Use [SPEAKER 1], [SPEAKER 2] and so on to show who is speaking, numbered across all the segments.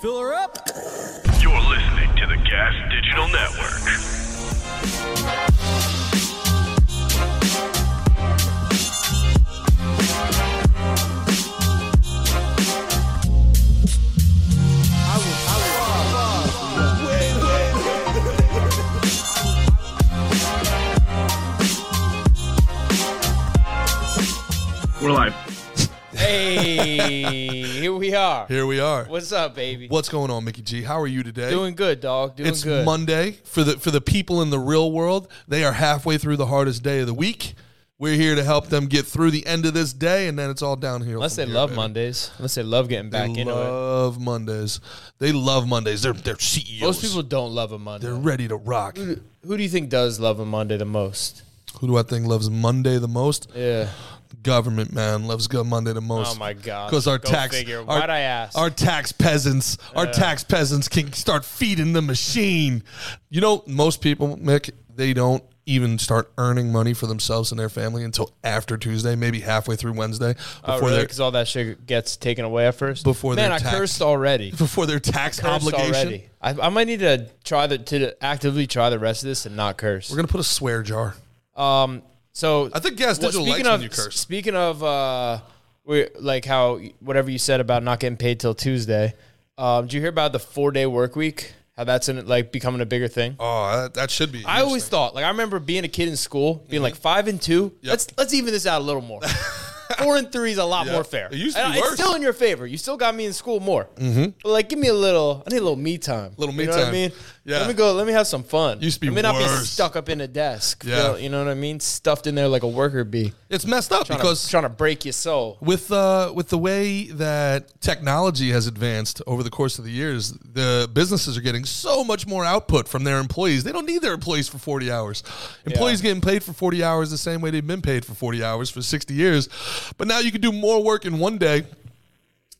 [SPEAKER 1] Fill her up.
[SPEAKER 2] You're listening to the Gas Digital Network. We're live.
[SPEAKER 3] Hey, here we are.
[SPEAKER 4] Here we are.
[SPEAKER 3] What's up, baby?
[SPEAKER 4] What's going on, Mickey G? How are you today?
[SPEAKER 3] Doing good, dog. Doing
[SPEAKER 4] it's
[SPEAKER 3] good.
[SPEAKER 4] Monday for the for the people in the real world. They are halfway through the hardest day of the week. We're here to help them get through the end of this day, and then it's all downhill.
[SPEAKER 3] Unless
[SPEAKER 4] from
[SPEAKER 3] they
[SPEAKER 4] here,
[SPEAKER 3] love
[SPEAKER 4] baby.
[SPEAKER 3] Mondays. Unless they love getting back
[SPEAKER 4] They
[SPEAKER 3] into it.
[SPEAKER 4] love Mondays. They love Mondays. They're they're CEOs.
[SPEAKER 3] Most people don't love a Monday.
[SPEAKER 4] they're ready to rock.
[SPEAKER 3] Who do you think does love a Monday the most?
[SPEAKER 4] Who do I think loves Monday the most?
[SPEAKER 3] Yeah.
[SPEAKER 4] Government man loves go Monday the most.
[SPEAKER 3] Oh my God.
[SPEAKER 4] Because our
[SPEAKER 3] Go
[SPEAKER 4] tax,
[SPEAKER 3] figure.
[SPEAKER 4] our-
[SPEAKER 3] Why'd I ask? Oh,
[SPEAKER 4] Our tax peasants, our tax peasants can start feeding the machine. You know, most people, Mick, they don't even start earning money for themselves and their family until after Tuesday, maybe halfway through Wednesday,
[SPEAKER 3] Oh,
[SPEAKER 4] before
[SPEAKER 3] really?
[SPEAKER 4] their
[SPEAKER 3] Because all that shit gets taken away at first.
[SPEAKER 4] Before
[SPEAKER 3] man,
[SPEAKER 4] they're
[SPEAKER 3] I
[SPEAKER 4] taxed.
[SPEAKER 3] cursed already.
[SPEAKER 4] before their tax
[SPEAKER 3] Cursed
[SPEAKER 4] obligation.
[SPEAKER 3] already. I, I might need to try the, to actively try the rest of this and not curse.
[SPEAKER 4] We're gonna put a swear jar.
[SPEAKER 3] Um, so
[SPEAKER 4] I think Gas Digital
[SPEAKER 3] speaking
[SPEAKER 4] likes when
[SPEAKER 3] of,
[SPEAKER 4] you curse.
[SPEAKER 3] Speaking of, uh, we like how whatever you said about not getting paid till Tuesday. Um, did you hear about the four day work week? How that's in like becoming a bigger thing.
[SPEAKER 4] Oh, that, that should be.
[SPEAKER 3] I always
[SPEAKER 4] interesting. Mm-hmm.
[SPEAKER 3] thought, like, I remember being a kid in school, being like five and two. Let's let's even this out a little more. Four and three is a lot
[SPEAKER 4] Yeah.
[SPEAKER 3] more fair.
[SPEAKER 4] It used to
[SPEAKER 3] And
[SPEAKER 4] be
[SPEAKER 3] It's
[SPEAKER 4] worse.
[SPEAKER 3] still in your favor. You still got me in school more. Mm-hmm. But like, give me a little. I need a little me time.
[SPEAKER 4] Little
[SPEAKER 3] You
[SPEAKER 4] me
[SPEAKER 3] know What I
[SPEAKER 4] time.
[SPEAKER 3] mean,
[SPEAKER 4] Yeah.
[SPEAKER 3] Let me go. Let me have some fun.
[SPEAKER 4] Used to be
[SPEAKER 3] Let me not be
[SPEAKER 4] worse.
[SPEAKER 3] stuck up in a desk.
[SPEAKER 4] Yeah.
[SPEAKER 3] feel- you know what I mean. Stuffed in there like a worker bee,
[SPEAKER 4] it's messed up
[SPEAKER 3] trying
[SPEAKER 4] because
[SPEAKER 3] to, trying to break your soul.
[SPEAKER 4] with uh, with the way that technology has advanced over the course of the years, the businesses are getting so much more output from their employees. They don't need their employees for forty hours. Employees getting paid for forty hours the same way they've been paid for forty hours for sixty years, but now you can do more work in one day,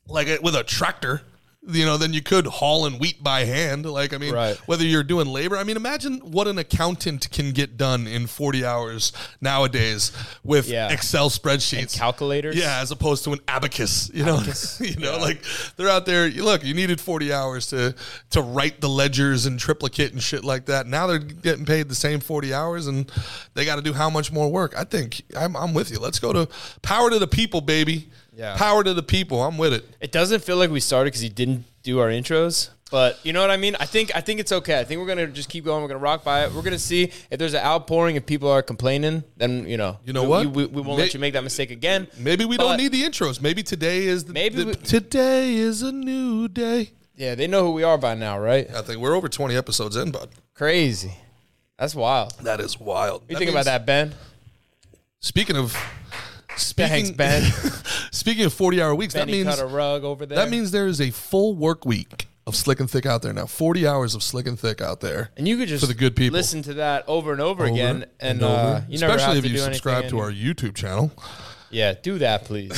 [SPEAKER 4] like uh, with a tractor. You know, than you could hauling wheat by hand. Like, I mean,
[SPEAKER 3] Right.
[SPEAKER 4] whether you're doing labor, I mean, imagine what an accountant can get done in 40 hours nowadays with
[SPEAKER 3] Yeah.
[SPEAKER 4] Excel spreadsheets.
[SPEAKER 3] Calculators.
[SPEAKER 4] Yeah, as opposed to an abacus, you know, you know, like they're out there. you Look, you needed forty hours to to write the ledgers and triplicate and shit like that. Now they're getting paid the same forty hours, and they got to do how much more work? I think I'm, I'm with you. Let's go to power to the people, baby.
[SPEAKER 3] Yeah.
[SPEAKER 4] power to the people. I'm with it.
[SPEAKER 3] It doesn't feel like we started because you didn't do our intros, but you know what I mean. I think I think it's okay. I think we're gonna just keep going. We're gonna rock by it. We're gonna see if there's an outpouring. If people are complaining, then you know,
[SPEAKER 4] You know
[SPEAKER 3] we,
[SPEAKER 4] what?
[SPEAKER 3] we, we won't
[SPEAKER 4] May-
[SPEAKER 3] let you make that mistake again.
[SPEAKER 4] Maybe we
[SPEAKER 3] But-
[SPEAKER 4] don't need the intros. Maybe today is the,
[SPEAKER 3] Maybe
[SPEAKER 4] the-
[SPEAKER 3] we-
[SPEAKER 4] today is a new day.
[SPEAKER 3] Yeah, they know who we are by now, right?
[SPEAKER 4] I think we're over twenty episodes in, but
[SPEAKER 3] Crazy. That's wild. What
[SPEAKER 4] that is wild.
[SPEAKER 3] do you think about that, Ben?
[SPEAKER 4] Speaking of.
[SPEAKER 3] Thanks,
[SPEAKER 4] Speaking,
[SPEAKER 3] Ben.
[SPEAKER 4] Speaking of 40 hour weeks,
[SPEAKER 3] Benny
[SPEAKER 4] that means
[SPEAKER 3] cut a rug over there.
[SPEAKER 4] That means there is a full work week of slick and thick out there now. Forty hours of slick and thick out there.
[SPEAKER 3] and you could just
[SPEAKER 4] for the good people.
[SPEAKER 3] listen to that over and over,
[SPEAKER 4] Over
[SPEAKER 3] again, and,
[SPEAKER 4] over.
[SPEAKER 3] uh, you never
[SPEAKER 4] especially
[SPEAKER 3] have
[SPEAKER 4] if
[SPEAKER 3] to
[SPEAKER 4] you
[SPEAKER 3] do
[SPEAKER 4] subscribe
[SPEAKER 3] anything
[SPEAKER 4] to
[SPEAKER 3] and-
[SPEAKER 4] our YouTube channel.
[SPEAKER 3] yeah, do that please.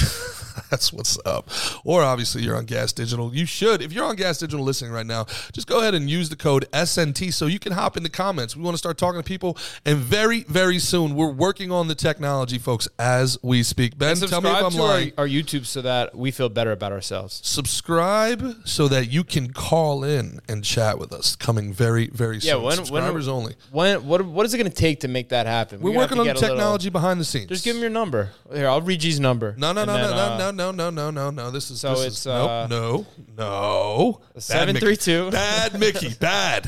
[SPEAKER 4] That's what's up. Or obviously you're on Gas Digital. You should, if you're on Gas Digital listening right now, just go ahead and use the code SNT so you can hop in the comments. We want to start talking to people, and very, very soon we're working on the technology, folks, as we speak. Ben, tell me if
[SPEAKER 3] subscribe
[SPEAKER 4] I'm
[SPEAKER 3] to our,
[SPEAKER 4] lying.
[SPEAKER 3] our YouTube so that we feel better about ourselves.
[SPEAKER 4] subscribe so that you can call in and chat with us. Coming very, very soon.
[SPEAKER 3] Yeah, when
[SPEAKER 4] Subscribers
[SPEAKER 3] when,
[SPEAKER 4] only.
[SPEAKER 3] When what what is it going to take to make that happen?
[SPEAKER 4] We're
[SPEAKER 3] We're gonna have
[SPEAKER 4] working
[SPEAKER 3] to
[SPEAKER 4] on the
[SPEAKER 3] get a little-
[SPEAKER 4] technology behind the scenes.
[SPEAKER 3] just give him your number. Here, I'll read G's number.
[SPEAKER 4] No, no,
[SPEAKER 3] And
[SPEAKER 4] no,
[SPEAKER 3] then,
[SPEAKER 4] no,
[SPEAKER 3] uh,
[SPEAKER 4] no, no, no, no, no, no. This is
[SPEAKER 3] so
[SPEAKER 4] this
[SPEAKER 3] it's,
[SPEAKER 4] is, nope,
[SPEAKER 3] uh,
[SPEAKER 4] no, no. Bad
[SPEAKER 3] seven,
[SPEAKER 4] Mickey.
[SPEAKER 3] three, two.
[SPEAKER 4] Bad Mickey. Bad.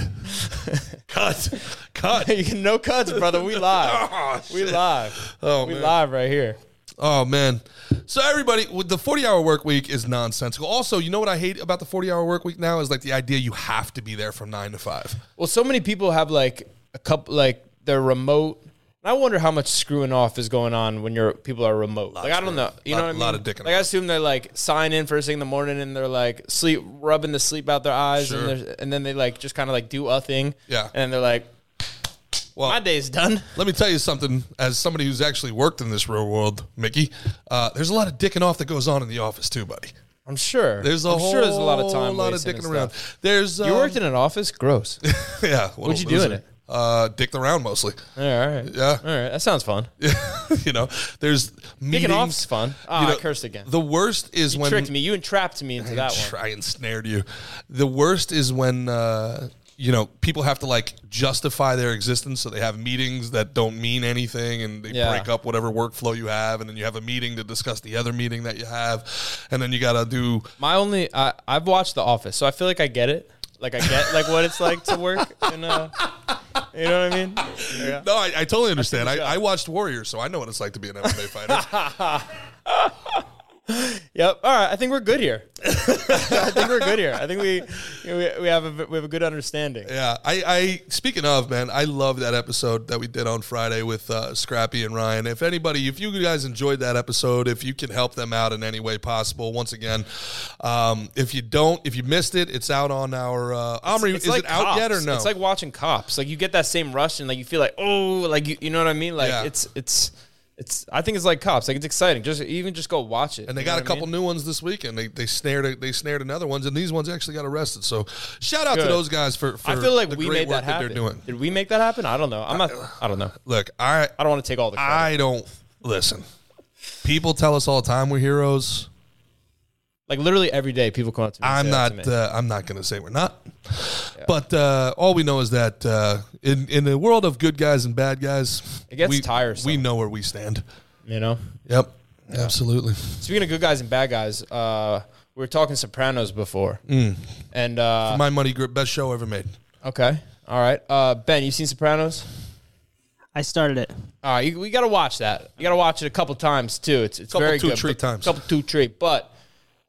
[SPEAKER 4] cut. Cut.
[SPEAKER 3] You can uh, no cuts, brother. We live.
[SPEAKER 4] Oh,
[SPEAKER 3] we
[SPEAKER 4] shit.
[SPEAKER 3] live.
[SPEAKER 4] Oh,
[SPEAKER 3] we
[SPEAKER 4] man.
[SPEAKER 3] live right here.
[SPEAKER 4] Oh man. So everybody, with the 40-hour work week is nonsensical. Also, you know what I hate about the 40-hour work week now is like the idea you have to be there from 9 to 5.
[SPEAKER 3] Well, so many people have like a couple like they're remote. And I wonder how much screwing off is going on when your people are remote. like I don't know, you know
[SPEAKER 4] Lot-
[SPEAKER 3] what I mean?
[SPEAKER 4] lot of dicking
[SPEAKER 3] like I
[SPEAKER 4] around.
[SPEAKER 3] assume they like sign in first thing in the morning and they're like sleep rubbing the sleep out their eyes
[SPEAKER 4] Sure.
[SPEAKER 3] and, they're- and then they like just kind of like do a thing.
[SPEAKER 4] Yeah.
[SPEAKER 3] And then they're like,
[SPEAKER 4] Well,
[SPEAKER 3] my day's done.
[SPEAKER 4] Let me tell you something. As somebody who's actually worked in this real world, Mickey, uh, there's a lot of dicking off that goes on in the office too, buddy.
[SPEAKER 3] I'm sure.
[SPEAKER 4] There's a
[SPEAKER 3] I'm
[SPEAKER 4] whole
[SPEAKER 3] sure there's a lot of time.
[SPEAKER 4] lot of
[SPEAKER 3] wasting
[SPEAKER 4] dicking
[SPEAKER 3] and
[SPEAKER 4] around.
[SPEAKER 3] stuff.
[SPEAKER 4] There's um,
[SPEAKER 3] You worked in an office? Gross.
[SPEAKER 4] yeah. What
[SPEAKER 3] What'd
[SPEAKER 4] a
[SPEAKER 3] you do in
[SPEAKER 4] loser.
[SPEAKER 3] it?
[SPEAKER 4] uh, dicked around mostly.
[SPEAKER 3] All right.
[SPEAKER 4] Yeah.
[SPEAKER 3] All right. That sounds fun.
[SPEAKER 4] you know, there's meetings.
[SPEAKER 3] Kicking off's fun. Oh,
[SPEAKER 4] you
[SPEAKER 3] I
[SPEAKER 4] know,
[SPEAKER 3] cursed again.
[SPEAKER 4] The worst is
[SPEAKER 3] you
[SPEAKER 4] when
[SPEAKER 3] tricked me. You entrapped me into that one.
[SPEAKER 4] try and snared you. The worst is when uh, you know people have to like justify their existence, so they have meetings that don't mean anything, and they
[SPEAKER 3] Yeah.
[SPEAKER 4] break up whatever workflow you have, and then you have a meeting to discuss the other meeting that you have, and then you gotta do
[SPEAKER 3] My only, I, I've watched The Office, so I feel like I get it. Like I get like what it's like to work in a. You know what I mean? Yeah.
[SPEAKER 4] No, I, I totally understand. I, I watched Warriors, so I know what it's like to be an MMA fighter.
[SPEAKER 3] Yep. All right. I think we're good here. I think we're good here. I think we we, we have a we have a good understanding.
[SPEAKER 4] Yeah, I, I speaking of man, I love that episode that we did on Friday with uh, Scrappy and Ryan. If anybody, if you guys enjoyed that episode, if you can help them out in any way possible, once again, um, if you don't, if you missed it, it's out on our uh, Omri.
[SPEAKER 3] It's
[SPEAKER 4] is
[SPEAKER 3] like
[SPEAKER 4] it out yet or
[SPEAKER 3] Cops.
[SPEAKER 4] no?
[SPEAKER 3] It's like watching cops. Like you get that same rush and like you feel like oh like you, you know what I mean? Like
[SPEAKER 4] Yeah.
[SPEAKER 3] it's it's it's I think it's like cops. Like it's exciting. Just even just go watch it.
[SPEAKER 4] and they
[SPEAKER 3] You
[SPEAKER 4] got
[SPEAKER 3] know
[SPEAKER 4] a
[SPEAKER 3] what I
[SPEAKER 4] couple
[SPEAKER 3] mean?
[SPEAKER 4] new ones this week, and they, they snared a, they snared another ones, and these ones actually got arrested. So shout out to
[SPEAKER 3] Good.
[SPEAKER 4] those guys for, for
[SPEAKER 3] I feel like
[SPEAKER 4] the
[SPEAKER 3] we
[SPEAKER 4] great
[SPEAKER 3] made
[SPEAKER 4] work
[SPEAKER 3] that happen.
[SPEAKER 4] they're doing.
[SPEAKER 3] Did we make that happen? I don't know. I'm not. I don't know.
[SPEAKER 4] Look, I
[SPEAKER 3] I don't want to take all the credit.
[SPEAKER 4] I don't listen. People tell us all the time we're heroes.
[SPEAKER 3] like literally every day, people come up to me. and
[SPEAKER 4] I'm
[SPEAKER 3] say that to
[SPEAKER 4] not.
[SPEAKER 3] me.
[SPEAKER 4] Uh, I'm not going to say we're not. But uh, all we know is that uh, in in the world of good guys and bad guys,
[SPEAKER 3] It gets
[SPEAKER 4] we,
[SPEAKER 3] tiresome.
[SPEAKER 4] We know where we stand.
[SPEAKER 3] you know.
[SPEAKER 4] Yep, absolutely.
[SPEAKER 3] Speaking of good guys and bad guys, uh, we were talking Sopranos before,
[SPEAKER 4] Mm.
[SPEAKER 3] and uh,
[SPEAKER 4] My money grip, best show ever made.
[SPEAKER 3] okay, all right, uh, Ben, you seen Sopranos?
[SPEAKER 1] I started it.
[SPEAKER 3] All right, you, we got to watch that. You got to watch it a couple times too. It's it's
[SPEAKER 4] Couple
[SPEAKER 3] very
[SPEAKER 4] two,
[SPEAKER 3] good.
[SPEAKER 4] three
[SPEAKER 3] but-
[SPEAKER 4] times.
[SPEAKER 3] Couple two three, but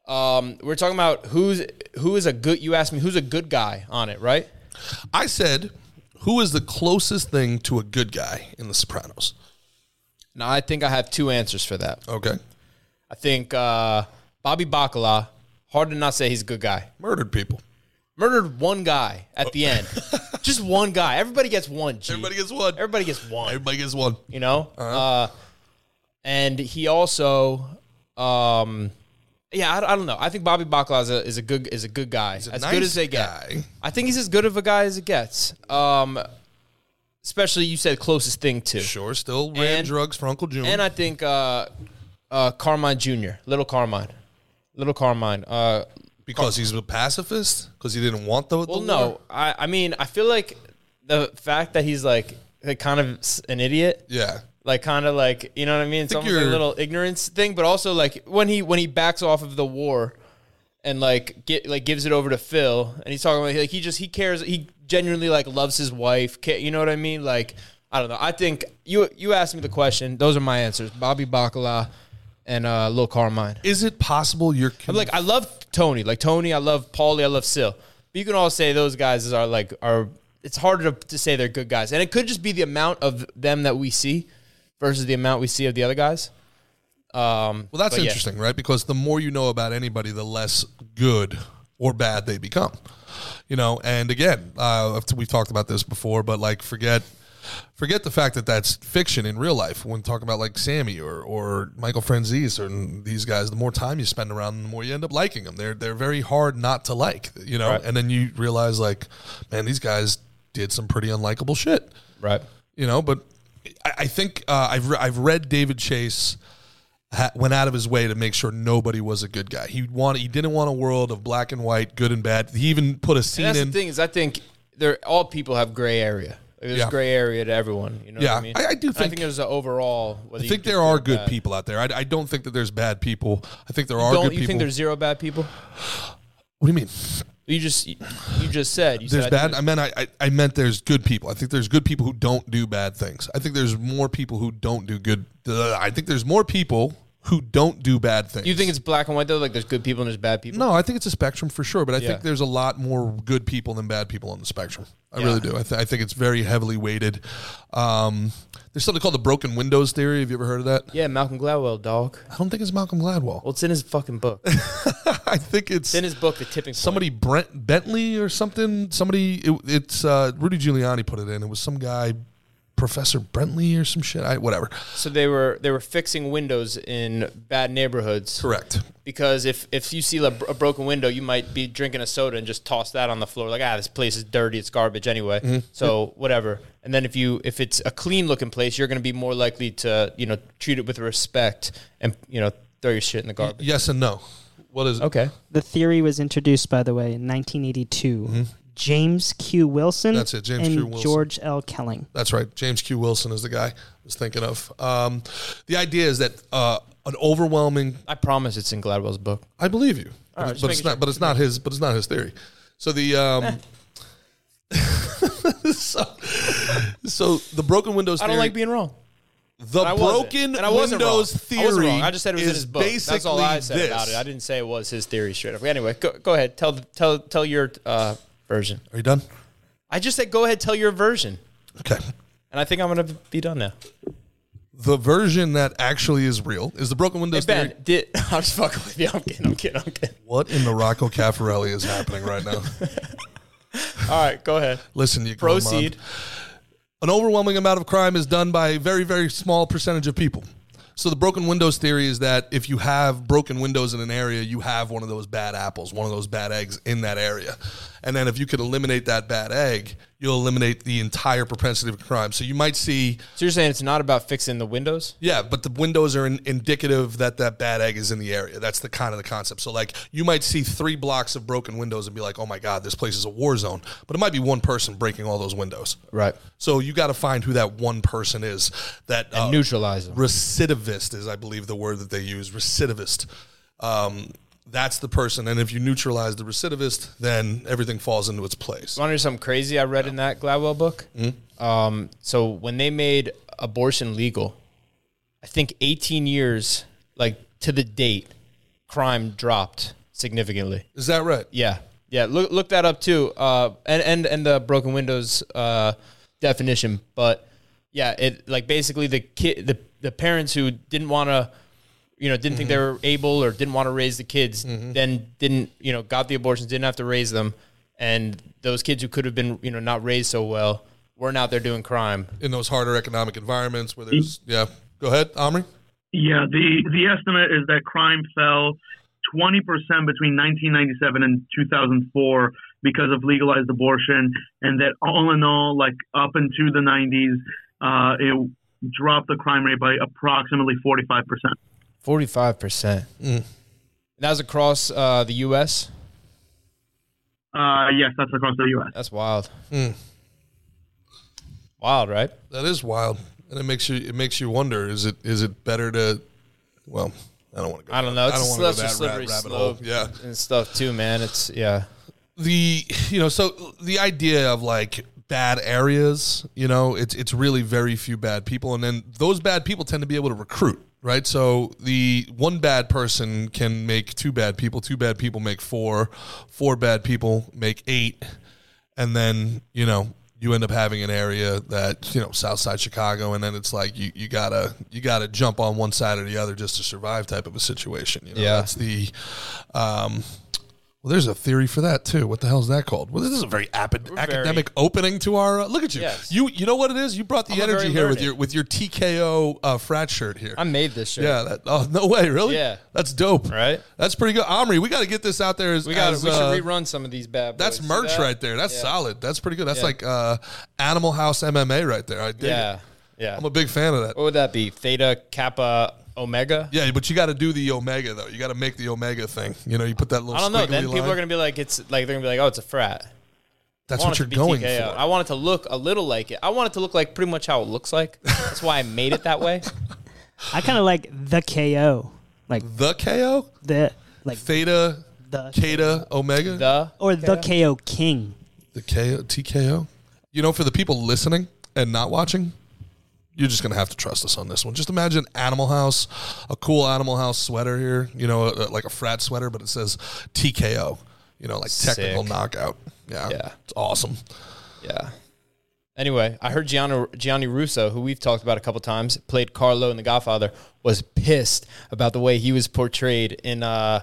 [SPEAKER 3] um, we we're talking about who's who is a good. You asked me who's a good guy on it, right?
[SPEAKER 4] I said, who is the closest thing to a good guy in The Sopranos?
[SPEAKER 3] Now I think I have two answers for that.
[SPEAKER 4] Okay,
[SPEAKER 3] I think uh, Bobby Bacala. Hard to not say he's a good guy.
[SPEAKER 4] murdered people.
[SPEAKER 3] Murdered one guy at the end. Just one guy. Everybody gets one. G.
[SPEAKER 4] Everybody gets Uh-huh. one.
[SPEAKER 3] Everybody gets one.
[SPEAKER 4] Everybody gets one.
[SPEAKER 3] you know uh and he also um yeah I, I don't know i think bobby Bacala is a, is a good is a good guy as good
[SPEAKER 4] nice
[SPEAKER 3] as they get
[SPEAKER 4] guy.
[SPEAKER 3] i think he's as good of a guy as it gets um especially you said closest thing to
[SPEAKER 4] Sure, still ran
[SPEAKER 3] And-
[SPEAKER 4] drugs for Uncle June.
[SPEAKER 3] and i think uh uh carmine junior little carmine little carmine uh
[SPEAKER 4] because he's a pacifist. Because he didn't want the.
[SPEAKER 3] Well, no, I, I mean, I feel like the fact that he's like, like kind of s- an idiot,
[SPEAKER 4] Yeah.
[SPEAKER 3] like kind of like you know what I mean. It's
[SPEAKER 4] think
[SPEAKER 3] almost like a
[SPEAKER 4] you're-
[SPEAKER 3] little ignorance thing, but also like when he when he backs off of the war, and like get like gives it over to Phil, and he's talking about like he just he cares, he genuinely like loves his wife. ca- You know what I mean? Like I don't know. I think you you asked me the question. Those are my answers: Bobby Bacala and uh, Lil Carmine.
[SPEAKER 4] Is it possible you're
[SPEAKER 3] I'm like I love Tony, like Tony, I love Paulie, I love Sil. But you can all say those guys are like are. It's harder to, to say they're good guys, and it could just be the amount of them that we see versus the amount we see of the other guys. Um,
[SPEAKER 4] Well, that's
[SPEAKER 3] but yeah.
[SPEAKER 4] interesting, right? Because the more you know about anybody, the less good or bad they become. You know, and again, uh, we've talked about this before, but like, forget. Forget the fact that that's fiction in real life. When talking about like Sammy or, or Michael Franzese or these guys, the more time you spend around them, the more you end up liking them. They're they're very hard not to like, you know.
[SPEAKER 3] Right.
[SPEAKER 4] And then you realize like, man, these guys did some pretty unlikable shit
[SPEAKER 3] right?
[SPEAKER 4] you know. But I, I think uh, I've re- I've read David Chase ha- went out of his way to make sure nobody was a good guy. He wanted he didn't want a world of black and white, good and bad. He even put a
[SPEAKER 3] And
[SPEAKER 4] scene
[SPEAKER 3] that's
[SPEAKER 4] in.
[SPEAKER 3] the thing is, I think they're all people have gray area. There's
[SPEAKER 4] Yeah.
[SPEAKER 3] gray area to everyone. You know
[SPEAKER 4] Yeah,
[SPEAKER 3] what I mean?
[SPEAKER 4] I- I do
[SPEAKER 3] And I
[SPEAKER 4] think-
[SPEAKER 3] think there's an overall.
[SPEAKER 4] I think there are good people out there. I, I don't think that there's bad people. I think there are
[SPEAKER 3] Don't you
[SPEAKER 4] good people.
[SPEAKER 3] think there's zero bad people?
[SPEAKER 4] what do you mean?
[SPEAKER 3] You just you just said you
[SPEAKER 4] There's
[SPEAKER 3] said, I think
[SPEAKER 4] bad. I meant I, I, I meant there's good people. I think there's good people who don't do bad things. I think there's more people who don't do good. I think there's more people who don't do bad things.
[SPEAKER 3] You think it's black and white though? Like there's good people and there's bad people.
[SPEAKER 4] No, I think it's a spectrum for sure, but I
[SPEAKER 3] Yeah.
[SPEAKER 4] think there's a lot more good people than bad people on the spectrum. I really do. I, th- I think it's very heavily weighted. Um, there's something called the broken windows theory. Have you ever heard of that?
[SPEAKER 3] Yeah, Malcolm Gladwell, dog.
[SPEAKER 4] I don't think it's Malcolm Gladwell.
[SPEAKER 3] Well, it's in his fucking book.
[SPEAKER 4] I think it's
[SPEAKER 3] It's in his book, The Tipping Point.
[SPEAKER 4] somebody Brent Bentley or something. Somebody. It, it's uh, Rudy Giuliani put it in. It was some guy. Professor Brentley or some shit. I, whatever.
[SPEAKER 3] So they were they were fixing windows in bad neighborhoods.
[SPEAKER 4] Correct.
[SPEAKER 3] Because if if you see a, bro- a broken window, you might be drinking a soda and just toss that on the floor. Like ah, this place is dirty. It's garbage anyway. So whatever. And then if you if it's a clean looking place, you're going to be more likely to you know treat it with respect and you know throw your shit in the garbage.
[SPEAKER 4] Yes and no. What is it?
[SPEAKER 3] Okay.
[SPEAKER 1] The theory was introduced, by the way, in 1982. James Q. Wilson.
[SPEAKER 4] Mm-hmm. That's it, James
[SPEAKER 1] and
[SPEAKER 4] Q. Wilson.
[SPEAKER 1] George L. Kelling.
[SPEAKER 4] That's right. James Q. Wilson is the guy I was thinking of. Um, the idea is that uh, an overwhelming
[SPEAKER 3] I promise it's in Gladwell's book.
[SPEAKER 4] I believe you,
[SPEAKER 3] right,
[SPEAKER 4] but,
[SPEAKER 3] just
[SPEAKER 4] but it's
[SPEAKER 3] making
[SPEAKER 4] not. But it's not his. But it's not his theory. So the um, so, so the broken windows.
[SPEAKER 3] I don't
[SPEAKER 4] theory-
[SPEAKER 3] like being wrong.
[SPEAKER 4] the
[SPEAKER 3] I wasn't.
[SPEAKER 4] broken
[SPEAKER 3] And I wasn't wrong.
[SPEAKER 4] windows theory.
[SPEAKER 3] I, wasn't wrong. I just said it was in
[SPEAKER 4] is
[SPEAKER 3] his book. That's all
[SPEAKER 4] basically
[SPEAKER 3] I said
[SPEAKER 4] this.
[SPEAKER 3] about it. I didn't say it was his theory straight up. Anyway, go, go ahead. Tell tell tell your uh, version.
[SPEAKER 4] Are you done?
[SPEAKER 3] I just said go ahead. Tell your version,
[SPEAKER 4] Okay.
[SPEAKER 3] and I think I'm gonna be done now.
[SPEAKER 4] The version that actually is real is the broken windows
[SPEAKER 3] Ben,
[SPEAKER 4] theory.
[SPEAKER 3] did I'm just fucking with you. I'm kidding. I'm kidding. I'm kidding.
[SPEAKER 4] What in the Rocco Caffarelli is happening right now?
[SPEAKER 3] All right, go ahead.
[SPEAKER 4] Listen, you gourmand.
[SPEAKER 3] Proceed.
[SPEAKER 4] an overwhelming amount of crime is done by a very, very small percentage of people. So the broken windows theory is that if you have broken windows in an area, you have one of those bad apples, one of those bad eggs in that area. And then if you could eliminate that bad egg, you'll eliminate the entire propensity of crime. So you might see,
[SPEAKER 3] So you're saying it's not about fixing the windows?
[SPEAKER 4] yeah, but the windows are in, indicative that that bad egg is in the area. That's the kind of the concept. So like you might see three blocks of broken windows and be like, "Oh my god, this place is a war zone." But it might be one person breaking all those windows.
[SPEAKER 3] Right.
[SPEAKER 4] So you got to find who that one person is that uh,
[SPEAKER 3] Neutralize them.
[SPEAKER 4] recidivist is, I believe, the word that they use. Recidivist. Um, that's the person, and if you neutralize the recidivist, then everything falls into its place.
[SPEAKER 3] Want to hear something crazy I read in that Gladwell book? Um, so when they made abortion legal, I think 18 years, like to the date, crime dropped significantly.
[SPEAKER 4] Is that right?
[SPEAKER 3] Yeah, yeah. Look, look that up too. Uh, and and and the broken windows uh, definition, but yeah, it like basically the kid, the the parents who didn't want to, you know, didn't think they were able or didn't want to raise the kids, then didn't you know got the abortions, didn't have to raise them, and those kids who could have been you know not raised so well weren't out there doing crime.
[SPEAKER 4] In those harder economic environments where there's, yeah. Go ahead, Omri.
[SPEAKER 5] Yeah, the the estimate is that crime fell 20% between 1997 and 2004 because of legalized abortion, and that all in all, like up into the 90s, uh, it dropped the crime rate by approximately 45%.
[SPEAKER 3] Forty five percent. Mm. That was across uh, the U.S.
[SPEAKER 5] Uh, yes, that's across the U.S.
[SPEAKER 3] That's wild. Wild, right?
[SPEAKER 4] That is wild, and it makes you it makes you wonder: is it is it better to? Well, I don't want to go.
[SPEAKER 3] I don't know. It's
[SPEAKER 4] I don't
[SPEAKER 3] a
[SPEAKER 4] want
[SPEAKER 3] slippery,
[SPEAKER 4] to go that
[SPEAKER 3] slippery
[SPEAKER 4] ra- rabbit
[SPEAKER 3] slope.
[SPEAKER 4] hole. Yeah.
[SPEAKER 3] and stuff too, man. It's yeah.
[SPEAKER 4] the you know so the idea of like bad areas you know it's it's really very few bad people and then those bad people tend to be able to recruit right so the one bad person can make two bad people two bad people make four four bad people make eight and then you know you end up having an area that you know south side chicago and then it's like you, you gotta you gotta jump on one side or the other just to survive type of a situation you know
[SPEAKER 3] Yeah.
[SPEAKER 4] that's the um well, there's a theory for that too. What the hell is that called? Well, this is a very apid- academic opening to our. Uh, look at you.
[SPEAKER 3] Yes.
[SPEAKER 4] You you know what it is. You brought the
[SPEAKER 3] I'm a
[SPEAKER 4] energy
[SPEAKER 3] very
[SPEAKER 4] here with
[SPEAKER 3] learned.
[SPEAKER 4] your with your TKO uh, frat shirt here.
[SPEAKER 3] I made this shit.
[SPEAKER 4] yeah. That, oh no way. Really?
[SPEAKER 3] Yeah.
[SPEAKER 4] That's dope.
[SPEAKER 3] Right?
[SPEAKER 4] That's pretty good. Omri, we got to get this out there. As,
[SPEAKER 3] we got.
[SPEAKER 4] as,
[SPEAKER 3] We should
[SPEAKER 4] uh,
[SPEAKER 3] rerun some of these bad. Boys.
[SPEAKER 4] That's
[SPEAKER 3] See
[SPEAKER 4] merch
[SPEAKER 3] that?
[SPEAKER 4] right there. That's
[SPEAKER 3] Yeah.
[SPEAKER 4] solid. That's pretty good. That's
[SPEAKER 3] Yeah.
[SPEAKER 4] like uh, Animal House MMA right there. I dig
[SPEAKER 3] Yeah,
[SPEAKER 4] it.
[SPEAKER 3] yeah.
[SPEAKER 4] I'm a big fan of that.
[SPEAKER 3] what would that be? Theta Kappa Omega.
[SPEAKER 4] Yeah, but you got to do the Omega though. You got to make the Omega thing. You know, you put that little.
[SPEAKER 3] I don't know.
[SPEAKER 4] squiggly
[SPEAKER 3] Then people
[SPEAKER 4] line.
[SPEAKER 3] are gonna be like, it's like they're gonna be like, oh, it's a frat. I
[SPEAKER 4] That's
[SPEAKER 3] want
[SPEAKER 4] what
[SPEAKER 3] it to
[SPEAKER 4] you're
[SPEAKER 3] be
[SPEAKER 4] going
[SPEAKER 3] TKO.
[SPEAKER 4] for.
[SPEAKER 3] I want it to look a little like it. I want it to look like pretty much how it looks like. That's why I made it that way.
[SPEAKER 1] I kind of like the KO, like
[SPEAKER 4] the KO.
[SPEAKER 1] the like
[SPEAKER 4] Theta,
[SPEAKER 1] The-
[SPEAKER 4] Theta, Omega, the,
[SPEAKER 3] The
[SPEAKER 1] or the KO King.
[SPEAKER 4] KO, TKO. You know, for the people listening and not watching, you're just gonna have to trust us on this one. Just imagine Animal House, a cool Animal House sweater here. You know, uh, like a frat sweater, but it says TKO. You know, like technical
[SPEAKER 3] Sick.
[SPEAKER 4] knockout. Yeah,
[SPEAKER 3] Yeah.
[SPEAKER 4] it's awesome.
[SPEAKER 3] yeah. Anyway, I heard Gianni, Gianni Russo, who we've talked about a couple times, played Carlo in The Godfather, was pissed about the way he was portrayed in uh,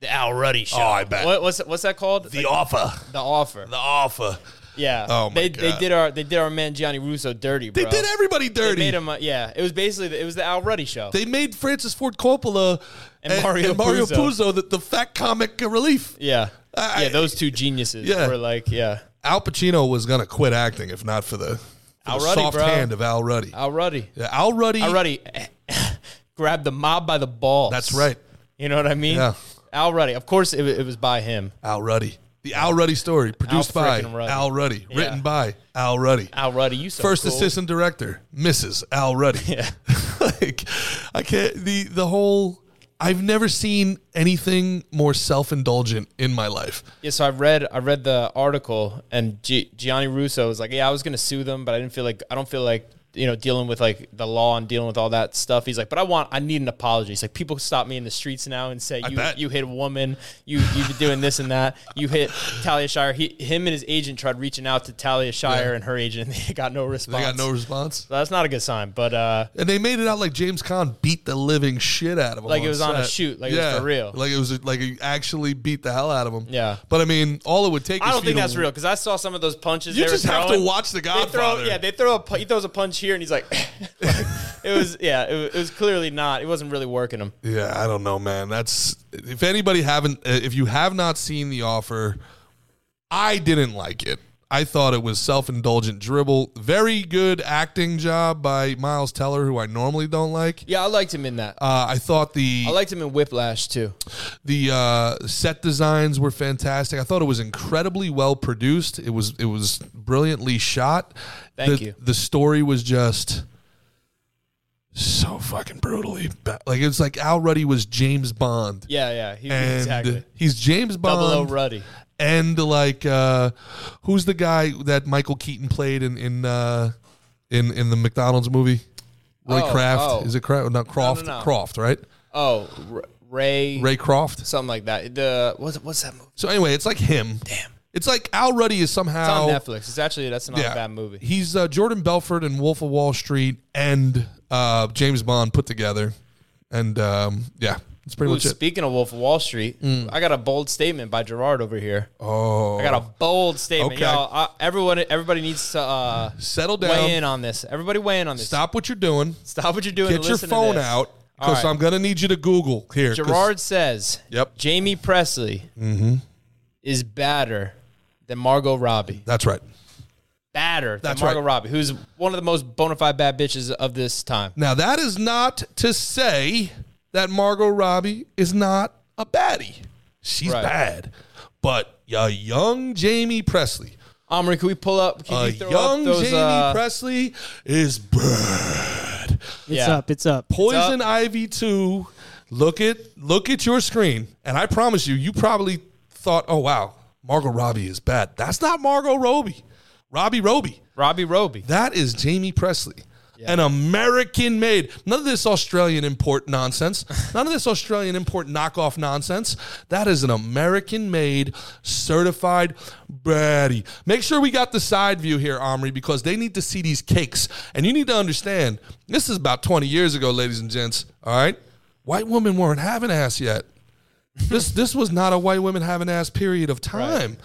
[SPEAKER 3] the Al Ruddy show.
[SPEAKER 4] Oh, I bet.
[SPEAKER 3] What, what's what's that called? Like,
[SPEAKER 4] offer,
[SPEAKER 3] the offer.
[SPEAKER 4] the offer.
[SPEAKER 3] Yeah.
[SPEAKER 4] Oh my
[SPEAKER 3] they,
[SPEAKER 4] god.
[SPEAKER 3] They did our they did our man Gianni Russo dirty,
[SPEAKER 4] They
[SPEAKER 3] bro.
[SPEAKER 4] did everybody dirty.
[SPEAKER 3] They made him. uh, yeah. It was basically the, it was the Al Ruddy show.
[SPEAKER 4] They made Francis Ford Coppola
[SPEAKER 3] And Mario Puzo.
[SPEAKER 4] Puzo the, the fat comic relief.
[SPEAKER 3] yeah.
[SPEAKER 4] I-
[SPEAKER 3] yeah. Those two geniuses
[SPEAKER 4] Yeah.
[SPEAKER 3] were like yeah.
[SPEAKER 4] Al Pacino was gonna quit acting if not for the, for the
[SPEAKER 3] Al Ruddy,
[SPEAKER 4] soft
[SPEAKER 3] bro.
[SPEAKER 4] hand of Al Ruddy.
[SPEAKER 3] Al Ruddy.
[SPEAKER 4] yeah, Al Ruddy.
[SPEAKER 3] Al Ruddy eh, grabbed the mob by the balls.
[SPEAKER 4] That's right.
[SPEAKER 3] You know what I mean?
[SPEAKER 4] Yeah.
[SPEAKER 3] Al Ruddy. Of course, it, wa- it was by him.
[SPEAKER 4] Al Ruddy. The Al Ruddy story, produced by
[SPEAKER 3] frickin' Ruddy.
[SPEAKER 4] Al Ruddy,
[SPEAKER 3] Yeah.
[SPEAKER 4] written by Al Ruddy.
[SPEAKER 3] Al Ruddy, you so
[SPEAKER 4] First
[SPEAKER 3] cool.
[SPEAKER 4] assistant director, Mrs. Al Ruddy.
[SPEAKER 3] Yeah.
[SPEAKER 4] like, I can't. The the whole. I've never seen anything more self indulgent in my life.
[SPEAKER 3] Yeah, so I read I read the article and G- Gianni Russo was like, yeah, I was gonna sue them, but I didn't feel like I don't feel like you know dealing with like the law and dealing with all that stuff. He's like, but I want I need an apology. He's like, people stop me in the streets now and say you
[SPEAKER 4] bet.
[SPEAKER 3] you hit a woman, you you were doing this and that, you hit Talia Shire. He him and his agent tried reaching out to Talia Shire
[SPEAKER 4] Yeah.
[SPEAKER 3] and her agent, and they got no response.
[SPEAKER 4] They got no response,
[SPEAKER 3] So that's not a good sign, but uh,
[SPEAKER 4] and they made it out like James Caan beat the living shit out of him.
[SPEAKER 3] Like it was on a
[SPEAKER 4] set.
[SPEAKER 3] shoot, like it was for real.
[SPEAKER 4] Like it was like he actually beat the hell out of him.
[SPEAKER 3] Yeah.
[SPEAKER 4] but I mean, all it would take.
[SPEAKER 3] I
[SPEAKER 4] is
[SPEAKER 3] don't
[SPEAKER 4] for
[SPEAKER 3] think
[SPEAKER 4] you to-
[SPEAKER 3] that's real because I saw some of those punches.
[SPEAKER 4] You
[SPEAKER 3] they
[SPEAKER 4] just
[SPEAKER 3] were
[SPEAKER 4] have to
[SPEAKER 3] throwing.
[SPEAKER 4] watch The
[SPEAKER 3] They
[SPEAKER 4] Godfather.
[SPEAKER 3] throw, yeah, they throw a pu- he throws a punch here and he's like, like, it was yeah, it, wa- it was clearly not. It wasn't really working him.
[SPEAKER 4] Yeah, I don't know, man. That's if anybody haven't, uh, if you have not seen the offer, I didn't like it. I thought it was self indulgent dribble. Very good acting job by Miles Teller, who I normally don't like.
[SPEAKER 3] Yeah, I liked him in that.
[SPEAKER 4] Uh, I thought the
[SPEAKER 3] I liked him in Whiplash too.
[SPEAKER 4] the uh, set designs were fantastic. I thought it was incredibly well produced. It was it was brilliantly shot.
[SPEAKER 3] Thank
[SPEAKER 4] the,
[SPEAKER 3] you.
[SPEAKER 4] The story was just so fucking brutally bad. Like it's like Al Ruddy was James Bond.
[SPEAKER 3] Yeah, yeah, he,
[SPEAKER 4] and
[SPEAKER 3] exactly.
[SPEAKER 4] he's James
[SPEAKER 3] Double O
[SPEAKER 4] Bond.
[SPEAKER 3] Ruddy.
[SPEAKER 4] And like, uh, who's the guy that Michael Keaton played in in uh, in in the McDonald's movie? Ray
[SPEAKER 3] Oh,
[SPEAKER 4] Kraft
[SPEAKER 3] oh.
[SPEAKER 4] is it Kraft? Not Croft.
[SPEAKER 3] no.
[SPEAKER 4] Croft, right?
[SPEAKER 3] Oh, R- Ray,
[SPEAKER 4] Ray Croft.
[SPEAKER 3] something like that. The what's what's that movie?
[SPEAKER 4] So anyway, it's like him. Damn. It's like Al Ruddy is
[SPEAKER 3] It's
[SPEAKER 4] somehow
[SPEAKER 3] on Netflix. It's actually that's not a bad movie.
[SPEAKER 4] He's uh, Jordan Belfort and Wolf of Wall Street and uh, James Bond put together, and um, yeah, it's pretty
[SPEAKER 3] Ooh,
[SPEAKER 4] much it.
[SPEAKER 3] speaking of Wolf of Wall Street, I got a bold statement by Gerard over here.
[SPEAKER 4] Mm. Oh,
[SPEAKER 3] I got a bold statement,
[SPEAKER 4] Okay.
[SPEAKER 3] y'all. I, everyone, everybody needs to uh,
[SPEAKER 4] settle down.
[SPEAKER 3] weigh in on this. Everybody weigh in on this.
[SPEAKER 4] Stop what you're doing.
[SPEAKER 3] Stop what you're doing. and
[SPEAKER 4] Get your
[SPEAKER 3] listen to
[SPEAKER 4] phone
[SPEAKER 3] this.
[SPEAKER 4] out
[SPEAKER 3] All
[SPEAKER 4] because
[SPEAKER 3] right.
[SPEAKER 4] I'm gonna need you to Google here. 'cause-
[SPEAKER 3] Gerard says,
[SPEAKER 4] Yep. Mm-hmm.
[SPEAKER 3] Jamie Presley is badder than Margot Robbie.
[SPEAKER 4] That's right.
[SPEAKER 3] Badder
[SPEAKER 4] That's
[SPEAKER 3] than Margot
[SPEAKER 4] right.
[SPEAKER 3] Robbie, who's one of the most bona fide bad bitches of this time.
[SPEAKER 4] Now that is not to say that Margot Robbie is not a baddie. She's
[SPEAKER 3] Right.
[SPEAKER 4] bad, but a young Jamie Presley,
[SPEAKER 3] Omri, can we pull up? Can
[SPEAKER 4] a
[SPEAKER 3] you throw up
[SPEAKER 4] young
[SPEAKER 3] those,
[SPEAKER 4] Jamie
[SPEAKER 3] uh,
[SPEAKER 4] Presley is bad.
[SPEAKER 1] It's
[SPEAKER 3] Yeah.
[SPEAKER 1] up. It's up.
[SPEAKER 4] Poison Ivy two. Look at look at your screen, and I promise you, you probably thought, "Oh wow, Margot Robbie is bad." That's not Margot Robbie, Robbie Robbie.
[SPEAKER 3] Robbie Roby?
[SPEAKER 4] That is Jamie Presley. An American made. None of this Australian import nonsense. None of this Australian import knockoff nonsense. That is an American made certified baddie. Make sure we got the side view here, Omri, because they need to see these cakes. And you need to understand this is about 20 years ago, ladies and gents. All right? White women weren't having ass yet. This this was not a white women having ass period of time.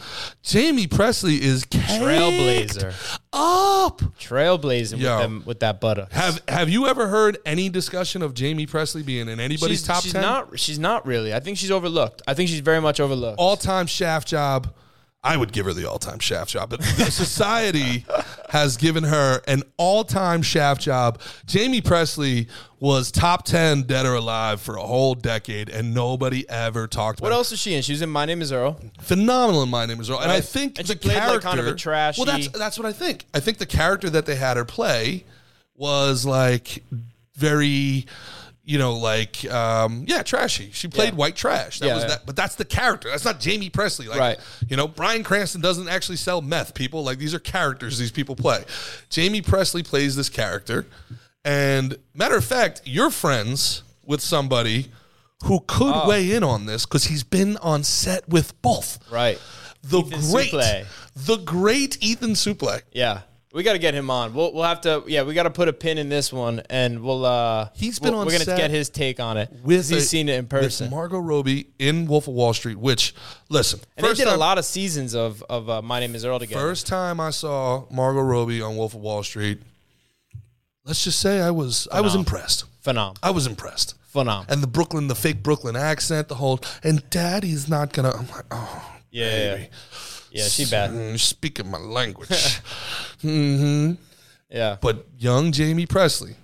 [SPEAKER 4] Jamie Presley is caked
[SPEAKER 3] Trailblazer.
[SPEAKER 4] up.
[SPEAKER 3] Trailblazing with,
[SPEAKER 4] Yo.
[SPEAKER 3] them, with that butter.
[SPEAKER 4] Have Have you ever heard any discussion of Jamie Presley being in anybody's
[SPEAKER 3] she's,
[SPEAKER 4] top
[SPEAKER 3] she's
[SPEAKER 4] ten
[SPEAKER 3] Not, she's not really. I think she's overlooked. I think she's very much overlooked.
[SPEAKER 4] all time shaft job? I would give her the all time shaft job, but the society has given her an all time shaft job. Jamie Presley was top ten dead or alive for a whole decade, and nobody ever talked about.
[SPEAKER 3] what
[SPEAKER 4] it.
[SPEAKER 3] else is she in? She was in My Name is Earl.
[SPEAKER 4] phenomenal in My Name Is Earl, and I
[SPEAKER 3] Right.
[SPEAKER 4] think
[SPEAKER 3] And
[SPEAKER 4] the
[SPEAKER 3] she played,
[SPEAKER 4] character
[SPEAKER 3] like, kind of a trashy-
[SPEAKER 4] Well, that's that's what I think. I think the character that they had her play was like very. You know, like, um, yeah, trashy. She played
[SPEAKER 3] Yeah.
[SPEAKER 4] white trash. That
[SPEAKER 3] Yeah,
[SPEAKER 4] was
[SPEAKER 3] yeah.
[SPEAKER 4] that, but that's the character. That's not Jamie Presley. Like,
[SPEAKER 3] Right.
[SPEAKER 4] you know, Brian Cranston doesn't actually sell meth. People like these are characters these people play. Jamie Presley plays this character, and matter of fact, you're friends with somebody who could
[SPEAKER 3] Oh.
[SPEAKER 4] weigh in on this because he's been on set with both
[SPEAKER 3] Right.
[SPEAKER 4] the
[SPEAKER 3] Ethan
[SPEAKER 4] great,
[SPEAKER 3] Suplee.
[SPEAKER 4] the great Ethan Suplee.
[SPEAKER 3] Yeah. We got to get him on. We'll we'll have to yeah. We got to put a pin in this one, and we'll uh.
[SPEAKER 4] He's been
[SPEAKER 3] we'll-
[SPEAKER 4] on
[SPEAKER 3] We're gonna
[SPEAKER 4] set
[SPEAKER 3] get his take on it
[SPEAKER 4] with
[SPEAKER 3] 'cause he's
[SPEAKER 4] a-
[SPEAKER 3] seen it in person.
[SPEAKER 4] With Margot Robbie in Wolf of Wall Street, which listen,
[SPEAKER 3] and they
[SPEAKER 4] first
[SPEAKER 3] did a
[SPEAKER 4] time-
[SPEAKER 3] lot of seasons of of uh, My Name Is Earl together.
[SPEAKER 4] First time I saw Margot Robbie on Wolf of Wall Street, let's just say I was I was impressed.
[SPEAKER 3] Phenom,
[SPEAKER 4] I was impressed.
[SPEAKER 3] phenom.
[SPEAKER 4] And the Brooklyn, the fake Brooklyn accent, the whole and Daddy's not gonna. I'm like, oh,
[SPEAKER 3] yeah, yeah,
[SPEAKER 4] baby.
[SPEAKER 3] yeah. She bad.
[SPEAKER 4] Mm, Speaking my language,
[SPEAKER 3] Yeah,
[SPEAKER 4] but young Jamie Presley.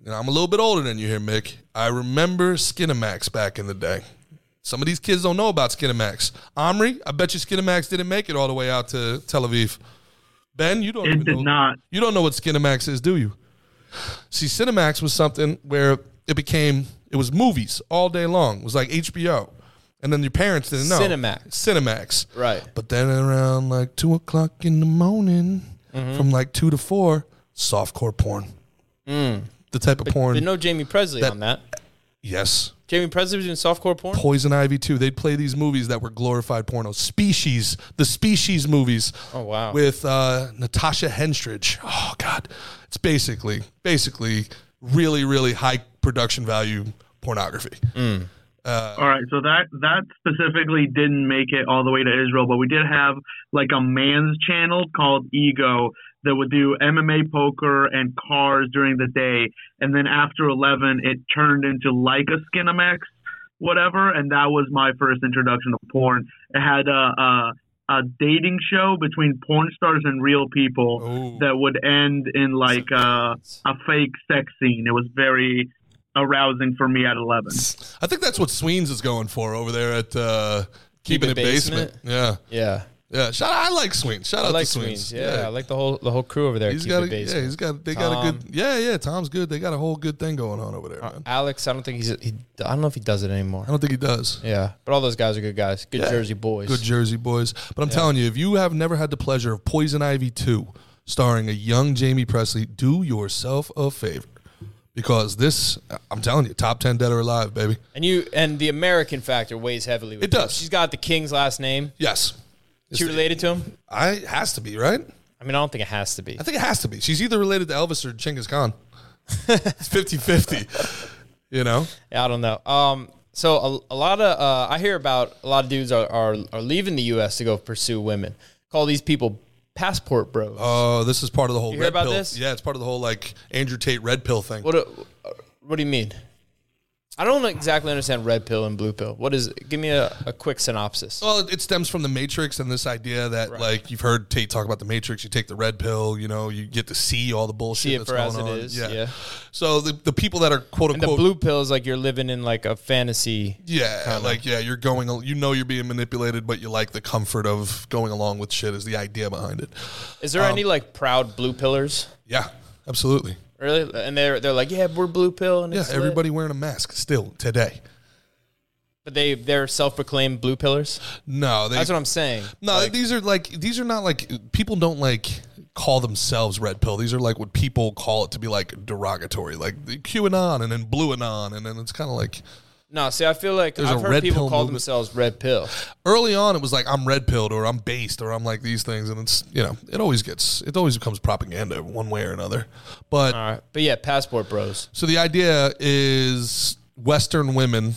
[SPEAKER 4] You know, I'm a little bit older than you here, Mick. I remember Skinamax back in the day. Some of these kids don't know about Skinamax. Omri, I bet you Skinamax didn't make it all the way out to Tel Aviv. Ben, you don't. even
[SPEAKER 5] It did
[SPEAKER 4] know-
[SPEAKER 5] not.
[SPEAKER 4] You don't know what Skinamax is, do you? See, Cinemax was something where it became it was movies all day long. It was like HBO, and then your parents didn't know
[SPEAKER 3] Cinemax.
[SPEAKER 4] Cinemax,
[SPEAKER 3] Right.
[SPEAKER 4] But then around like two o'clock in the morning,
[SPEAKER 3] Mm-hmm.
[SPEAKER 4] from like two to four, softcore porn,
[SPEAKER 3] Mm.
[SPEAKER 4] the type of porn.
[SPEAKER 3] there's no Jamie Presley on that.
[SPEAKER 4] yes,
[SPEAKER 3] Jamie Presley was doing softcore porn.
[SPEAKER 4] Poison Ivy too. They'd play these movies that were glorified porno. Species, the Species movies.
[SPEAKER 3] Oh, wow.
[SPEAKER 4] With uh, Natasha Henstridge. Oh God, it's basically basically really really high production value pornography.
[SPEAKER 3] Mm.
[SPEAKER 5] All right, so that that specifically didn't make it all the way to Israel, but we did have like a man's channel called Ego that would do MMA poker and cars during the day, and then after eleven, it turned into like a Skinamax, whatever, and that was my first introduction to porn. It had a a, a dating show between porn stars and real people
[SPEAKER 4] Ooh.
[SPEAKER 5] that would end in like a, a fake sex scene. It was very arousing for me at eleven.
[SPEAKER 4] I think that's what Sweens is going for over there at uh, Keeping It
[SPEAKER 3] Keep It
[SPEAKER 4] basement. Yeah,
[SPEAKER 3] Yeah,
[SPEAKER 4] yeah. Shout out, I like Sweens. Shout
[SPEAKER 3] I
[SPEAKER 4] out
[SPEAKER 3] like
[SPEAKER 4] to Sweens.
[SPEAKER 3] Sweens. Yeah, I like the whole the whole crew over there.
[SPEAKER 4] He's
[SPEAKER 3] Keep
[SPEAKER 4] got
[SPEAKER 3] it
[SPEAKER 4] a, yeah,
[SPEAKER 3] basement.
[SPEAKER 4] he's got they got a
[SPEAKER 3] Tom.
[SPEAKER 4] good yeah yeah Tom's good they got a whole good thing going on over there man.
[SPEAKER 3] Alex, I don't think he's. He, I don't know if he does it anymore.
[SPEAKER 4] I don't think he does
[SPEAKER 3] Yeah, but all those guys are good guys. Good Jersey boys.
[SPEAKER 4] Good Jersey boys. But I'm telling you, if you have never had the pleasure of Poison Ivy 2, starring a young Jamie Presley, do yourself a favor. Because this, I'm telling you, top 10 dead or alive, baby.
[SPEAKER 3] and you and the American factor weighs heavily. With
[SPEAKER 4] It does.
[SPEAKER 3] this. She's got the King's last name.
[SPEAKER 4] Yes.
[SPEAKER 3] Is she related to him?
[SPEAKER 4] I has to be, right?
[SPEAKER 3] I mean, I don't think it has to be.
[SPEAKER 4] I think it has to be. She's either related to Elvis or Genghis Khan. It's 50 50. You know?
[SPEAKER 3] Yeah, I don't know. Um, so a, a lot of uh, I hear about a lot of dudes are, are are leaving the U.S. to go pursue women. Call these people passport bros.
[SPEAKER 4] Oh, this is part of the whole
[SPEAKER 3] hear
[SPEAKER 4] red
[SPEAKER 3] about
[SPEAKER 4] pill.
[SPEAKER 3] this?
[SPEAKER 4] Yeah, it's part of the whole like Andrew Tate red pill thing.
[SPEAKER 3] what do, what do you mean? I don't exactly understand red pill and blue pill. What is? Give me a, a quick synopsis.
[SPEAKER 4] Well, it- it stems from the Matrix and this idea that, like, you've heard Tate talk about the Matrix. You take the red pill, you know, you get to see all the bullshit
[SPEAKER 3] See it
[SPEAKER 4] that's
[SPEAKER 3] for
[SPEAKER 4] going
[SPEAKER 3] as it
[SPEAKER 4] on.
[SPEAKER 3] is, yeah.
[SPEAKER 4] So the, the people that are quote
[SPEAKER 3] And the
[SPEAKER 4] unquote,
[SPEAKER 3] blue pill is like you're living in like a fantasy.
[SPEAKER 4] yeah, like yeah, you're going, al- you know, you're being manipulated, but you like the comfort of going along with shit. Is the idea behind it?
[SPEAKER 3] Is
[SPEAKER 4] Um,
[SPEAKER 3] there any like proud blue pillars?
[SPEAKER 4] Yeah, absolutely.
[SPEAKER 3] Really? And they're they're like, yeah, we're blue pill, and
[SPEAKER 4] Yeah,
[SPEAKER 3] it's lit."
[SPEAKER 4] everybody wearing a mask still today.
[SPEAKER 3] But they they're self proclaimed blue pillars.
[SPEAKER 4] No, they,
[SPEAKER 3] That's what I'm saying.
[SPEAKER 4] No, these are like these are not like people don't like call themselves red pill. These are like what people call it to be like derogatory, like the QAnon and then blue anon, and then it's kind of like
[SPEAKER 3] No, see, I feel like
[SPEAKER 4] There's a
[SPEAKER 3] I've
[SPEAKER 4] red
[SPEAKER 3] heard people
[SPEAKER 4] pill
[SPEAKER 3] call
[SPEAKER 4] movement.
[SPEAKER 3] themselves red pill.
[SPEAKER 4] early on it was like I'm red pilled or I'm based or I'm like these things, and it's you know it always gets it always becomes propaganda one way or another. But
[SPEAKER 3] All right, but yeah, passport bros.
[SPEAKER 4] so the idea is Western women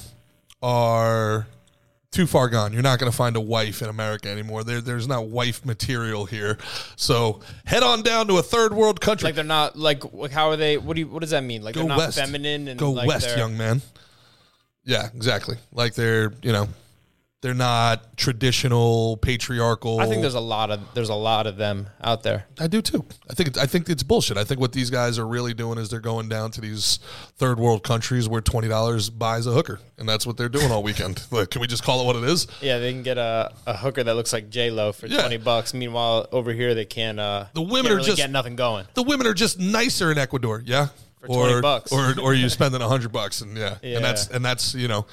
[SPEAKER 4] are too far gone. You're not going to find a wife in America anymore. There, there's not wife material here. So head on down to a third world country.
[SPEAKER 3] Like they're not like like how are they? What do you what does that mean? Like
[SPEAKER 4] go
[SPEAKER 3] they're not
[SPEAKER 4] west,
[SPEAKER 3] feminine and
[SPEAKER 4] go
[SPEAKER 3] like
[SPEAKER 4] west,
[SPEAKER 3] they're-
[SPEAKER 4] young man. Yeah, exactly. Like they're you know they're not traditional patriarchal.
[SPEAKER 3] I think there's a lot of there's a lot of them out there.
[SPEAKER 4] I do too. I think it's, I think it's bullshit. I think what these guys are really doing is they're going down to these third world countries where twenty dollars buys a hooker, and that's what they're doing all weekend. Like, can we just call it what it is?
[SPEAKER 3] Yeah, they can get a, a hooker that looks like J Lo for
[SPEAKER 4] Yeah.
[SPEAKER 3] twenty bucks. Meanwhile, over here they can't. Uh,
[SPEAKER 4] The women
[SPEAKER 3] can't
[SPEAKER 4] are
[SPEAKER 3] really
[SPEAKER 4] just-
[SPEAKER 3] get nothing going.
[SPEAKER 4] The women are just nicer in Ecuador, yeah. For
[SPEAKER 3] 20 bucks.
[SPEAKER 4] or or you spending hundred bucks, and yeah.
[SPEAKER 3] Yeah.
[SPEAKER 4] and that's and that's you know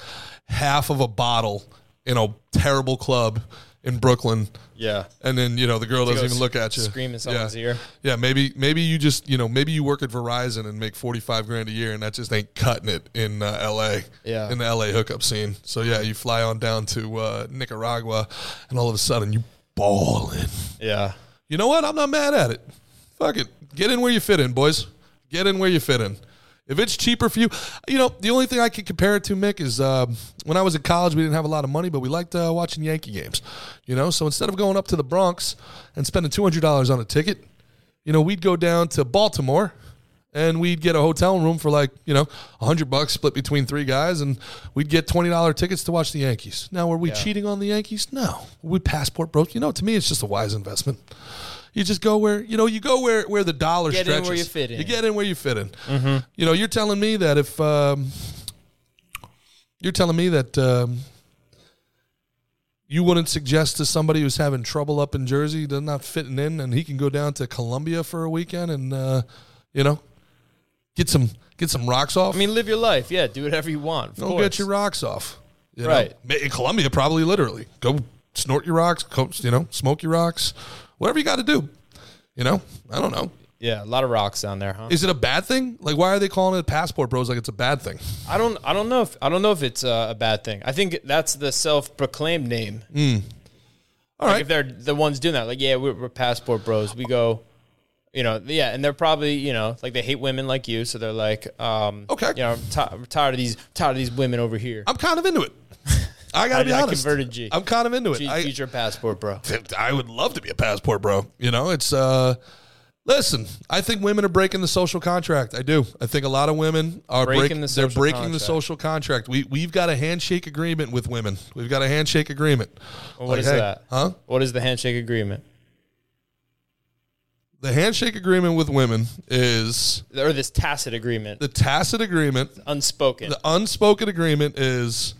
[SPEAKER 4] half of a bottle in a terrible club in Brooklyn.
[SPEAKER 3] Yeah,
[SPEAKER 4] and then you know the girl doesn't
[SPEAKER 3] go
[SPEAKER 4] even look at you.
[SPEAKER 3] scream in someone's
[SPEAKER 4] yeah.
[SPEAKER 3] ear.
[SPEAKER 4] Yeah, maybe maybe you just you know maybe you work at Verizon and make forty five grand a year, and that just ain't cutting it in uh, L.A.
[SPEAKER 3] Yeah.
[SPEAKER 4] in the L.A. hookup scene. So yeah, you fly on down to uh, Nicaragua, and all of a sudden you balling.
[SPEAKER 3] yeah.
[SPEAKER 4] You know what? I'm not mad at it. fuck it. Get in where you fit in, boys. Get in where you fit in. If it's cheaper for you, you know, the only thing I can compare it to, Mick, is uh, when I was in college, we didn't have a lot of money, but we liked uh, watching Yankee games, you know? So instead of going up to the Bronx and spending $200 on a ticket, you know, we'd go down to Baltimore and we'd get a hotel room for like, you know, 100 bucks split between three guys and we'd get $20 tickets to watch the Yankees. Now, were we cheating on the Yankees? No. We passport broke. You know, to me, it's just a wise investment. You just go where, you know, you go where, where the dollar
[SPEAKER 3] Get in where
[SPEAKER 4] stretches.
[SPEAKER 3] you fit in. Mm-hmm.
[SPEAKER 4] You get in where you fit in. You know, you're telling me that if, um, you're telling me that, um, you wouldn't suggest to somebody who's having trouble up in Jersey, they're not fitting in, and he can go down to Columbia for a weekend and, uh, you know, get some get some rocks off.
[SPEAKER 3] I mean, live your life. Yeah, do whatever you want. Of
[SPEAKER 4] go
[SPEAKER 3] course.
[SPEAKER 4] get your rocks off. You know?
[SPEAKER 3] Right.
[SPEAKER 4] Ma- In Columbia, probably literally go snort your rocks, go, you know, smoke your rocks, whatever you got to do. You know, I don't know.
[SPEAKER 3] Yeah, a lot of rocks down there, huh?
[SPEAKER 4] Is it a bad thing? Like, why are they calling it passport bros? Like, it's a bad thing.
[SPEAKER 3] I don't. I don't know if. I don't know if it's uh, a bad thing. I think that's the self-proclaimed name.
[SPEAKER 4] All
[SPEAKER 3] Like
[SPEAKER 4] right.
[SPEAKER 3] if they're the ones doing that, like yeah, we're, we're passport bros. We go, you know, yeah, and they're probably you know like they hate women like you, so they're like, um,
[SPEAKER 4] Okay.
[SPEAKER 3] you know, I'm, ti- I'm tired of these tired of these women over here.
[SPEAKER 4] I'm kind of into it. I gotta
[SPEAKER 3] I-
[SPEAKER 4] be
[SPEAKER 3] I
[SPEAKER 4] honest.
[SPEAKER 3] converted G.
[SPEAKER 4] I'm kind of into it.
[SPEAKER 3] G-
[SPEAKER 4] I-
[SPEAKER 3] G's your passport, bro.
[SPEAKER 4] I would love to be a passport, bro. You know, it's uh listen, I think women are breaking the social contract. I do. I think a lot of women are
[SPEAKER 3] Breaking
[SPEAKER 4] breaking
[SPEAKER 3] the
[SPEAKER 4] they're
[SPEAKER 3] social
[SPEAKER 4] breaking the
[SPEAKER 3] contract.
[SPEAKER 4] social contract. We we've got a handshake agreement with women. We've got a handshake agreement.
[SPEAKER 3] What is
[SPEAKER 4] hey,
[SPEAKER 3] that?
[SPEAKER 4] Huh?
[SPEAKER 3] What is the handshake agreement
[SPEAKER 4] The handshake agreement with women is
[SPEAKER 3] or this tacit agreement?
[SPEAKER 4] the tacit agreement.
[SPEAKER 3] unspoken.
[SPEAKER 4] The unspoken agreement is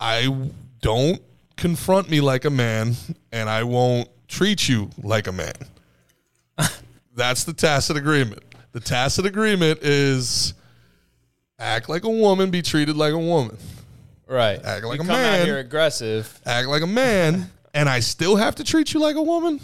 [SPEAKER 4] I don't confront me like a man and I won't treat you like a man. That's the tacit agreement. The tacit agreement is act like a woman, be treated like a woman.
[SPEAKER 3] right.
[SPEAKER 4] Act like
[SPEAKER 3] you come
[SPEAKER 4] a man.
[SPEAKER 3] out here aggressive.
[SPEAKER 4] Act like a man and I still have to treat you like a woman.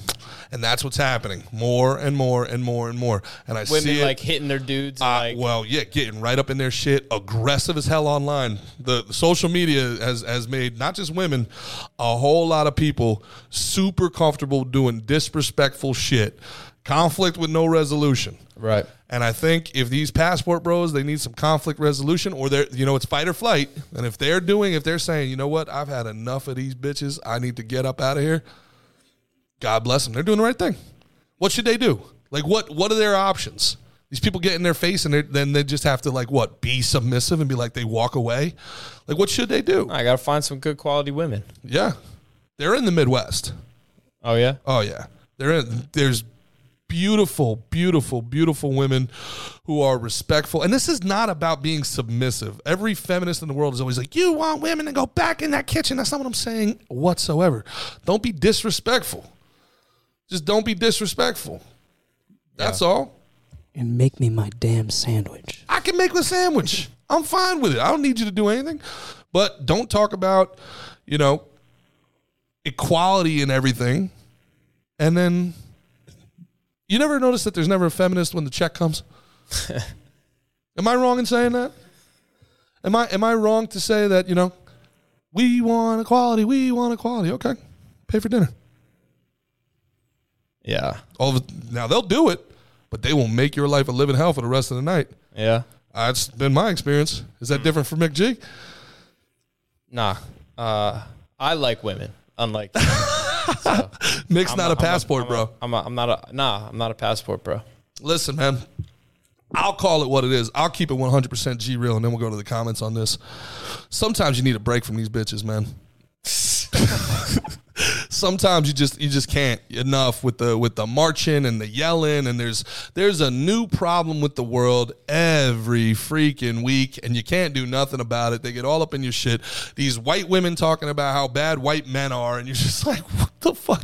[SPEAKER 4] And that's what's happening more and more and more and more. And I
[SPEAKER 3] Women
[SPEAKER 4] see it.
[SPEAKER 3] like hitting their dudes.
[SPEAKER 4] Uh,
[SPEAKER 3] like,
[SPEAKER 4] well, yeah, getting right up in their shit, aggressive as hell online. The, the social media has has made not just women, a whole lot of people super comfortable doing disrespectful shit, conflict with no resolution.
[SPEAKER 3] right.
[SPEAKER 4] And I think if these passport bros, they need some conflict resolution, or they're you know it's fight or flight. And if they're doing, if they're saying, you know what, I've had enough of these bitches, I need to get up out of here. God bless them. They're doing the right thing. What should they do? Like what what are their options? These people get in their face and they're- then they just have to like what be submissive and be like they walk away. Like what should they do?
[SPEAKER 3] I gotta find some good quality women.
[SPEAKER 4] Yeah, they're in the Midwest.
[SPEAKER 3] Oh yeah.
[SPEAKER 4] Oh yeah, there is- there's beautiful, beautiful, beautiful women who are respectful, and this is not about being submissive. Every feminist in the world is always like, "You want women to go back in that kitchen." That's not what I'm saying whatsoever. Don't be disrespectful. Just don't be disrespectful. That's all.
[SPEAKER 1] And make me my damn sandwich.
[SPEAKER 4] I can make a sandwich. I'm fine with it. I don't need you to do anything. But don't talk about, you know, equality and everything. And then you never notice that there's never a feminist when the check comes. am I wrong in saying that? Am I am I wrong to say that, you know, we want equality, we want equality. Okay. Pay for dinner.
[SPEAKER 3] Yeah.
[SPEAKER 4] All of, now they'll do it, but they will make your life a living hell for the rest of the night.
[SPEAKER 3] Yeah.
[SPEAKER 4] That's been my experience. Is that different for Mick G?
[SPEAKER 3] Nah. Uh, I like women. Unlike you.
[SPEAKER 4] Mick's not a
[SPEAKER 3] I'm
[SPEAKER 4] passport,
[SPEAKER 3] I'm
[SPEAKER 4] bro.
[SPEAKER 3] I'm, a, I'm not a nah. I'm not a passport, bro.
[SPEAKER 4] Listen, man. I'll call it what it is. I'll keep it 100% G real, and then we'll go to the comments on this. Sometimes you need a break from these bitches, man. Sometimes you just you just can't enough with the with the marching and the yelling and there's there's a new problem with the world every freaking week and you can't do nothing about it. They get all up in your shit. These white women talking about how bad white men are and you're just like what the fuck?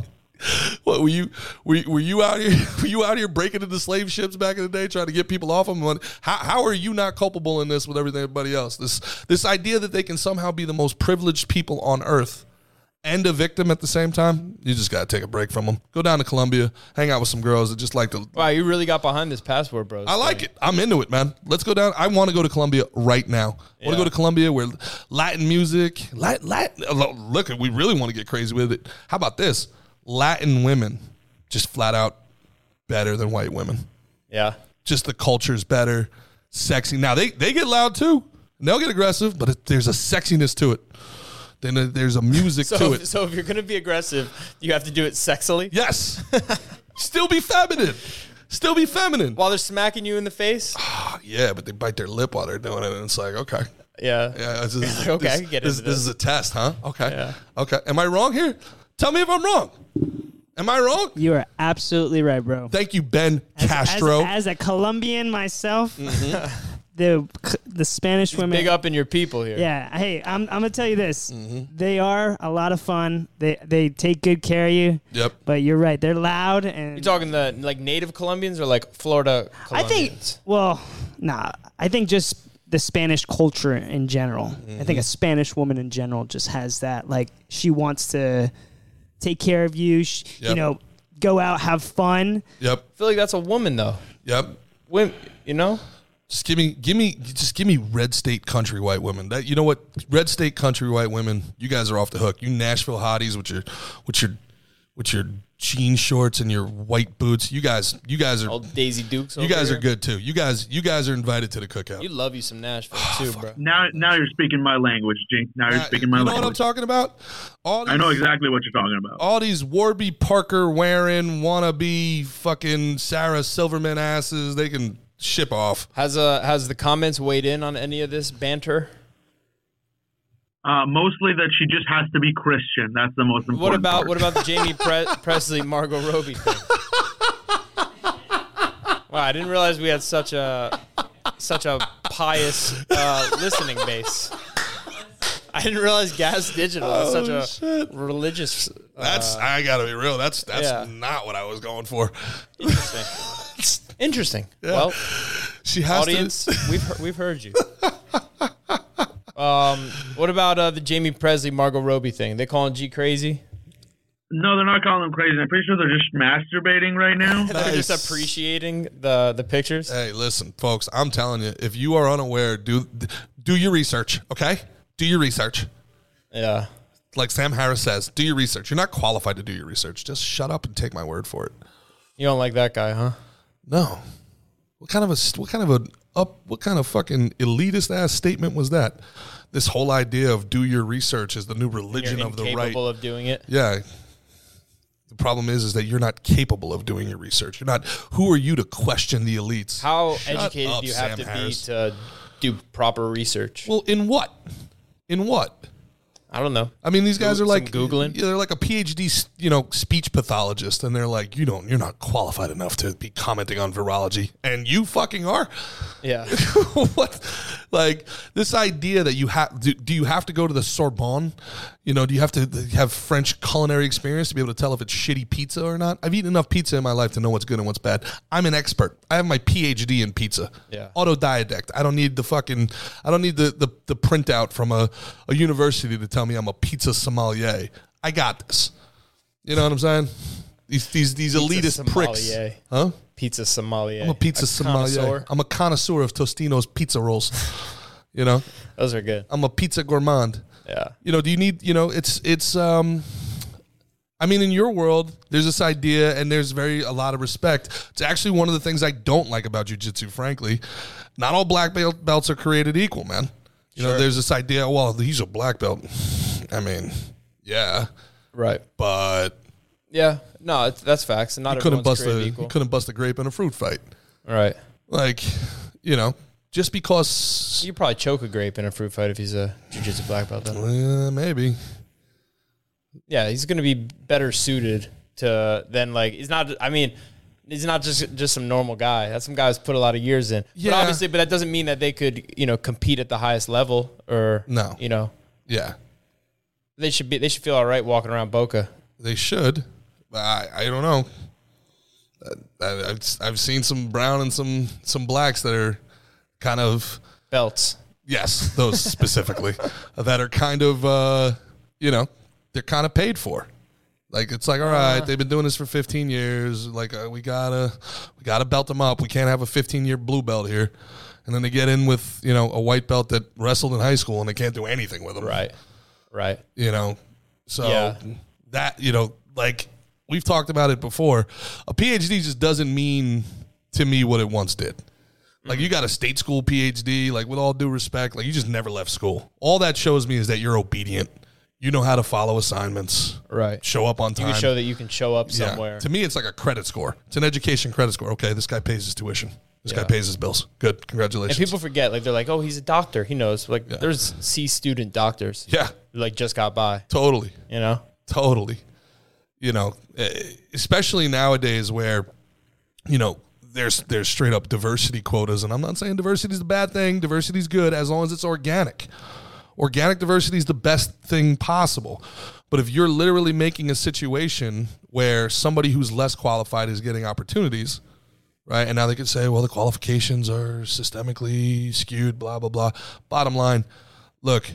[SPEAKER 4] What were you were, were you out here were you out here breaking into slave ships back in the day trying to get people off them? How, how are you not culpable in this with everything everybody else? This this idea that they can somehow be the most privileged people on earth and a victim at the same time, you just gotta take a break from them. Go down to Columbia, hang out with some girls that just like to.
[SPEAKER 3] Wow, you really got behind this passport, bro.
[SPEAKER 4] I like it. I'm into it, man. Let's go down. I want to go to Columbia right now. I want to go to Columbia where Latin music, Latin, Latin. Look, we really want to get crazy with it. How about this? Latin women, just flat out better than white women.
[SPEAKER 3] Yeah.
[SPEAKER 4] Just the culture's better, sexy. Now they they get loud too. And They'll get aggressive, but it, there's a sexiness to it. Then uh, there's a music to
[SPEAKER 3] So,
[SPEAKER 4] it.
[SPEAKER 3] if, so if you're gonna be aggressive, you have to do it sexily
[SPEAKER 4] yes, still be feminine. Still be feminine.
[SPEAKER 3] while they're smacking you in the face.
[SPEAKER 4] yeah, but they bite their lip while they're doing it, and it's like, okay,
[SPEAKER 3] Yeah.
[SPEAKER 4] yeah, this is,
[SPEAKER 3] Okay, I
[SPEAKER 4] this,
[SPEAKER 3] can get
[SPEAKER 4] this,
[SPEAKER 3] into
[SPEAKER 4] this
[SPEAKER 3] this.
[SPEAKER 4] is a test, huh? Okay,
[SPEAKER 3] Yeah.
[SPEAKER 4] okay. Am I wrong here? Tell me if I'm wrong. Am I wrong?
[SPEAKER 1] You are absolutely right, bro.
[SPEAKER 4] Thank you, Ben Castro.
[SPEAKER 1] As, as a Colombian myself, the the Spanish women.
[SPEAKER 3] Mm-hmm. Big up Mm-hmm. in your people here.
[SPEAKER 1] Yeah. Hey, I'm, I'm gonna tell you this. They are a lot of fun. They they take good care of you.
[SPEAKER 4] yep.
[SPEAKER 1] But you're right. They're loud and.
[SPEAKER 3] You talking the like native Colombians or like Florida
[SPEAKER 1] I
[SPEAKER 3] Colombians?
[SPEAKER 1] think. Well, nah. I think just the Spanish culture in general. I
[SPEAKER 4] Mm-hmm.
[SPEAKER 1] think a Spanish woman in general just has that. Like she wants to take care of you. Sh You
[SPEAKER 4] Yep.
[SPEAKER 1] know, go out, have fun.
[SPEAKER 4] Yep.
[SPEAKER 3] I feel like that's a woman though.
[SPEAKER 4] Yep.
[SPEAKER 3] Women, you know?
[SPEAKER 4] Just give me, give me, just give me red state country white women. That you know what? Red state country white women. You guys are off the hook. You Nashville hotties with your, with your, with your jean shorts and your white boots. You guys, you guys are,
[SPEAKER 3] Old Daisy Dukes.
[SPEAKER 4] you
[SPEAKER 3] over
[SPEAKER 4] guys
[SPEAKER 3] here.
[SPEAKER 4] are good too. You guys, you guys are invited to the cookout.
[SPEAKER 3] You love you some Nashville too, bro.
[SPEAKER 5] Now, now you're speaking my language, G. Now you're
[SPEAKER 4] Uh,
[SPEAKER 5] speaking my
[SPEAKER 4] you know what I'm
[SPEAKER 5] language.
[SPEAKER 4] talking about? All
[SPEAKER 5] I
[SPEAKER 4] these-
[SPEAKER 5] know exactly what you're talking about.
[SPEAKER 4] all these Warby Parker wearing wannabe fucking Sarah Silverman asses, they can ship off.
[SPEAKER 3] Has uh has the comments weighed in on any of this banter?
[SPEAKER 4] Oh.
[SPEAKER 5] Uh, mostly that she just has to be Christian. That's the most important.
[SPEAKER 3] What about
[SPEAKER 5] part.
[SPEAKER 3] what about the Jamie Pre- Presley Margot Robbie thing? Wow, I didn't realize we had such a such a pious uh, listening base. I didn't realize Gas Digital was
[SPEAKER 4] Oh,
[SPEAKER 3] such a religious.
[SPEAKER 4] That's I gotta be real. That's that's
[SPEAKER 3] Uh, yeah.
[SPEAKER 4] not what I was going for.
[SPEAKER 3] Interesting. Interesting. Well,
[SPEAKER 4] She has
[SPEAKER 3] audience,
[SPEAKER 4] to.
[SPEAKER 3] we've heard, we've heard you. Um, what about uh, the Jamie Presley Margot Robbie thing? They calling G crazy?
[SPEAKER 5] No, they're not calling them crazy. I'm pretty sure they're just masturbating right now.
[SPEAKER 3] They're just
[SPEAKER 4] Nice. Uh,
[SPEAKER 3] appreciating the the pictures.
[SPEAKER 4] Hey, listen, folks. I'm telling you, if you are unaware, do do your research. Okay, do your research.
[SPEAKER 3] Yeah.
[SPEAKER 4] Like Sam Harris says, do your research. You're not qualified to do your research. Just shut up and take my word for it.
[SPEAKER 3] You don't like that guy, huh?
[SPEAKER 4] No. What kind of a what kind of a up what kind of fucking elitist ass statement was that? This whole idea of do your research is the new
[SPEAKER 3] You're
[SPEAKER 4] religion of the right.
[SPEAKER 3] incapable of doing it.
[SPEAKER 4] yeah. The problem is is that you're not capable of doing your research. You're not who are you to question the elites?
[SPEAKER 3] How
[SPEAKER 4] Shut
[SPEAKER 3] educated
[SPEAKER 4] up,
[SPEAKER 3] do you have
[SPEAKER 4] Sam
[SPEAKER 3] to be
[SPEAKER 4] Harris.
[SPEAKER 3] to do proper research?
[SPEAKER 4] Well, in what? In what?
[SPEAKER 3] I don't know.
[SPEAKER 4] I mean, these guys
[SPEAKER 3] Some
[SPEAKER 4] are like
[SPEAKER 3] Googling?
[SPEAKER 4] Yeah, they're like a PhD, you know, speech pathologist, and they're like, you don't, you're not qualified enough to be commenting on virology, and you fucking are.
[SPEAKER 3] Yeah.
[SPEAKER 4] what like this idea that you have do, do you have to go to the sorbonne you know do you have to have french culinary experience to be able to tell if it's shitty pizza or not i've eaten enough pizza in my life to know what's good and what's bad i'm an expert i have my phd in pizza
[SPEAKER 3] Yeah.
[SPEAKER 4] autodidact i don't need the fucking i don't need the the, the printout from a, a university to tell me i'm a pizza sommelier i got this you know what i'm saying these these, these elitist pricks
[SPEAKER 3] sommelier.
[SPEAKER 4] huh
[SPEAKER 3] Pizza sommelier.
[SPEAKER 4] I'm a pizza sommelier.
[SPEAKER 3] connoisseur.
[SPEAKER 4] I'm a connoisseur of Tostino's pizza rolls. you know,
[SPEAKER 3] Those are good.
[SPEAKER 4] I'm a pizza gourmand.
[SPEAKER 3] Yeah.
[SPEAKER 4] You know, do you need? You know, it's it's. um I mean, in your world, there's this idea, and there's very a lot of respect. It's actually one of the things I don't like about jujitsu. Frankly, not all black belt belts are created equal, man. You know, there's this idea. Well, he's a black belt. I mean, yeah,
[SPEAKER 3] Right.
[SPEAKER 4] but
[SPEAKER 3] Yeah. No, it's, that's facts. Not
[SPEAKER 4] you couldn't
[SPEAKER 3] everyone's
[SPEAKER 4] bust
[SPEAKER 3] created
[SPEAKER 4] a
[SPEAKER 3] equal.
[SPEAKER 4] you couldn't bust a grape in a fruit fight.
[SPEAKER 3] Right.
[SPEAKER 4] Like, you know, just because
[SPEAKER 3] You probably choke a grape in a fruit fight if he's a jiu-jitsu black belt. though.
[SPEAKER 4] Uh, maybe.
[SPEAKER 3] Yeah, he's going to be better suited to than like he's not. I mean, he's not just just some normal guy. That's some guy who's put a lot of years in.
[SPEAKER 4] Yeah.
[SPEAKER 3] But obviously, but that doesn't mean that they could you know compete at the highest level or
[SPEAKER 4] No.
[SPEAKER 3] You know,
[SPEAKER 4] Yeah,
[SPEAKER 3] they should be. They should feel all right walking around Boca.
[SPEAKER 4] they should. But I, I don't know. I, I, I've, I've seen some brown and some some blacks that are kind of
[SPEAKER 3] belts.
[SPEAKER 4] yes, those specifically that are kind of uh, you know they're kind of paid for. Like it's like all right, they've been doing this for 15 years. Like uh, we gotta we gotta belt them up. We can't have a 15 year blue belt here. And then they get in with you know a white belt that wrestled in high school and they can't do anything with them.
[SPEAKER 3] Right. Right.
[SPEAKER 4] you know. So
[SPEAKER 3] Yeah.
[SPEAKER 4] that you know, like we've talked about it before. A PhD just doesn't mean to me what it once did. Like
[SPEAKER 3] Mm-hmm.
[SPEAKER 4] you got a state school PhD, like with all due respect, like you just never left school. All that shows me is that you're obedient. You know how to follow assignments,
[SPEAKER 3] Right.
[SPEAKER 4] show up on
[SPEAKER 3] You
[SPEAKER 4] time.
[SPEAKER 3] can show that you can show up
[SPEAKER 4] Yeah.
[SPEAKER 3] somewhere.
[SPEAKER 4] To me, it's like a credit score. It's an education credit score. Okay, this guy pays his tuition. This guy pays his bills. Good,
[SPEAKER 3] And
[SPEAKER 4] congratulations.
[SPEAKER 3] people forget, like they're like, "Oh, he's a doctor. He knows." Like,
[SPEAKER 4] Yeah.
[SPEAKER 3] there's C student doctors,
[SPEAKER 4] yeah,
[SPEAKER 3] who, like just got by.
[SPEAKER 4] totally.
[SPEAKER 3] You know,
[SPEAKER 4] totally you know eh, especially nowadays where you know there's there's straight up diversity quotas and i'm not saying diversity is a bad thing diversity is good as long as it's organic organic diversity is the best thing possible but if you're literally making a situation where somebody who's less qualified is getting opportunities right and now they could say well the qualifications are systemically skewed blah blah blah bottom line look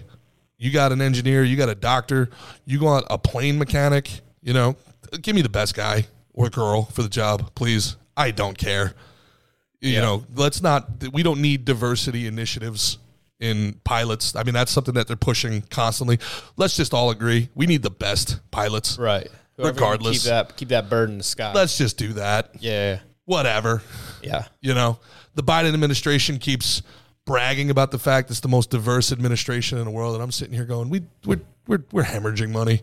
[SPEAKER 4] you got an engineer, you got a doctor, you got a plane mechanic, you know, give me the best guy or girl for the job, please. I don't care. You know, let's not, we don't need diversity initiatives in pilots. I mean, that's something that they're pushing constantly. Let's just all agree we need the best pilots.
[SPEAKER 3] right? Whoever can
[SPEAKER 4] Regardless.
[SPEAKER 3] keep that keep that bird in the sky.
[SPEAKER 4] Let's just do that.
[SPEAKER 3] yeah,
[SPEAKER 4] Whatever.
[SPEAKER 3] yeah.
[SPEAKER 4] You know, the Biden administration keeps bragging about the fact it's the most diverse administration in the world, and I'm sitting here going, we we're we're, we're hemorrhaging money.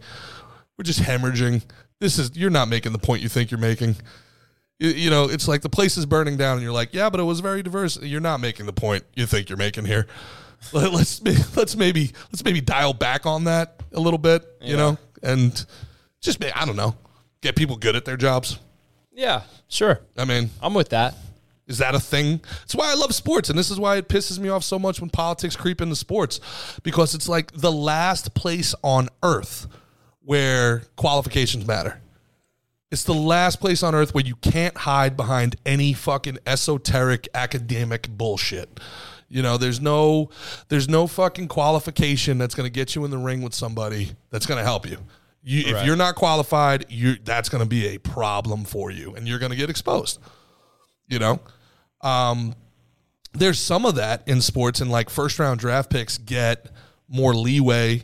[SPEAKER 4] We're just hemorrhaging. This is you're not making the point you think you're making. You, you know, it's like the place is burning down, and you're like, yeah, but it was very diverse. You're not making the point you think you're making here. Let, let's ma- let's maybe let's maybe dial back on that a little bit, you know, and just ma- I don't know, get people good at their jobs.
[SPEAKER 3] Yeah, sure.
[SPEAKER 4] I mean,
[SPEAKER 3] I'm with that.
[SPEAKER 4] is that a thing? It's why I love sports, and this is why it pisses me off so much when politics creep into sports, because it's like the last place on earth where qualifications matter. It's the last place on earth where you can't hide behind any fucking esoteric academic bullshit. You know, there's no there's no fucking qualification that's going to get you in the ring with somebody that's going to help you. You if you're not qualified, you that's going to be a problem for you and you're going to get exposed. You know? Um there's some of that in sports and like first round draft picks get more leeway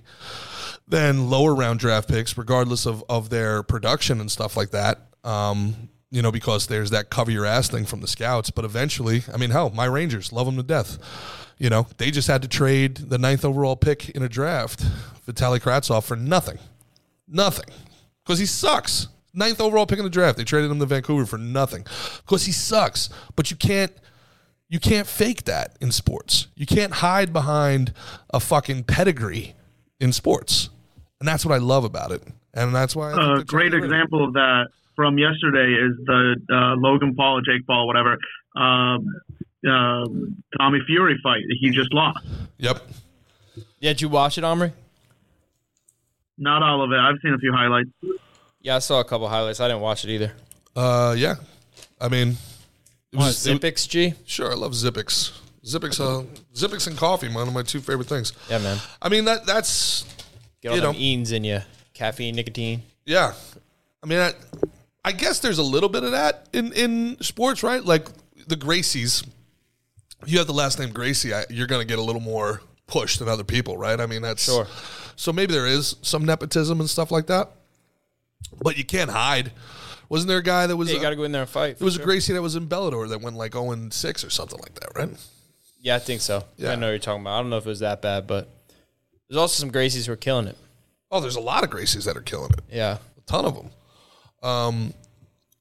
[SPEAKER 4] than lower round draft picks, regardless of, of their production and stuff like that. Um, you know, because there's that cover your ass thing from the scouts. But eventually, I mean, hell, my Rangers love them to death. You know, they just had to trade the ninth overall pick in a draft, Vitaly Kratsov, for nothing. Nothing. Because he sucks. Ninth overall pick in the draft. They traded him to Vancouver for nothing. Because he sucks. But you can't you can't fake that in sports. You can't hide behind a fucking pedigree in sports. And that's what I love about it. And that's why I think
[SPEAKER 5] a
[SPEAKER 4] they're
[SPEAKER 5] Uh, great
[SPEAKER 4] trying to-
[SPEAKER 5] example of that from yesterday is the uh, Logan Paul, Jake Paul, whatever, um, um Tommy Fury fight that he just lost.
[SPEAKER 4] Yep.
[SPEAKER 3] Yeah, did you watch it, Omri?
[SPEAKER 5] Not all of it. I've seen a few highlights.
[SPEAKER 3] Yeah, I saw a couple highlights. I didn't watch it either.
[SPEAKER 4] Uh, yeah. I mean, it
[SPEAKER 3] On
[SPEAKER 4] was, it-
[SPEAKER 3] Zippix G.
[SPEAKER 4] sure. I love Zippix. Zippix, uh, Zippix and coffee, one of my two favorite things.
[SPEAKER 3] Yeah, man.
[SPEAKER 4] I mean that that's
[SPEAKER 3] Get all
[SPEAKER 4] You
[SPEAKER 3] them
[SPEAKER 4] know.
[SPEAKER 3] eans in you. Caffeine, nicotine.
[SPEAKER 4] Yeah, I mean, I, I guess there's a little bit of that in in sports, right? Like the Gracies. You have the last name Gracie, I, you're going to get a little more push than other people, right? I mean, that's
[SPEAKER 3] Sure.
[SPEAKER 4] So maybe there is some nepotism and stuff like that, but you can't hide. Wasn't there a guy that was?
[SPEAKER 3] Yeah, you
[SPEAKER 4] uh,
[SPEAKER 3] got to go in there and fight.
[SPEAKER 4] there was a Gracie that was in Bellador that went like 0 and 6 or something like that, right?
[SPEAKER 3] Yeah, I think so.
[SPEAKER 4] Yeah.
[SPEAKER 3] I know what you're talking about. I don't know if it was that bad, but there's also some Gracies who are killing it.
[SPEAKER 4] Oh, there's a lot of Gracies that are killing it.
[SPEAKER 3] Yeah.
[SPEAKER 4] A ton of them. Um,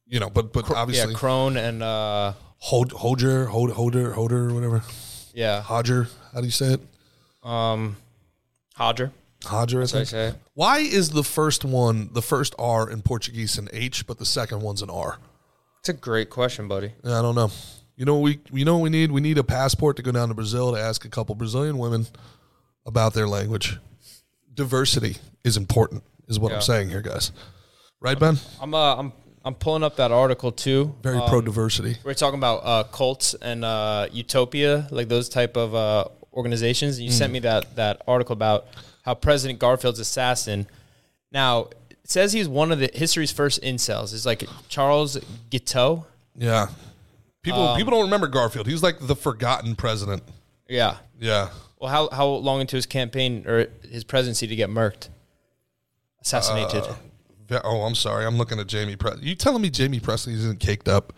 [SPEAKER 4] you know, but but obviously
[SPEAKER 3] Yeah, Crone and uh,
[SPEAKER 4] Hold, Holder, Hold, Holder, Holder, whatever.
[SPEAKER 3] yeah,
[SPEAKER 4] Hodger, how do you say it?
[SPEAKER 3] um, Hodger.
[SPEAKER 4] Hodger, I
[SPEAKER 3] I
[SPEAKER 4] think.
[SPEAKER 3] say.
[SPEAKER 4] Why is the first one, the first R in Portuguese an H, but the second one's an R?
[SPEAKER 3] It's a great question, buddy.
[SPEAKER 4] Yeah, I don't know. You know what we you know what we need? We need a passport to go down to Brazil to ask a couple Brazilian women about their language. Diversity is important, is what
[SPEAKER 3] Yeah.
[SPEAKER 4] I'm saying here, guys. Right, Ben?
[SPEAKER 3] I'm uh, I'm I'm pulling up that article too.
[SPEAKER 4] Very pro diversity.
[SPEAKER 3] We're talking about uh, cults and uh, utopia, like those type of uh, organizations. And you sent me that that article about how President Garfield's assassin. Now it says he's one of the history's first incels. It's like Charles Guiteau.
[SPEAKER 4] Yeah. People
[SPEAKER 3] um,
[SPEAKER 4] people don't remember Garfield. He's like the forgotten president.
[SPEAKER 3] Yeah.
[SPEAKER 4] Yeah.
[SPEAKER 3] Well, how how Uh. long into his campaign or his presidency to get murked, assassinated?
[SPEAKER 4] Ve- Oh, I'm sorry. I'm looking at Jamie Presley. You telling me Jamie Presley isn't caked up?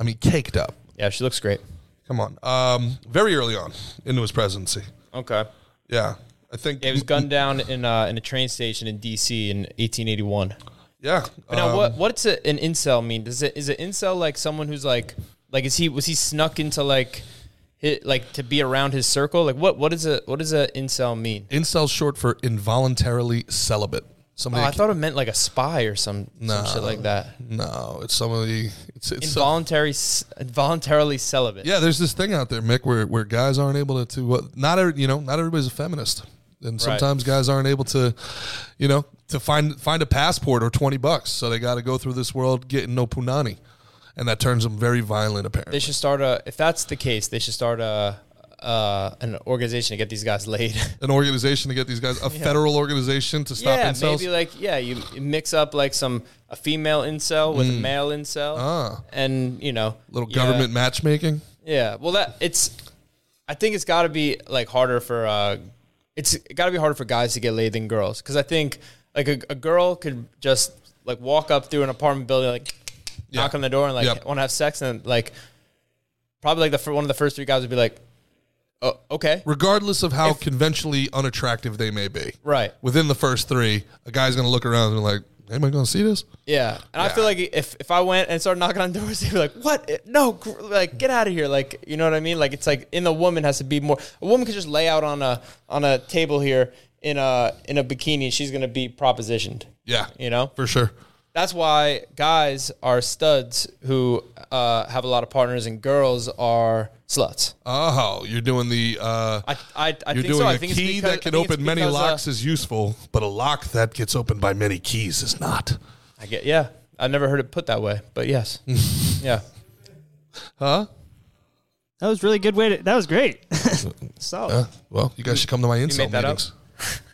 [SPEAKER 4] I mean, caked up.
[SPEAKER 3] Yeah, she looks great.
[SPEAKER 4] Come on. Um, very early on into his presidency.
[SPEAKER 3] Okay.
[SPEAKER 4] Yeah. I think
[SPEAKER 3] It was gunned down in uh, in a train station in D.C. in 1881.
[SPEAKER 4] Yeah.
[SPEAKER 3] But now,
[SPEAKER 4] um,
[SPEAKER 3] what what's a, an incel mean? Does it is an incel like someone who's like like is he was he snuck into like hit, like to be around his circle? Like what what is a what does a incel mean?
[SPEAKER 4] Um, Incel's short for involuntarily celibate.
[SPEAKER 3] Oh,
[SPEAKER 4] Somebody.
[SPEAKER 3] I thought it meant like a spy or some,
[SPEAKER 4] No.
[SPEAKER 3] some shit like that.
[SPEAKER 4] no, it's somebody. It's, it's some-
[SPEAKER 3] Involuntary, s involuntarily celibate.
[SPEAKER 4] yeah, there's this thing out there, Mick, where, where guys aren't able to, to uh, not every, you know not everybody's a feminist, and sometimes guys aren't able to, you know, to find find a passport or twenty bucks, so they got to go through this world getting no punani, and that turns them very violent. Apparently,
[SPEAKER 3] They should start a. If that's the case, they should start a uh, an organization to get these guys laid.
[SPEAKER 4] an organization to get these guys, a federal organization to stop
[SPEAKER 3] yeah,
[SPEAKER 4] incels.
[SPEAKER 3] maybe like yeah, you you mix up like some a female incel with a Mm. male incel,
[SPEAKER 4] Ah.
[SPEAKER 3] and you know
[SPEAKER 4] Little
[SPEAKER 3] yeah,
[SPEAKER 4] government matchmaking.
[SPEAKER 3] Yeah, well that it's. I think it's got to be like harder for uh, it's got to be harder for guys to get laid than girls because I think like a, a girl could just like walk up through an apartment building like knock on the door and like
[SPEAKER 4] Yep.
[SPEAKER 3] want to have sex and like probably like the fir- one of the first three guys would be like, oh okay,
[SPEAKER 4] regardless of how
[SPEAKER 3] If-
[SPEAKER 4] conventionally unattractive they may be.
[SPEAKER 3] Right.
[SPEAKER 4] Within the first three, a guy's gonna look around and be like, "Am I gonna see this?"
[SPEAKER 3] Yeah, and I
[SPEAKER 4] Yeah.
[SPEAKER 3] feel like if if I went and started knocking on doors, they'd be like, "What? No, gr- like get out of here!" Like you know what I mean? Like it's like in the woman has to be more. A woman could just lay out on a on a table here in a in a bikini. and She's gonna be propositioned.
[SPEAKER 4] Yeah,
[SPEAKER 3] You know?
[SPEAKER 4] for sure.
[SPEAKER 3] That's why guys are studs who uh, have a lot of partners, and girls are sluts.
[SPEAKER 4] Oh, you're doing the. Uh,
[SPEAKER 3] I I, I
[SPEAKER 4] you're
[SPEAKER 3] think
[SPEAKER 4] doing
[SPEAKER 3] so.
[SPEAKER 4] a
[SPEAKER 3] I think it's
[SPEAKER 4] key
[SPEAKER 3] because-
[SPEAKER 4] that can
[SPEAKER 3] I think it's
[SPEAKER 4] open many
[SPEAKER 3] because, uh,
[SPEAKER 4] locks is useful, but a lock that gets opened by many keys is not.
[SPEAKER 3] I get yeah. I never heard it put that way, but yes, yeah.
[SPEAKER 4] Huh?
[SPEAKER 1] That was really good way to. That was great. so
[SPEAKER 4] Uh, well, you guys should come to my incel
[SPEAKER 3] made that up?
[SPEAKER 4] meetings.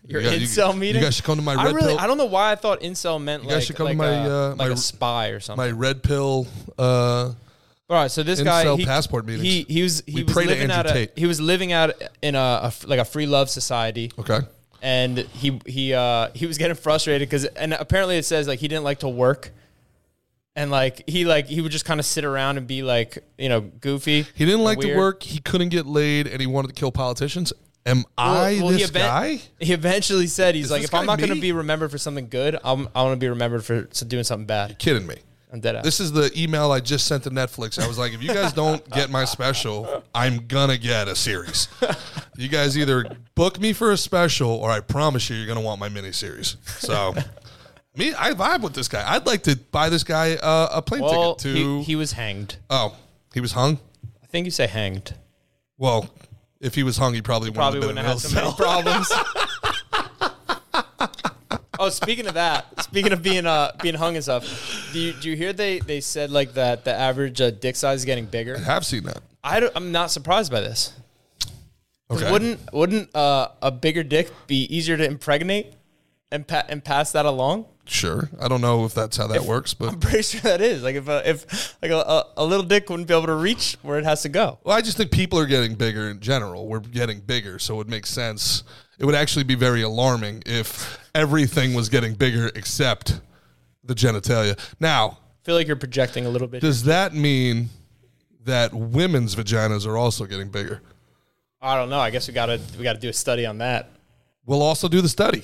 [SPEAKER 3] Your
[SPEAKER 4] You got- you-
[SPEAKER 3] incel meeting.
[SPEAKER 4] You guys should come to my
[SPEAKER 3] I
[SPEAKER 4] red
[SPEAKER 3] really,
[SPEAKER 4] pill.
[SPEAKER 3] I don't know why I thought incel meant
[SPEAKER 4] guys
[SPEAKER 3] like,
[SPEAKER 4] should come
[SPEAKER 3] like,
[SPEAKER 4] to my,
[SPEAKER 3] a,
[SPEAKER 4] uh,
[SPEAKER 3] like
[SPEAKER 4] my-
[SPEAKER 3] a spy or something.
[SPEAKER 4] my red pill. Uh,
[SPEAKER 3] All right, so this guy
[SPEAKER 4] incel
[SPEAKER 3] he,
[SPEAKER 4] passport meetings.
[SPEAKER 3] He he was he
[SPEAKER 4] We
[SPEAKER 3] was
[SPEAKER 4] pray to
[SPEAKER 3] living
[SPEAKER 4] Andrew
[SPEAKER 3] out a,
[SPEAKER 4] Tate.
[SPEAKER 3] he was living out in a, a f- like a free love society.
[SPEAKER 4] okay.
[SPEAKER 3] And he he uh he was getting frustrated because and apparently it says like he didn't like to work. And like he like he would just kind of sit around and be like you know goofy.
[SPEAKER 4] He didn't
[SPEAKER 3] and
[SPEAKER 4] like to
[SPEAKER 3] weird.
[SPEAKER 4] work. He couldn't get laid, and he wanted to kill politicians. Am
[SPEAKER 3] Well-
[SPEAKER 4] I
[SPEAKER 3] well,
[SPEAKER 4] this
[SPEAKER 3] ev-
[SPEAKER 4] guy?
[SPEAKER 3] He eventually said he's
[SPEAKER 4] Is
[SPEAKER 3] like
[SPEAKER 4] this
[SPEAKER 3] if I'm
[SPEAKER 4] guy
[SPEAKER 3] not going to
[SPEAKER 4] me?
[SPEAKER 3] be remembered for something good, I'm I want to be remembered for s- doing something bad.
[SPEAKER 4] Kidding me.
[SPEAKER 3] I'm dead. ass.
[SPEAKER 4] This is the email I just sent to Netflix. I was like, if you guys don't get my special, I'm gonna get a series. You guys either book me for a special, or I promise you, you're gonna want my miniseries. So, me, I vibe with this guy. I'd like to buy this guy uh, a plane
[SPEAKER 3] well,
[SPEAKER 4] ticket to.
[SPEAKER 3] he, he was hanged.
[SPEAKER 4] oh, he was hung.
[SPEAKER 3] I think you say hanged.
[SPEAKER 4] Well, if he was hung, he probably,
[SPEAKER 3] Probably
[SPEAKER 4] wouldn't
[SPEAKER 3] wouldn't
[SPEAKER 4] have
[SPEAKER 3] have had so
[SPEAKER 4] been
[SPEAKER 3] many
[SPEAKER 4] in
[SPEAKER 3] problems. oh, speaking of that, speaking of being uh being hung and stuff, do you, do you hear they they said like that the average uh, dick size is getting bigger?
[SPEAKER 4] I have seen that.
[SPEAKER 3] I don't, I'm not surprised by this. 'Cause
[SPEAKER 4] Okay.
[SPEAKER 3] Wouldn't wouldn't uh, a bigger dick be easier to impregnate and pa- and pass that along?
[SPEAKER 4] Sure. I don't know if that's how that works, but
[SPEAKER 3] I'm pretty sure that is like if a, if like a, a, a little dick wouldn't be able to reach where it has to go.
[SPEAKER 4] Well, I just think people are getting bigger in general. We're getting bigger, so it would make sense. It would actually be very alarming if everything was getting bigger except the genitalia. Now,
[SPEAKER 3] I feel like you're projecting a little bit.
[SPEAKER 4] does that mean that women's vaginas are also getting bigger?
[SPEAKER 3] I don't know. I guess we gotta we gotta do a study on that.
[SPEAKER 4] We'll also do the study.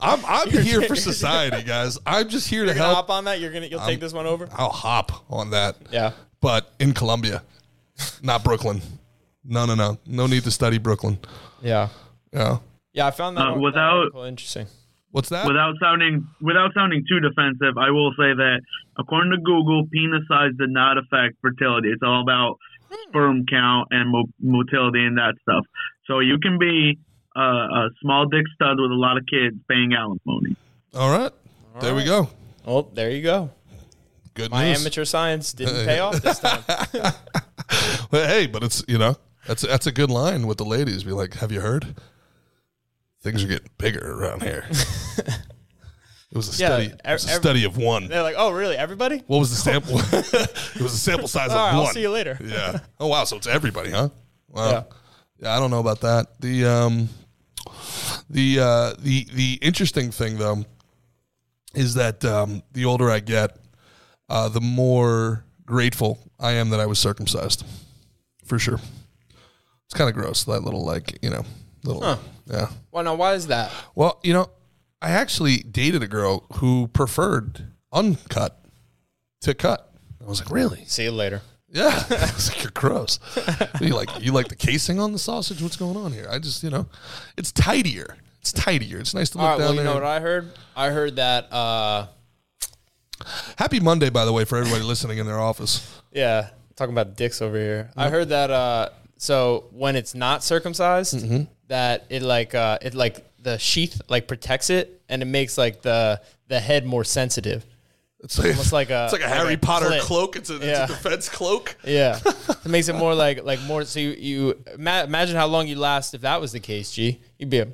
[SPEAKER 4] I'm, I'm here for society, guys. I'm just here to
[SPEAKER 3] You're gonna
[SPEAKER 4] help.
[SPEAKER 3] hop on that. You're gonna you'll take this one over.
[SPEAKER 4] I'll hop on that.
[SPEAKER 3] Yeah.
[SPEAKER 4] But in Columbia, not Brooklyn. No, no, no. No need to study Brooklyn.
[SPEAKER 3] Yeah,
[SPEAKER 4] Yeah.
[SPEAKER 3] yeah. I found that
[SPEAKER 5] Uh,
[SPEAKER 3] one- that
[SPEAKER 5] without-
[SPEAKER 3] article interesting.
[SPEAKER 4] What's that?
[SPEAKER 5] Without sounding without sounding too defensive, I will say that according to Google, penis size did not affect fertility. It's all about sperm count and mo- motility and that stuff. So you can be uh, a small dick stud with a lot of kids paying alimony.
[SPEAKER 4] All right. there we go.
[SPEAKER 3] Oh, there you go.
[SPEAKER 4] Good
[SPEAKER 3] My
[SPEAKER 4] news.
[SPEAKER 3] amateur science didn't pay off this time.
[SPEAKER 4] Well, hey, but it's you know that's that's a good line with the ladies. Be like, have you heard? Things are getting bigger around here. it was a
[SPEAKER 3] Yeah, e-
[SPEAKER 4] study. it was a
[SPEAKER 3] ev-
[SPEAKER 4] study of one.
[SPEAKER 3] They're like, oh, really? Everybody?
[SPEAKER 4] What was the sample? it was a sample size
[SPEAKER 3] All right,
[SPEAKER 4] of one.
[SPEAKER 3] I'll see you later.
[SPEAKER 4] Yeah. Oh wow. So it's everybody, huh? Wow.
[SPEAKER 3] Yeah.
[SPEAKER 4] Yeah. I don't know about that. The um, the uh, the the interesting thing though is that um, the older I get, uh, the more grateful I am that I was circumcised, for sure. It's kind of gross that little like you know little yeah.
[SPEAKER 3] Why now? Why is that?
[SPEAKER 4] Well, you know, I actually dated a girl who preferred uncut to cut. I was like, really?
[SPEAKER 3] See you later.
[SPEAKER 4] Yeah. I was like, you're gross. you like you like the casing on the sausage? What's going on here? I just you know, it's tidier. It's tidier. It's nice to look
[SPEAKER 3] All right.
[SPEAKER 4] down
[SPEAKER 3] Well, you
[SPEAKER 4] there.
[SPEAKER 3] know what I heard? I heard that. uh
[SPEAKER 4] Happy Monday, by the way, for everybody listening in their office.
[SPEAKER 3] Yeah, talking about dicks over here. I heard that. Uh, so when it's not circumcised,
[SPEAKER 4] Mm-hmm.
[SPEAKER 3] that it like uh, it like the sheath like protects it, and it makes like the the head more sensitive.
[SPEAKER 4] It's like,
[SPEAKER 3] Almost like a-
[SPEAKER 4] it's like a
[SPEAKER 3] like
[SPEAKER 4] Harry
[SPEAKER 3] a
[SPEAKER 4] Potter
[SPEAKER 3] clit.
[SPEAKER 4] cloak. It's a, it's a
[SPEAKER 3] Yeah.
[SPEAKER 4] defense cloak.
[SPEAKER 3] Yeah, it makes it more like like more. So you, you ma- imagine how long you last if that was the case. G, you'd be a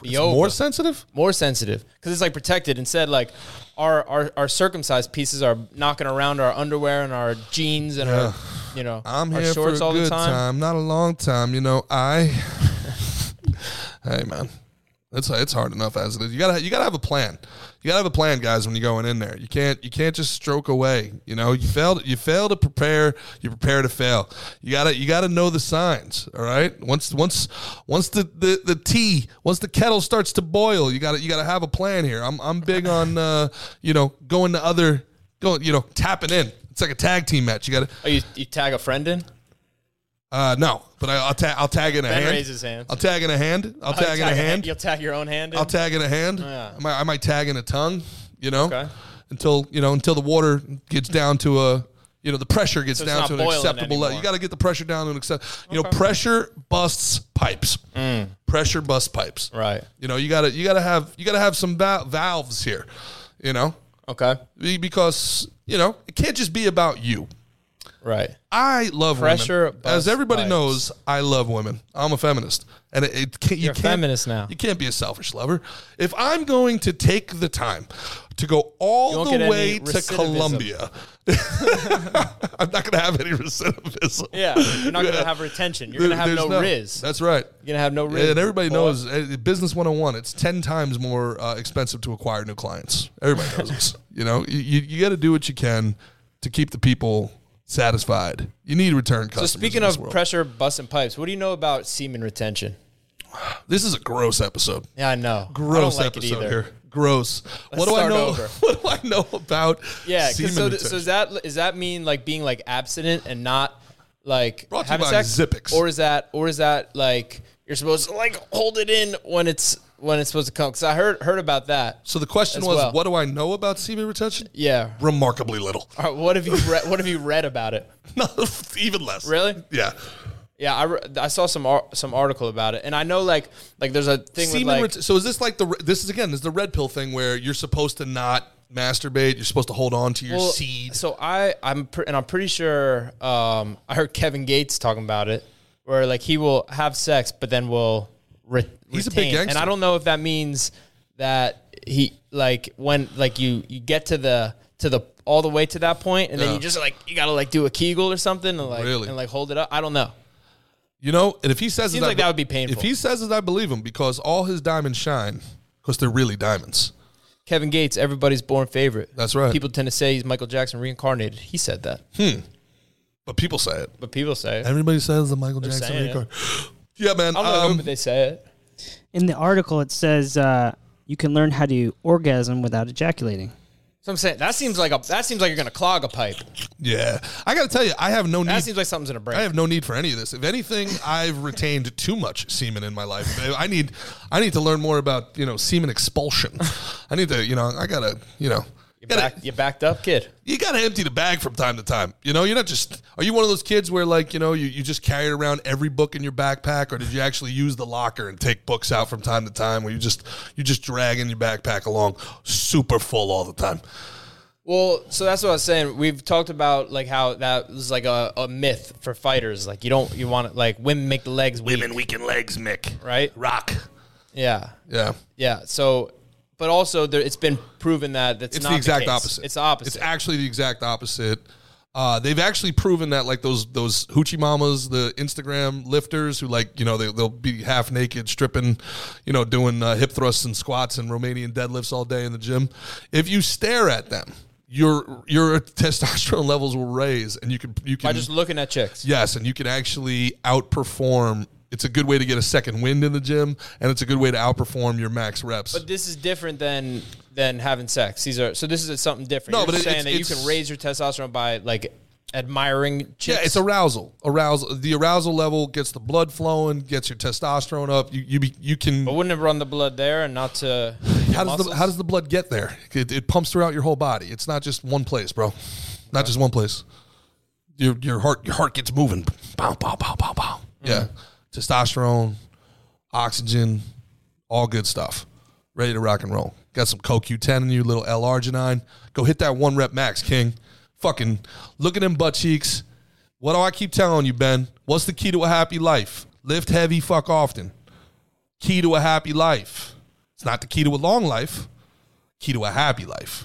[SPEAKER 3] be over.
[SPEAKER 4] More sensitive.
[SPEAKER 3] more sensitive because it's like protected. Instead, like our, our our circumcised pieces are knocking around our underwear and our jeans and our you know
[SPEAKER 4] I'm
[SPEAKER 3] our
[SPEAKER 4] here
[SPEAKER 3] shorts
[SPEAKER 4] for a
[SPEAKER 3] all
[SPEAKER 4] good
[SPEAKER 3] the time.
[SPEAKER 4] not a long time. You know, I. hey man, it's it's hard enough as it is. You gotta you gotta have a plan. You gotta have a plan, guys. When you're going in there, you can't you can't just stroke away. You know, you failed you fail to prepare. You prepare to fail. You gotta you gotta know the signs. All right. Once once once the the, the tea once the kettle starts to boil, you gotta you gotta have a plan here. I'm I'm big on uh, you know going to other going you know tapping in. It's like a tag team match. You gotta
[SPEAKER 3] Oh, you, you tag a friend in?
[SPEAKER 4] uh, no, but I, I'll, ta- I'll tag in a
[SPEAKER 3] Ben
[SPEAKER 4] hand.
[SPEAKER 3] raises hands.
[SPEAKER 4] I'll tag in a hand. I'll tag, in a hand.
[SPEAKER 3] You'll tag your own hand in?
[SPEAKER 4] I'll tag in a hand. I, might, I might tag in a tongue. You know,
[SPEAKER 3] Okay.
[SPEAKER 4] until you know until the water gets down to a you know the pressure gets
[SPEAKER 3] it's
[SPEAKER 4] down
[SPEAKER 3] not
[SPEAKER 4] to an
[SPEAKER 3] boiling
[SPEAKER 4] acceptable level.
[SPEAKER 3] anymore.
[SPEAKER 4] You got to get the pressure down to an accept. You know, pressure busts pipes. Pressure busts pipes.
[SPEAKER 3] Mm. Right.
[SPEAKER 4] You know, you gotta you gotta have you gotta have some val- valves here. You know,
[SPEAKER 3] Okay.
[SPEAKER 4] Be- because you know it can't just be about you.
[SPEAKER 3] Right.
[SPEAKER 4] I love
[SPEAKER 3] Pressure
[SPEAKER 4] women.
[SPEAKER 3] bust
[SPEAKER 4] As everybody
[SPEAKER 3] pipes.
[SPEAKER 4] knows, I love women. I'm a feminist, and it, it can't, you
[SPEAKER 3] You're a
[SPEAKER 4] can't,
[SPEAKER 3] feminist now.
[SPEAKER 4] You can't be a selfish lover. If I'm going to take the time to go all
[SPEAKER 3] won't
[SPEAKER 4] the
[SPEAKER 3] get any
[SPEAKER 4] way to
[SPEAKER 3] recidivism.
[SPEAKER 4] Colombia, I'm not going to have any recidivism.
[SPEAKER 3] Yeah. You're not going to have retention. You're going to
[SPEAKER 4] There-
[SPEAKER 3] have
[SPEAKER 4] there's
[SPEAKER 3] no, riz. You're
[SPEAKER 4] That's right.
[SPEAKER 3] going to have no riz.
[SPEAKER 4] And everybody
[SPEAKER 3] boy.
[SPEAKER 4] knows uh, business 101, it's 10 times more uh, expensive to acquire new clients. Everybody knows this. You know, you, you, you got to do what you can to keep the people satisfied. You need return
[SPEAKER 3] So
[SPEAKER 4] customers.
[SPEAKER 3] speaking
[SPEAKER 4] in this
[SPEAKER 3] of
[SPEAKER 4] world.
[SPEAKER 3] pressure busting pipes, what do you know about semen retention?
[SPEAKER 4] this is a gross episode.
[SPEAKER 3] Yeah, I know.
[SPEAKER 4] Gross
[SPEAKER 3] I don't like it
[SPEAKER 4] episode
[SPEAKER 3] either.
[SPEAKER 4] here. Gross. what do I
[SPEAKER 3] start
[SPEAKER 4] know?
[SPEAKER 3] over.
[SPEAKER 4] What do I know about?
[SPEAKER 3] Yeah. 'cause
[SPEAKER 4] semen
[SPEAKER 3] So, th-
[SPEAKER 4] retention?
[SPEAKER 3] so is that is that mean like being like abstinent and not like
[SPEAKER 4] Brought to you
[SPEAKER 3] having
[SPEAKER 4] by
[SPEAKER 3] sex?
[SPEAKER 4] Zippix.
[SPEAKER 3] Or is that or is that like you're supposed to like hold it in when it's when it's supposed to come? Because I heard heard about that.
[SPEAKER 4] So the question
[SPEAKER 3] as
[SPEAKER 4] was,
[SPEAKER 3] well.
[SPEAKER 4] what do I know about semen retention?
[SPEAKER 3] Yeah.
[SPEAKER 4] Remarkably little.
[SPEAKER 3] All right, what have you read? What have you read about it?
[SPEAKER 4] No, even less.
[SPEAKER 3] Really?
[SPEAKER 4] Yeah.
[SPEAKER 3] Yeah, I, re- I saw some ar- some article about it, and I know like like there's a thing with
[SPEAKER 4] Semen
[SPEAKER 3] like
[SPEAKER 4] ret- so is this like the re- this is again this is the red pill thing where you're supposed to not masturbate, you're supposed to hold on to your
[SPEAKER 3] well,
[SPEAKER 4] seed.
[SPEAKER 3] So I I'm pre- and I'm pretty sure um, I heard Kevin Gates talking about it, where like he will have sex, but then will re-
[SPEAKER 4] He's a big
[SPEAKER 3] retain. and
[SPEAKER 4] gangster.
[SPEAKER 3] I don't know if that means that he like when like you you get to the to the all the way to that point, and then
[SPEAKER 4] Yeah.
[SPEAKER 3] you just like you gotta like do a Kegel or something, and like
[SPEAKER 4] Really?
[SPEAKER 3] and like hold it up. I don't know.
[SPEAKER 4] You know, and if he says
[SPEAKER 3] Seems
[SPEAKER 4] I
[SPEAKER 3] like
[SPEAKER 4] be-
[SPEAKER 3] that would be painful.
[SPEAKER 4] If he says it, I believe him because all his diamonds shine because they're really diamonds.
[SPEAKER 3] Kevin Gates, everybody's born favorite.
[SPEAKER 4] That's right.
[SPEAKER 3] People tend to say he's Michael Jackson reincarnated. He said that,
[SPEAKER 4] But people say it.
[SPEAKER 3] but people say it.
[SPEAKER 4] Everybody says the Michael Jackson
[SPEAKER 3] saying it.
[SPEAKER 4] record. Yeah, man.
[SPEAKER 3] I don't know,
[SPEAKER 4] um,
[SPEAKER 3] but they say it.
[SPEAKER 1] In the article, it says uh, you can learn how to orgasm without ejaculating.
[SPEAKER 3] So I'm saying that seems like a that seems like you're gonna clog a pipe.
[SPEAKER 4] yeah, I gotta tell you, I have no
[SPEAKER 3] That
[SPEAKER 4] need.
[SPEAKER 3] seems like something's in a break.
[SPEAKER 4] I have no need for any of this. If anything, I've retained too much semen in my life. I need, I need to learn more about you know semen expulsion. I need to, you know, I gotta, you know,
[SPEAKER 3] you,
[SPEAKER 4] gotta-
[SPEAKER 3] back, you backed up, kid.
[SPEAKER 4] you gotta empty the bag from time to time. You know, you're not just. Are you one of those kids where like you know you, you just carried around every book in your backpack, or did you actually use the locker and take books out from time to time? Where you just you just dragging your backpack along, super full all the time.
[SPEAKER 3] Well, so that's what I was saying. We've talked about like how that was like a, a myth for fighters. Like you don't you want to like women make the legs weak,
[SPEAKER 4] Women weaken legs, Mick.
[SPEAKER 3] right?
[SPEAKER 4] Rock.
[SPEAKER 3] Yeah,
[SPEAKER 4] Yeah,
[SPEAKER 3] yeah. So, but also there, it's been proven that that's
[SPEAKER 4] it's
[SPEAKER 3] not
[SPEAKER 4] the exact
[SPEAKER 3] case.
[SPEAKER 4] opposite.
[SPEAKER 3] It's the opposite.
[SPEAKER 4] It's actually the exact opposite. Uh, they've actually proven that like those those hoochie mamas, the Instagram lifters who like you know they they'll be half naked stripping, you know doing uh, hip thrusts and squats and Romanian deadlifts all day in the gym. If you stare at them, your your testosterone levels will raise, and you can you can
[SPEAKER 3] by just looking at chicks.
[SPEAKER 4] Yes, and you can actually outperform. It's a good way to get a second wind in the gym, and it's a good way to outperform your max reps.
[SPEAKER 3] But this is different than than having sex. These are so this is something different.
[SPEAKER 4] No,
[SPEAKER 3] You're
[SPEAKER 4] but
[SPEAKER 3] just
[SPEAKER 4] it-
[SPEAKER 3] saying that you
[SPEAKER 4] it's-
[SPEAKER 3] can raise your testosterone by like admiring chicks.
[SPEAKER 4] yeah, it's arousal. Arousal. The arousal level gets the blood flowing, gets your testosterone up. You you be, you can.
[SPEAKER 3] But wouldn't it run the blood there and not to
[SPEAKER 4] How does the how does the blood get there? It, it pumps throughout your whole body. It's not just one place, bro. Not just one place. Your your heart your heart gets moving. Bow bow bow bow bow. Yeah, testosterone, oxygen, all good stuff. Ready to rock and roll. Got some CoQ10 in you, little L-arginine. Go hit that one rep max, King. Fucking look at them butt cheeks. What do I keep telling you, Ben? What's the key to a happy life? Lift heavy, fuck often. Key to a happy life. It's not the key to a long life, key to a happy life,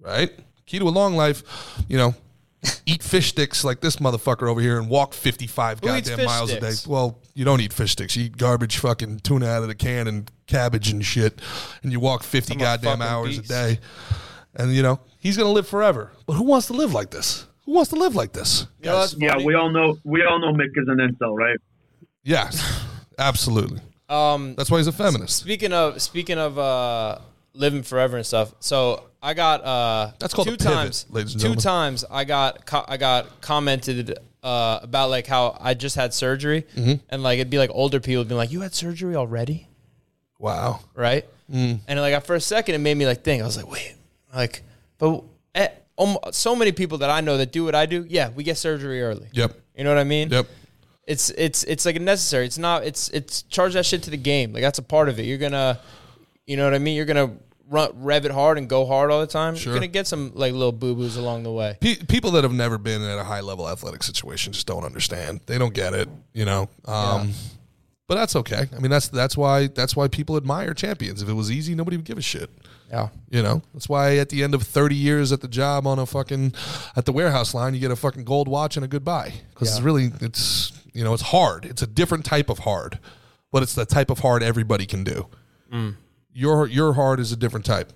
[SPEAKER 4] right? Key to a long life, you know, eat fish sticks like this motherfucker over here and walk 55
[SPEAKER 3] Who eats
[SPEAKER 4] goddamn
[SPEAKER 3] fish
[SPEAKER 4] miles a
[SPEAKER 3] sticks?
[SPEAKER 4] day. Well, you don't eat fish sticks. You eat garbage fucking tuna out of the can and cabbage and shit. And you walk 50
[SPEAKER 3] I'm a
[SPEAKER 4] goddamn
[SPEAKER 3] fucking
[SPEAKER 4] hours a
[SPEAKER 3] beast.
[SPEAKER 4] day. And, you know, he's going to live forever. But who wants to live like this? Who wants to live like this?
[SPEAKER 3] You know, that's
[SPEAKER 5] Yeah,
[SPEAKER 3] funny.
[SPEAKER 5] we all know we all know Mick is an incel, right?
[SPEAKER 4] Yes, absolutely.
[SPEAKER 3] um
[SPEAKER 4] That's why he's a feminist.
[SPEAKER 3] Speaking of speaking of uh, living forever and stuff, so I got uh,
[SPEAKER 4] That's called
[SPEAKER 3] two
[SPEAKER 4] a pivot,
[SPEAKER 3] times.
[SPEAKER 4] ladies and
[SPEAKER 3] two
[SPEAKER 4] gentlemen.
[SPEAKER 3] times I got co- I got commented uh, about like how I just had surgery,
[SPEAKER 4] Mm-hmm.
[SPEAKER 3] and like it'd be like older people being like, "You had surgery already?"
[SPEAKER 4] Wow.
[SPEAKER 3] right?
[SPEAKER 4] Mm.
[SPEAKER 3] And like at first second, it made me like think. I was like, wait, like, but eh, um, so many people that I know that do what I do, yeah, we get surgery early.
[SPEAKER 4] Yep.
[SPEAKER 3] You know what I mean?
[SPEAKER 4] Yep.
[SPEAKER 3] It's it's it's like necessary. It's not. It's it's charge that shit to the game. Like that's a part of it. You're gonna, you know what I mean? You're gonna run rev it hard and go hard all the time.
[SPEAKER 4] Sure.
[SPEAKER 3] You're gonna get some like little boo boos along the way.
[SPEAKER 4] Pe- people that have never been at a high level athletic situation just don't understand. They don't get it, you know. Um, But that's okay. I mean, that's that's why that's why people admire champions. If it was easy, nobody would give a shit.
[SPEAKER 3] Yeah.
[SPEAKER 4] You know, that's why at the end of 30 years at the job on a fucking at the warehouse line, you get a fucking gold watch and a goodbye because it's really it's you know it's hard. It's a different type of hard, but it's the type of hard everybody can do.
[SPEAKER 3] Mm.
[SPEAKER 4] Your your hard is a different type.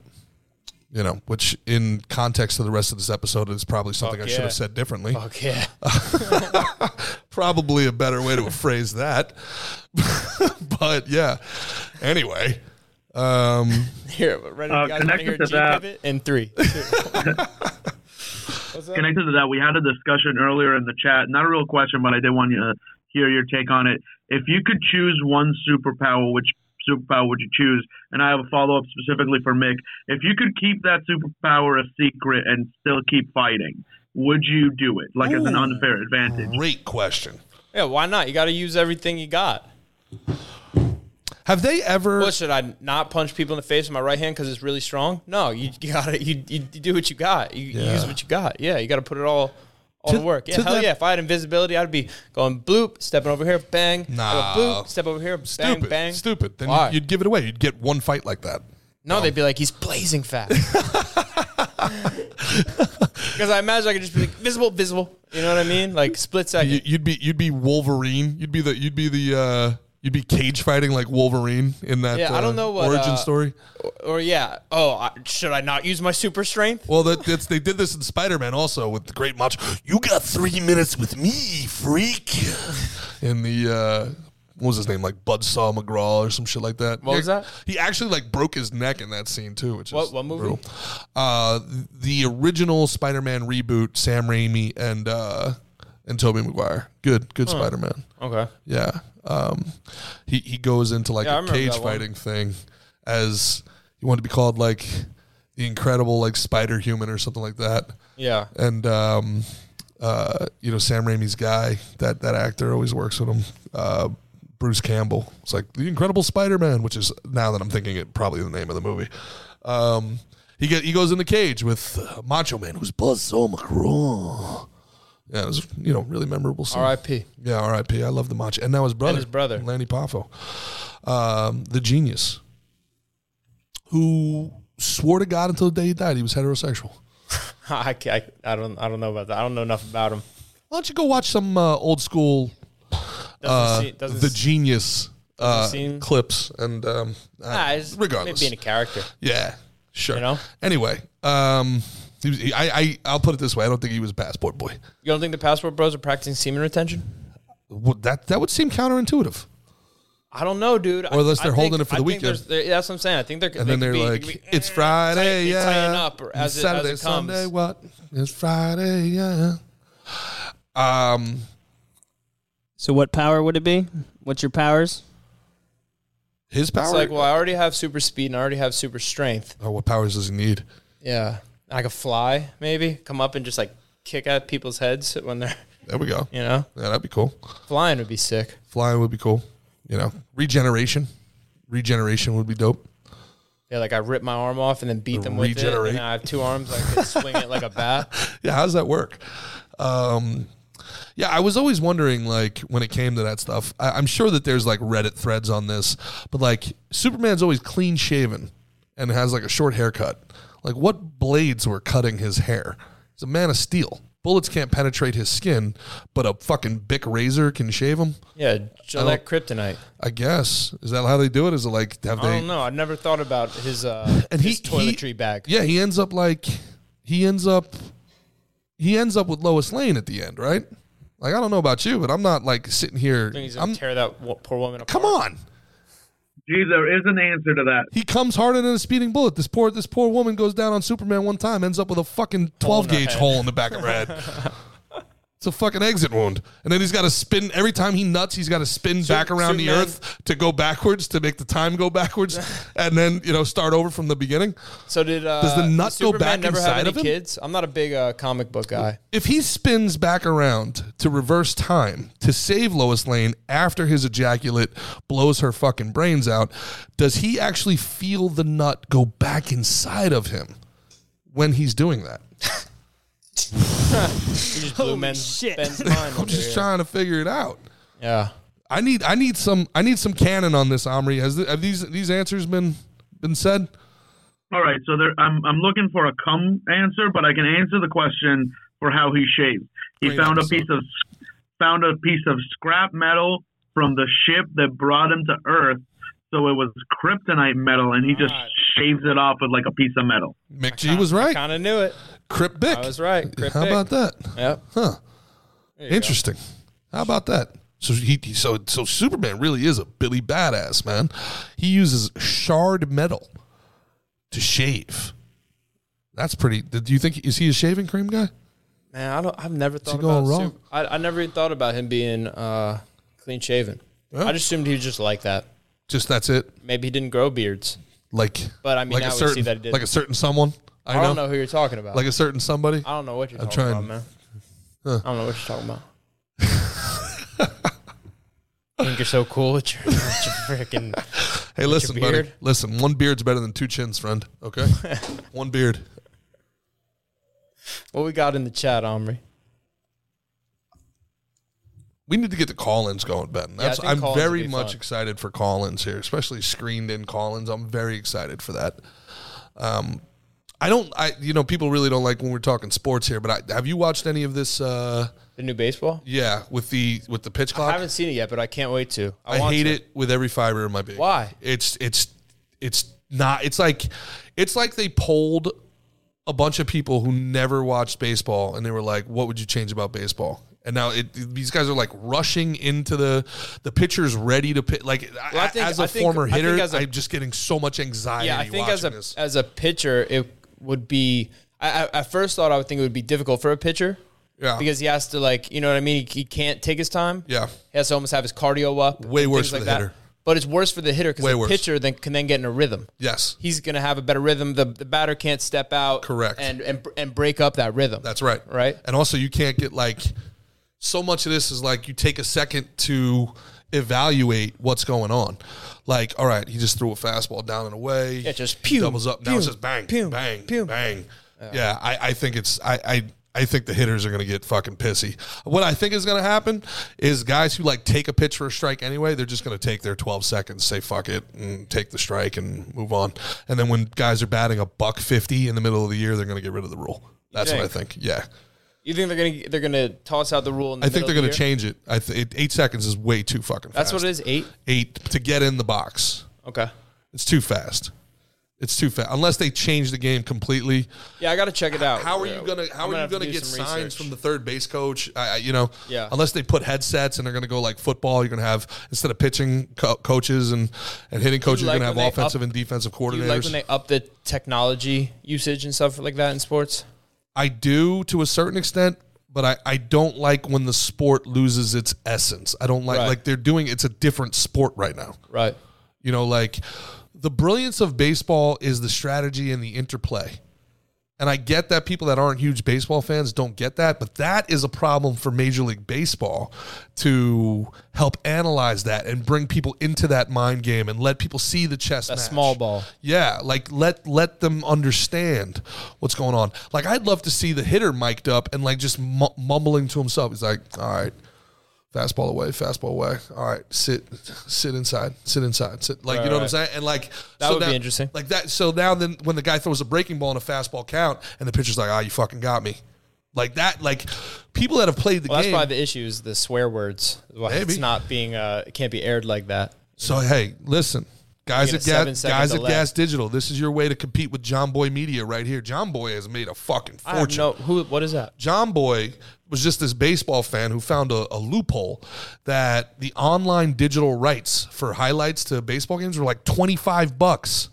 [SPEAKER 4] You know, which in context of the rest of this episode is probably something
[SPEAKER 3] Fuck
[SPEAKER 4] I should
[SPEAKER 3] yeah.
[SPEAKER 4] have said differently.
[SPEAKER 3] Okay.
[SPEAKER 4] Probably a better way to phrase that. but yeah. Anyway, um,
[SPEAKER 3] Here, ready?
[SPEAKER 5] Uh,
[SPEAKER 3] you guys wanna
[SPEAKER 5] connected
[SPEAKER 3] hear
[SPEAKER 5] to
[SPEAKER 3] G
[SPEAKER 5] that-
[SPEAKER 3] pivot? in three.
[SPEAKER 5] Connected to that, we had a discussion earlier in the chat. Not a real question, but I did want you to hear your take on it. If you could choose one superpower, which superpower would you choose? And I have a follow up specifically for Mick. If you could keep that superpower a secret and still keep fighting, would you do it? Like as an unfair advantage.
[SPEAKER 4] great question.
[SPEAKER 3] yeah, why not? You got to use everything you got.
[SPEAKER 4] Have they ever
[SPEAKER 3] What should I not punch people in the face with my right hand because it's really strong? No, you, you gotta you, you do what you got. You, you
[SPEAKER 4] Yeah.
[SPEAKER 3] use what you got. Yeah, you gotta put it all all to,
[SPEAKER 4] To-
[SPEAKER 3] work. Yeah,
[SPEAKER 4] to
[SPEAKER 3] hell
[SPEAKER 4] that-
[SPEAKER 3] yeah. If I had invisibility, I'd be going bloop, stepping over here, bang,
[SPEAKER 4] Nah.
[SPEAKER 3] go bloop, step over here, bang,
[SPEAKER 4] stupid,
[SPEAKER 3] bang.
[SPEAKER 4] stupid. Then
[SPEAKER 3] Why?
[SPEAKER 4] you'd give it away. You'd get one fight like that.
[SPEAKER 3] no, they'd be like, he's blazing fast. Because I imagine I could just be like, visible, visible. You know what I mean? Like split second.
[SPEAKER 4] You- You'd be you'd be Wolverine. You'd be the you'd be the uh, you'd be cage fighting like Wolverine in that.
[SPEAKER 3] Yeah, I don't
[SPEAKER 4] uh,
[SPEAKER 3] know what,
[SPEAKER 4] origin
[SPEAKER 3] uh,
[SPEAKER 4] story.
[SPEAKER 3] or yeah, oh, I, should I not use my super strength?
[SPEAKER 4] Well, that, that's they did this in Spider Man also with the great macho. You got three minutes with me, freak. In the uh, what was his name like Budsaw McGraw or some shit like that.
[SPEAKER 3] What was that?
[SPEAKER 4] He actually like broke his neck in that scene too, which is
[SPEAKER 3] What- what movie?
[SPEAKER 4] brutal. Uh, the original Spider Man reboot, Sam Raimi and uh, and Tobey Maguire. Good, good Spider Man.
[SPEAKER 3] Okay.
[SPEAKER 4] Yeah. Um, he he goes into like
[SPEAKER 3] Yeah, I
[SPEAKER 4] a
[SPEAKER 3] remember
[SPEAKER 4] cage
[SPEAKER 3] that one.
[SPEAKER 4] fighting thing as he wanted to be called like the incredible like spider human or something like that.
[SPEAKER 3] Yeah.
[SPEAKER 4] And um, uh, you know Sam Raimi's guy that that actor always works with him. Uh, Bruce Campbell. It's like the Incredible Spider-Man, which is now that I'm thinking it probably the name of the movie. Um, he get, he goes in the cage with uh, Macho Man, who's Buzzsaw McGraw. Yeah, it was you know really memorable. Scene.
[SPEAKER 3] R.I.P.
[SPEAKER 4] Yeah, R.I.P. I love the match, and now his brother,
[SPEAKER 3] his brother.
[SPEAKER 4] Lanny Poffo, um, the genius, who swore to God until the day he died he was heterosexual.
[SPEAKER 3] I, ca- I, I don't I don't know about that. I don't know enough about him.
[SPEAKER 4] Why don't you go watch some uh, old school uh,
[SPEAKER 3] Doesn't see- doesn't
[SPEAKER 4] The
[SPEAKER 3] s-
[SPEAKER 4] Genius uh,
[SPEAKER 3] seem-
[SPEAKER 4] clips and um, uh,
[SPEAKER 3] Ah, it's
[SPEAKER 4] regardless,
[SPEAKER 3] being a character.
[SPEAKER 4] yeah, sure.
[SPEAKER 3] You know?
[SPEAKER 4] Anyway, um, he was, he, I, I I'll put it this way: I don't think he was a passport boy.
[SPEAKER 3] You don't think the passport bros are practicing semen retention?
[SPEAKER 4] Would- That that would seem counterintuitive.
[SPEAKER 3] I don't know, dude.
[SPEAKER 4] Or unless they're holding it for the weekend.
[SPEAKER 3] they that's what I'm saying. I think they're
[SPEAKER 4] And then they're like,
[SPEAKER 3] eh,
[SPEAKER 4] "It's Friday,
[SPEAKER 3] tight- they
[SPEAKER 4] yeah."
[SPEAKER 3] tighten up or as it- as
[SPEAKER 4] Saturday,
[SPEAKER 3] it comes.
[SPEAKER 4] Sunday, what? It's Friday, yeah. Um,
[SPEAKER 1] So what power would it be? What's your powers?
[SPEAKER 4] his power.
[SPEAKER 3] It's like, well, I already have super speed and I already have super strength.
[SPEAKER 4] oh, what powers does he need?
[SPEAKER 3] Yeah, I could fly. Maybe come up and just like kick at people's heads when they're,
[SPEAKER 4] There we go.
[SPEAKER 3] you know,
[SPEAKER 4] Yeah, that'd be cool.
[SPEAKER 3] flying would be sick.
[SPEAKER 4] Flying would be cool. You know, regeneration. Regeneration would be dope.
[SPEAKER 3] Yeah, like I rip my arm off and then beat them with it.
[SPEAKER 4] Regenerate.
[SPEAKER 3] And I have two arms. I can swing it like a bat.
[SPEAKER 4] Yeah, how does that work? Um, yeah, I was always wondering, like, when it came to that stuff. I, I'm sure that there's like Reddit threads on this, but like, Superman's always clean shaven and has like a short haircut. Like, what blades were cutting his hair? He's a man of steel. Bullets can't penetrate his skin, but a fucking Bic razor can shave him.
[SPEAKER 3] Yeah, Gillette kryptonite.
[SPEAKER 4] I guess is that how they do it? Is it like have
[SPEAKER 3] I
[SPEAKER 4] they?
[SPEAKER 3] don't know. I've never thought about his uh,
[SPEAKER 4] and he
[SPEAKER 3] his toiletry
[SPEAKER 4] he-
[SPEAKER 3] bag.
[SPEAKER 4] Yeah, he ends up like he ends up he ends up with Lois Lane at the end, right? Like I don't know about you, but I'm not like sitting here.
[SPEAKER 3] I think he's gonna
[SPEAKER 4] I'm
[SPEAKER 3] tear that wo- poor woman apart.
[SPEAKER 4] come on.
[SPEAKER 5] Gee, there is an answer to that.
[SPEAKER 4] He comes harder than a speeding bullet. This poor this poor woman goes down on Superman one time, ends up with a fucking twelve
[SPEAKER 3] her
[SPEAKER 4] gauge
[SPEAKER 3] head.
[SPEAKER 4] hole in the back of her head. It's a fucking exit wound, and then he's got to spin every time he nuts. He's got to spin back around the
[SPEAKER 3] Superman-
[SPEAKER 4] earth to go backwards to make the time go backwards, and then you know start over from the beginning.
[SPEAKER 3] So did uh,
[SPEAKER 4] Does the nut go
[SPEAKER 3] Superman
[SPEAKER 4] back
[SPEAKER 3] never
[SPEAKER 4] inside
[SPEAKER 3] have any
[SPEAKER 4] of him?
[SPEAKER 3] kids? I'm not a big uh, comic book guy.
[SPEAKER 4] if he spins back around to reverse time to save Lois Lane after his ejaculate blows her fucking brains out, does he actually feel the nut go back inside of him when he's doing that?
[SPEAKER 3] You just blew men's,
[SPEAKER 1] shit.
[SPEAKER 3] Ben's mind.
[SPEAKER 4] I'm
[SPEAKER 3] over
[SPEAKER 4] just
[SPEAKER 3] here.
[SPEAKER 4] trying to figure it out.
[SPEAKER 3] Yeah.
[SPEAKER 4] I need I need some I need some canon on this, Omri. Has th- have these these answers been been said?
[SPEAKER 5] All right, so there, I'm I'm looking for a cum answer, but I can answer the question for how he shaved. He
[SPEAKER 4] Great
[SPEAKER 5] found
[SPEAKER 4] episode.
[SPEAKER 5] a piece of found a piece of scrap metal from the ship that brought him to Earth, so it was kryptonite metal, and he just
[SPEAKER 3] Right.
[SPEAKER 5] shaves it off with like a piece of metal.
[SPEAKER 4] Mick G was right.
[SPEAKER 3] Kind of knew it.
[SPEAKER 4] Crip Bick.
[SPEAKER 3] I was right. Crip
[SPEAKER 4] How
[SPEAKER 3] Bick.
[SPEAKER 4] about that?
[SPEAKER 3] Yep.
[SPEAKER 4] Huh. Interesting. How about that? So he he- so so Superman really is a Billy badass man. He uses shard metal to shave. That's pretty. Do you think is he a shaving cream guy?
[SPEAKER 3] Man, I don't. I've never thought
[SPEAKER 4] it going
[SPEAKER 3] about.
[SPEAKER 4] wrong?
[SPEAKER 3] Sup- I, I never even thought about him being uh, clean shaven. I just assumed he was just like that.
[SPEAKER 4] Just that's it.
[SPEAKER 3] Maybe he didn't grow beards.
[SPEAKER 4] Like,
[SPEAKER 3] But, I mean,
[SPEAKER 4] like
[SPEAKER 3] now
[SPEAKER 4] a
[SPEAKER 3] we see
[SPEAKER 4] certain
[SPEAKER 3] that he did.
[SPEAKER 4] like a certain someone. I,
[SPEAKER 3] I,
[SPEAKER 4] know,
[SPEAKER 3] don't know who you're talking about.
[SPEAKER 4] like a certain somebody.
[SPEAKER 3] I don't know what you're talking
[SPEAKER 4] trying.
[SPEAKER 3] about, man. I don't know what you're talking about. think you're so cool with your, with your freaking
[SPEAKER 4] Hey, listen, buddy.
[SPEAKER 3] beard?
[SPEAKER 4] Listen, one beard's better than two chins, friend. Okay, one beard.
[SPEAKER 3] What we got in the chat, Omri?
[SPEAKER 4] We need to get the call-ins going, Ben. That's,
[SPEAKER 3] think
[SPEAKER 4] I'm
[SPEAKER 3] call-ins would
[SPEAKER 4] very
[SPEAKER 3] be
[SPEAKER 4] much
[SPEAKER 3] fun.
[SPEAKER 4] excited for call-ins here, especially screened-in call-ins. I'm very excited for that. Um, I don't, I you know, people really don't like when we're talking sports here, but I, have you watched any of this? Uh,
[SPEAKER 3] The new baseball?
[SPEAKER 4] yeah, with the with the pitch
[SPEAKER 3] I
[SPEAKER 4] clock,
[SPEAKER 3] haven't seen it yet, but I can't wait to.
[SPEAKER 4] I,
[SPEAKER 3] want
[SPEAKER 4] hate
[SPEAKER 3] to.
[SPEAKER 4] it with every fiber of my being.
[SPEAKER 3] Why?
[SPEAKER 4] It's it's it's not. It's like it's like they polled a bunch of people who never watched baseball, and they were like, "What would you change about baseball?" And now it, these guys are like rushing into the the pitcher's ready to pit. Like
[SPEAKER 3] Well,
[SPEAKER 4] I
[SPEAKER 3] I think-
[SPEAKER 4] as a
[SPEAKER 3] I think-
[SPEAKER 4] former
[SPEAKER 3] I think
[SPEAKER 4] hitter,
[SPEAKER 3] as a-
[SPEAKER 4] I'm just getting so much anxiety.
[SPEAKER 3] Yeah, I think as
[SPEAKER 4] watching
[SPEAKER 3] a
[SPEAKER 4] this.
[SPEAKER 3] as a pitcher, it would be. I, I at first thought I would think it would be difficult for a pitcher.
[SPEAKER 4] Yeah.
[SPEAKER 3] Because he has to like, you know what I mean. He, he can't take his time.
[SPEAKER 4] Yeah.
[SPEAKER 3] He has to almost have his cardio up.
[SPEAKER 4] Way
[SPEAKER 3] and things
[SPEAKER 4] worse for
[SPEAKER 3] like
[SPEAKER 4] the
[SPEAKER 3] that.
[SPEAKER 4] hitter.
[SPEAKER 3] But it's worse for the hitter because
[SPEAKER 4] Way
[SPEAKER 3] the
[SPEAKER 4] worse.
[SPEAKER 3] pitcher then can then get in a rhythm.
[SPEAKER 4] yes,
[SPEAKER 3] He's gonna have a better rhythm. The the batter can't step out.
[SPEAKER 4] Correct.
[SPEAKER 3] And and and break up that rhythm.
[SPEAKER 4] That's right.
[SPEAKER 3] Right?
[SPEAKER 4] And also, you can't get like so much of this is like you take a second to evaluate what's going on. Like, all right, he just threw a fastball down and away.
[SPEAKER 3] Yeah, just
[SPEAKER 4] He
[SPEAKER 3] pew,
[SPEAKER 4] doubles up. Now
[SPEAKER 3] pew,
[SPEAKER 4] it's just bang,
[SPEAKER 3] pew,
[SPEAKER 4] bang,
[SPEAKER 3] pew.
[SPEAKER 4] bang. Yeah, I, I think it's I. I I think the hitters are going to get fucking pissy. What I think is going to happen is guys who like take a pitch for a strike anyway, they're just going to take their 12 seconds, say fuck it, and take the strike and move on. And then when guys are batting a buck 50 in the middle of the year, they're going to get rid of the rule. That's what I
[SPEAKER 3] think?
[SPEAKER 4] think. Yeah,
[SPEAKER 3] You think they're gonna they're gonna toss out the rule? In the
[SPEAKER 4] I
[SPEAKER 3] middle
[SPEAKER 4] think they're going
[SPEAKER 3] of
[SPEAKER 4] to
[SPEAKER 3] the year?
[SPEAKER 4] change it. I th- it, eight seconds is way too fucking.
[SPEAKER 3] That's
[SPEAKER 4] fast.
[SPEAKER 3] what it is. Eight.
[SPEAKER 4] Eight to get in the box.
[SPEAKER 3] Okay.
[SPEAKER 4] It's too fast. It's too fast. Unless they change the game completely.
[SPEAKER 3] Yeah, I gotta check it out.
[SPEAKER 4] How are
[SPEAKER 3] Yeah,
[SPEAKER 4] you gonna
[SPEAKER 3] I'm
[SPEAKER 4] How are you
[SPEAKER 3] have
[SPEAKER 4] gonna
[SPEAKER 3] do
[SPEAKER 4] get
[SPEAKER 3] some
[SPEAKER 4] signs
[SPEAKER 3] research.
[SPEAKER 4] from the third base coach? I, I, you know,
[SPEAKER 3] Yeah.
[SPEAKER 4] Unless they put headsets and they're gonna go like football. You're gonna have instead of pitching co- coaches and and hitting coaches,
[SPEAKER 3] like
[SPEAKER 4] you're gonna
[SPEAKER 3] when
[SPEAKER 4] have
[SPEAKER 3] they
[SPEAKER 4] offensive
[SPEAKER 3] up-
[SPEAKER 4] and defensive
[SPEAKER 3] Do
[SPEAKER 4] coordinators.
[SPEAKER 3] you like when they up the technology usage and stuff like that in sports?
[SPEAKER 4] I do to a certain extent, but I, I don't like when the sport loses its essence. I don't like
[SPEAKER 3] Right.
[SPEAKER 4] like they're doing it's a different sport right now.
[SPEAKER 3] Right.
[SPEAKER 4] You know, like the brilliance of baseball is the strategy and the interplay. And I get that people that aren't huge baseball fans don't get that, but that is a problem for Major League Baseball to help analyze that and bring people into that mind game and let people see the chess.
[SPEAKER 3] A
[SPEAKER 4] match.
[SPEAKER 3] small ball.
[SPEAKER 4] Yeah, like let let them understand what's going on. Like I'd love to see the hitter mic'd up and like just mu- mumbling to himself. He's like, "All right, fastball away, fastball away. All right, sit sit inside, sit inside, sit." Like you know what I'm
[SPEAKER 3] right.
[SPEAKER 4] saying? And like
[SPEAKER 3] That would be
[SPEAKER 4] now-
[SPEAKER 3] interesting.
[SPEAKER 4] Like that. So now then, when the guy throws a breaking ball and a fastball count, and the pitcher's like, "Ah, you fucking got me." Like that. Like people that have played the
[SPEAKER 3] Well, that's
[SPEAKER 4] game.
[SPEAKER 3] probably the issue is the swear words. Why
[SPEAKER 4] Maybe.
[SPEAKER 3] it's not being uh, it can't be aired like that.
[SPEAKER 4] So hey, listen, guys
[SPEAKER 3] get a
[SPEAKER 4] at Gas,
[SPEAKER 3] seven-second
[SPEAKER 4] guys at
[SPEAKER 3] delay.
[SPEAKER 4] Gas Digital, this is your way to compete with John Boy Media right here. John Boy has made a fucking
[SPEAKER 3] I have
[SPEAKER 4] fortune.
[SPEAKER 3] no who. What is that?
[SPEAKER 4] John Boy was just this baseball fan who found a, a loophole that the online digital rights for highlights to baseball games were like twenty five bucks.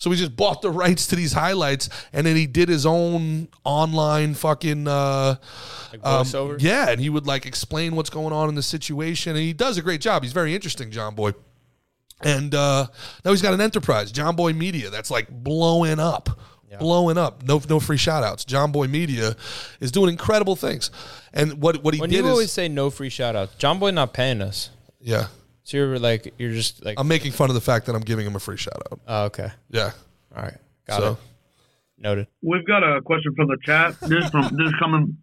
[SPEAKER 4] So he just bought the rights to these highlights, and then he did his own online fucking. Uh,
[SPEAKER 3] Like
[SPEAKER 4] um,
[SPEAKER 3] voiceover.
[SPEAKER 4] yeah, and he would like explain what's going on in the situation, and he does a great job. He's very interesting, John Boy. And uh, now he's got an enterprise, John Boy Media, that's like blowing up, blowing up. No, no free shout outs. John Boy Media is doing incredible things. And what what he
[SPEAKER 3] When
[SPEAKER 4] did
[SPEAKER 3] you
[SPEAKER 4] is
[SPEAKER 3] always say no free shout outs, John Boy not paying us.
[SPEAKER 4] yeah,
[SPEAKER 3] So you're like you're just like
[SPEAKER 4] I'm making fun of the fact that I'm giving him a free shout out.
[SPEAKER 3] oh, okay.
[SPEAKER 4] Yeah,
[SPEAKER 3] All right. Got
[SPEAKER 4] So-
[SPEAKER 3] it. Noted.
[SPEAKER 5] We've got a question from the chat. This is from this is coming.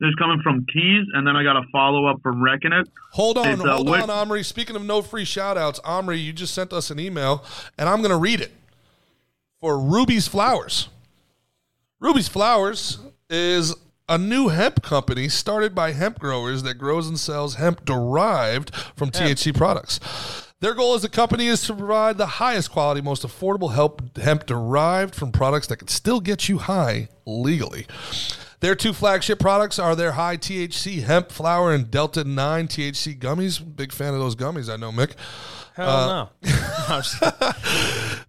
[SPEAKER 5] This is coming from Keys, and then I got a follow up from Reckon It.
[SPEAKER 4] Hold on,
[SPEAKER 5] It's, uh,
[SPEAKER 4] hold
[SPEAKER 5] what-
[SPEAKER 4] on, Omri. Speaking of no free shout outs, Omri, you just sent us an email, and I'm going to read it for Ruby's Flowers. Ruby's Flowers is a new hemp company started by hemp growers that grows and sells hemp derived from THC products. Their goal as a company is to provide the highest quality, most affordable hemp, hemp derived from products that can still get you high legally. Their two flagship products are their high THC hemp flower and Delta 9 THC gummies. Big fan of those gummies, I know, Mick.
[SPEAKER 3] Hell no.
[SPEAKER 4] Uh,
[SPEAKER 3] I'm just-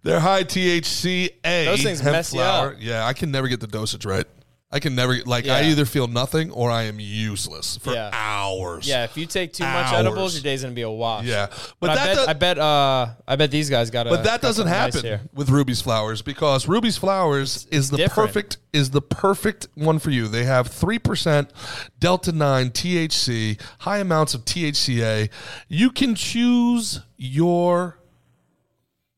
[SPEAKER 4] They're high THC A.
[SPEAKER 3] Those things
[SPEAKER 4] hemp
[SPEAKER 3] mess you
[SPEAKER 4] flower.
[SPEAKER 3] up.
[SPEAKER 4] Yeah, I can never get the dosage right. I can never like I
[SPEAKER 3] Yeah.
[SPEAKER 4] either feel nothing or I am useless for
[SPEAKER 3] Yeah.
[SPEAKER 4] hours.
[SPEAKER 3] yeah, if you take too much
[SPEAKER 4] Hours.
[SPEAKER 3] edibles, your day's gonna be a wash.
[SPEAKER 4] Yeah.
[SPEAKER 3] But,
[SPEAKER 4] But
[SPEAKER 3] I
[SPEAKER 4] that
[SPEAKER 3] bet
[SPEAKER 4] does-
[SPEAKER 3] I bet uh I bet these guys got a
[SPEAKER 4] But that doesn't happen with Ruby's Flowers because Ruby's Flowers is the
[SPEAKER 3] different.
[SPEAKER 4] perfect is the perfect one for you. They have three percent delta nine THC, high amounts of THCA. You can choose your.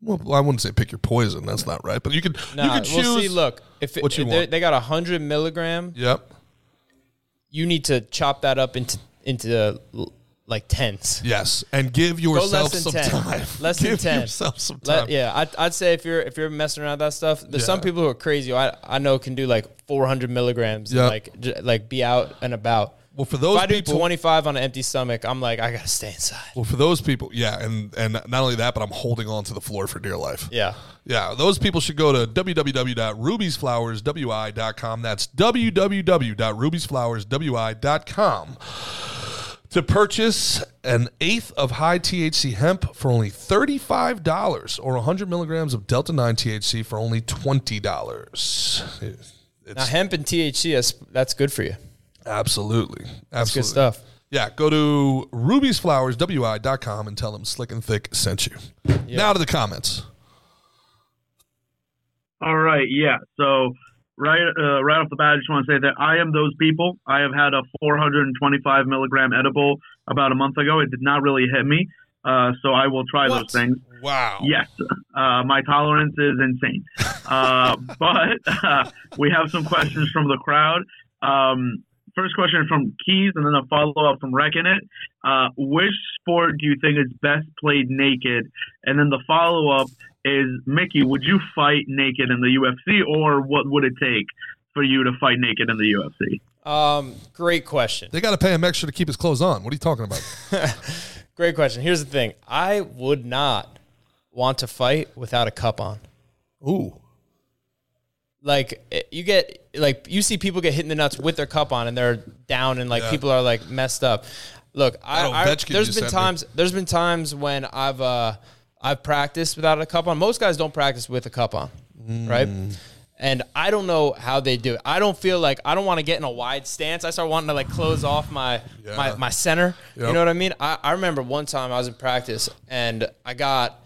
[SPEAKER 4] Well, I wouldn't say pick your poison. That's not right. But you can you
[SPEAKER 3] Nah,
[SPEAKER 4] can choose.
[SPEAKER 3] we'll see. Look, if, it,
[SPEAKER 4] what you
[SPEAKER 3] if they-
[SPEAKER 4] want.
[SPEAKER 3] they got a hundred milligram,
[SPEAKER 4] Yep.
[SPEAKER 3] you need to chop that up into into l- like tens.
[SPEAKER 4] Yes, and give
[SPEAKER 3] Go
[SPEAKER 4] yourself
[SPEAKER 3] less
[SPEAKER 4] some
[SPEAKER 3] than ten.
[SPEAKER 4] time.
[SPEAKER 3] Less
[SPEAKER 4] give
[SPEAKER 3] than ten.
[SPEAKER 4] yourself some
[SPEAKER 3] Let-
[SPEAKER 4] time.
[SPEAKER 3] yeah, I'd, I'd say if you're if you're messing around with that stuff, there's some
[SPEAKER 4] Yeah.
[SPEAKER 3] people who are crazy. who I I know can do like 400 milligrams.
[SPEAKER 4] Yeah.
[SPEAKER 3] And like j- like be out and about.
[SPEAKER 4] Well, for
[SPEAKER 3] If
[SPEAKER 4] those
[SPEAKER 3] I do
[SPEAKER 4] people,
[SPEAKER 3] 25 on an empty stomach, I'm like I gotta stay inside.
[SPEAKER 4] well, for those people, yeah, and and not only that, but I'm holding on to the floor for dear life.
[SPEAKER 3] Yeah.
[SPEAKER 4] Yeah, those people should go to www.rubiesflowerswi.com. That's www.rubiesflowerswi.com to purchase an eighth of high THC hemp for only $35 or 100 milligrams of Delta 9 THC for only $20. It-
[SPEAKER 3] Now
[SPEAKER 4] It's
[SPEAKER 3] hemp and THC, that's, that's good for you.
[SPEAKER 4] absolutely,
[SPEAKER 3] That's good
[SPEAKER 4] absolutely.
[SPEAKER 3] stuff.
[SPEAKER 4] Yeah, go to rubiesflowerswi.com and tell them Slick and Thick sent you. Now to the comments.
[SPEAKER 5] All right, yeah. So right, uh, right off the bat, I just want to say that I am those people. I have had a 425 milligram edible about a month ago. It did not really hit me, uh, so I will try those things.
[SPEAKER 4] Wow.
[SPEAKER 5] Yes, uh, my tolerance is insane. Uh, but uh, we have some questions from the crowd. Um, first question from Keys, and then a follow up from Reckon It. Uh, which sport do you think is best played naked? And then the follow up is Mickey, would you fight naked in the UFC, or what would it take? for you to fight naked in the UFC?
[SPEAKER 3] Um, great question.
[SPEAKER 4] They got to pay him extra to keep his clothes on. What are you talking about?
[SPEAKER 3] Great question. Here's the thing. I would not want to fight without a cup on.
[SPEAKER 4] Ooh.
[SPEAKER 3] Like eh, you get like you see people get hit in the nuts with their cup on and they're down and like
[SPEAKER 4] Yeah.
[SPEAKER 3] people are like messed up. Look,
[SPEAKER 4] That
[SPEAKER 3] I, I
[SPEAKER 4] Ovechkin you
[SPEAKER 3] there's
[SPEAKER 4] sent
[SPEAKER 3] been
[SPEAKER 4] me.
[SPEAKER 3] times there's been times when I've uh I've practiced without a cup on. Most guys don't practice with a cup on, right?
[SPEAKER 4] Mm.
[SPEAKER 3] And I don't know how they do it. I don't feel like I don't want to get in a wide stance. I start wanting to like close off my
[SPEAKER 4] Yeah.
[SPEAKER 3] my, my center.
[SPEAKER 4] Yep.
[SPEAKER 3] You know what I mean? I, I remember one time I was in practice and I got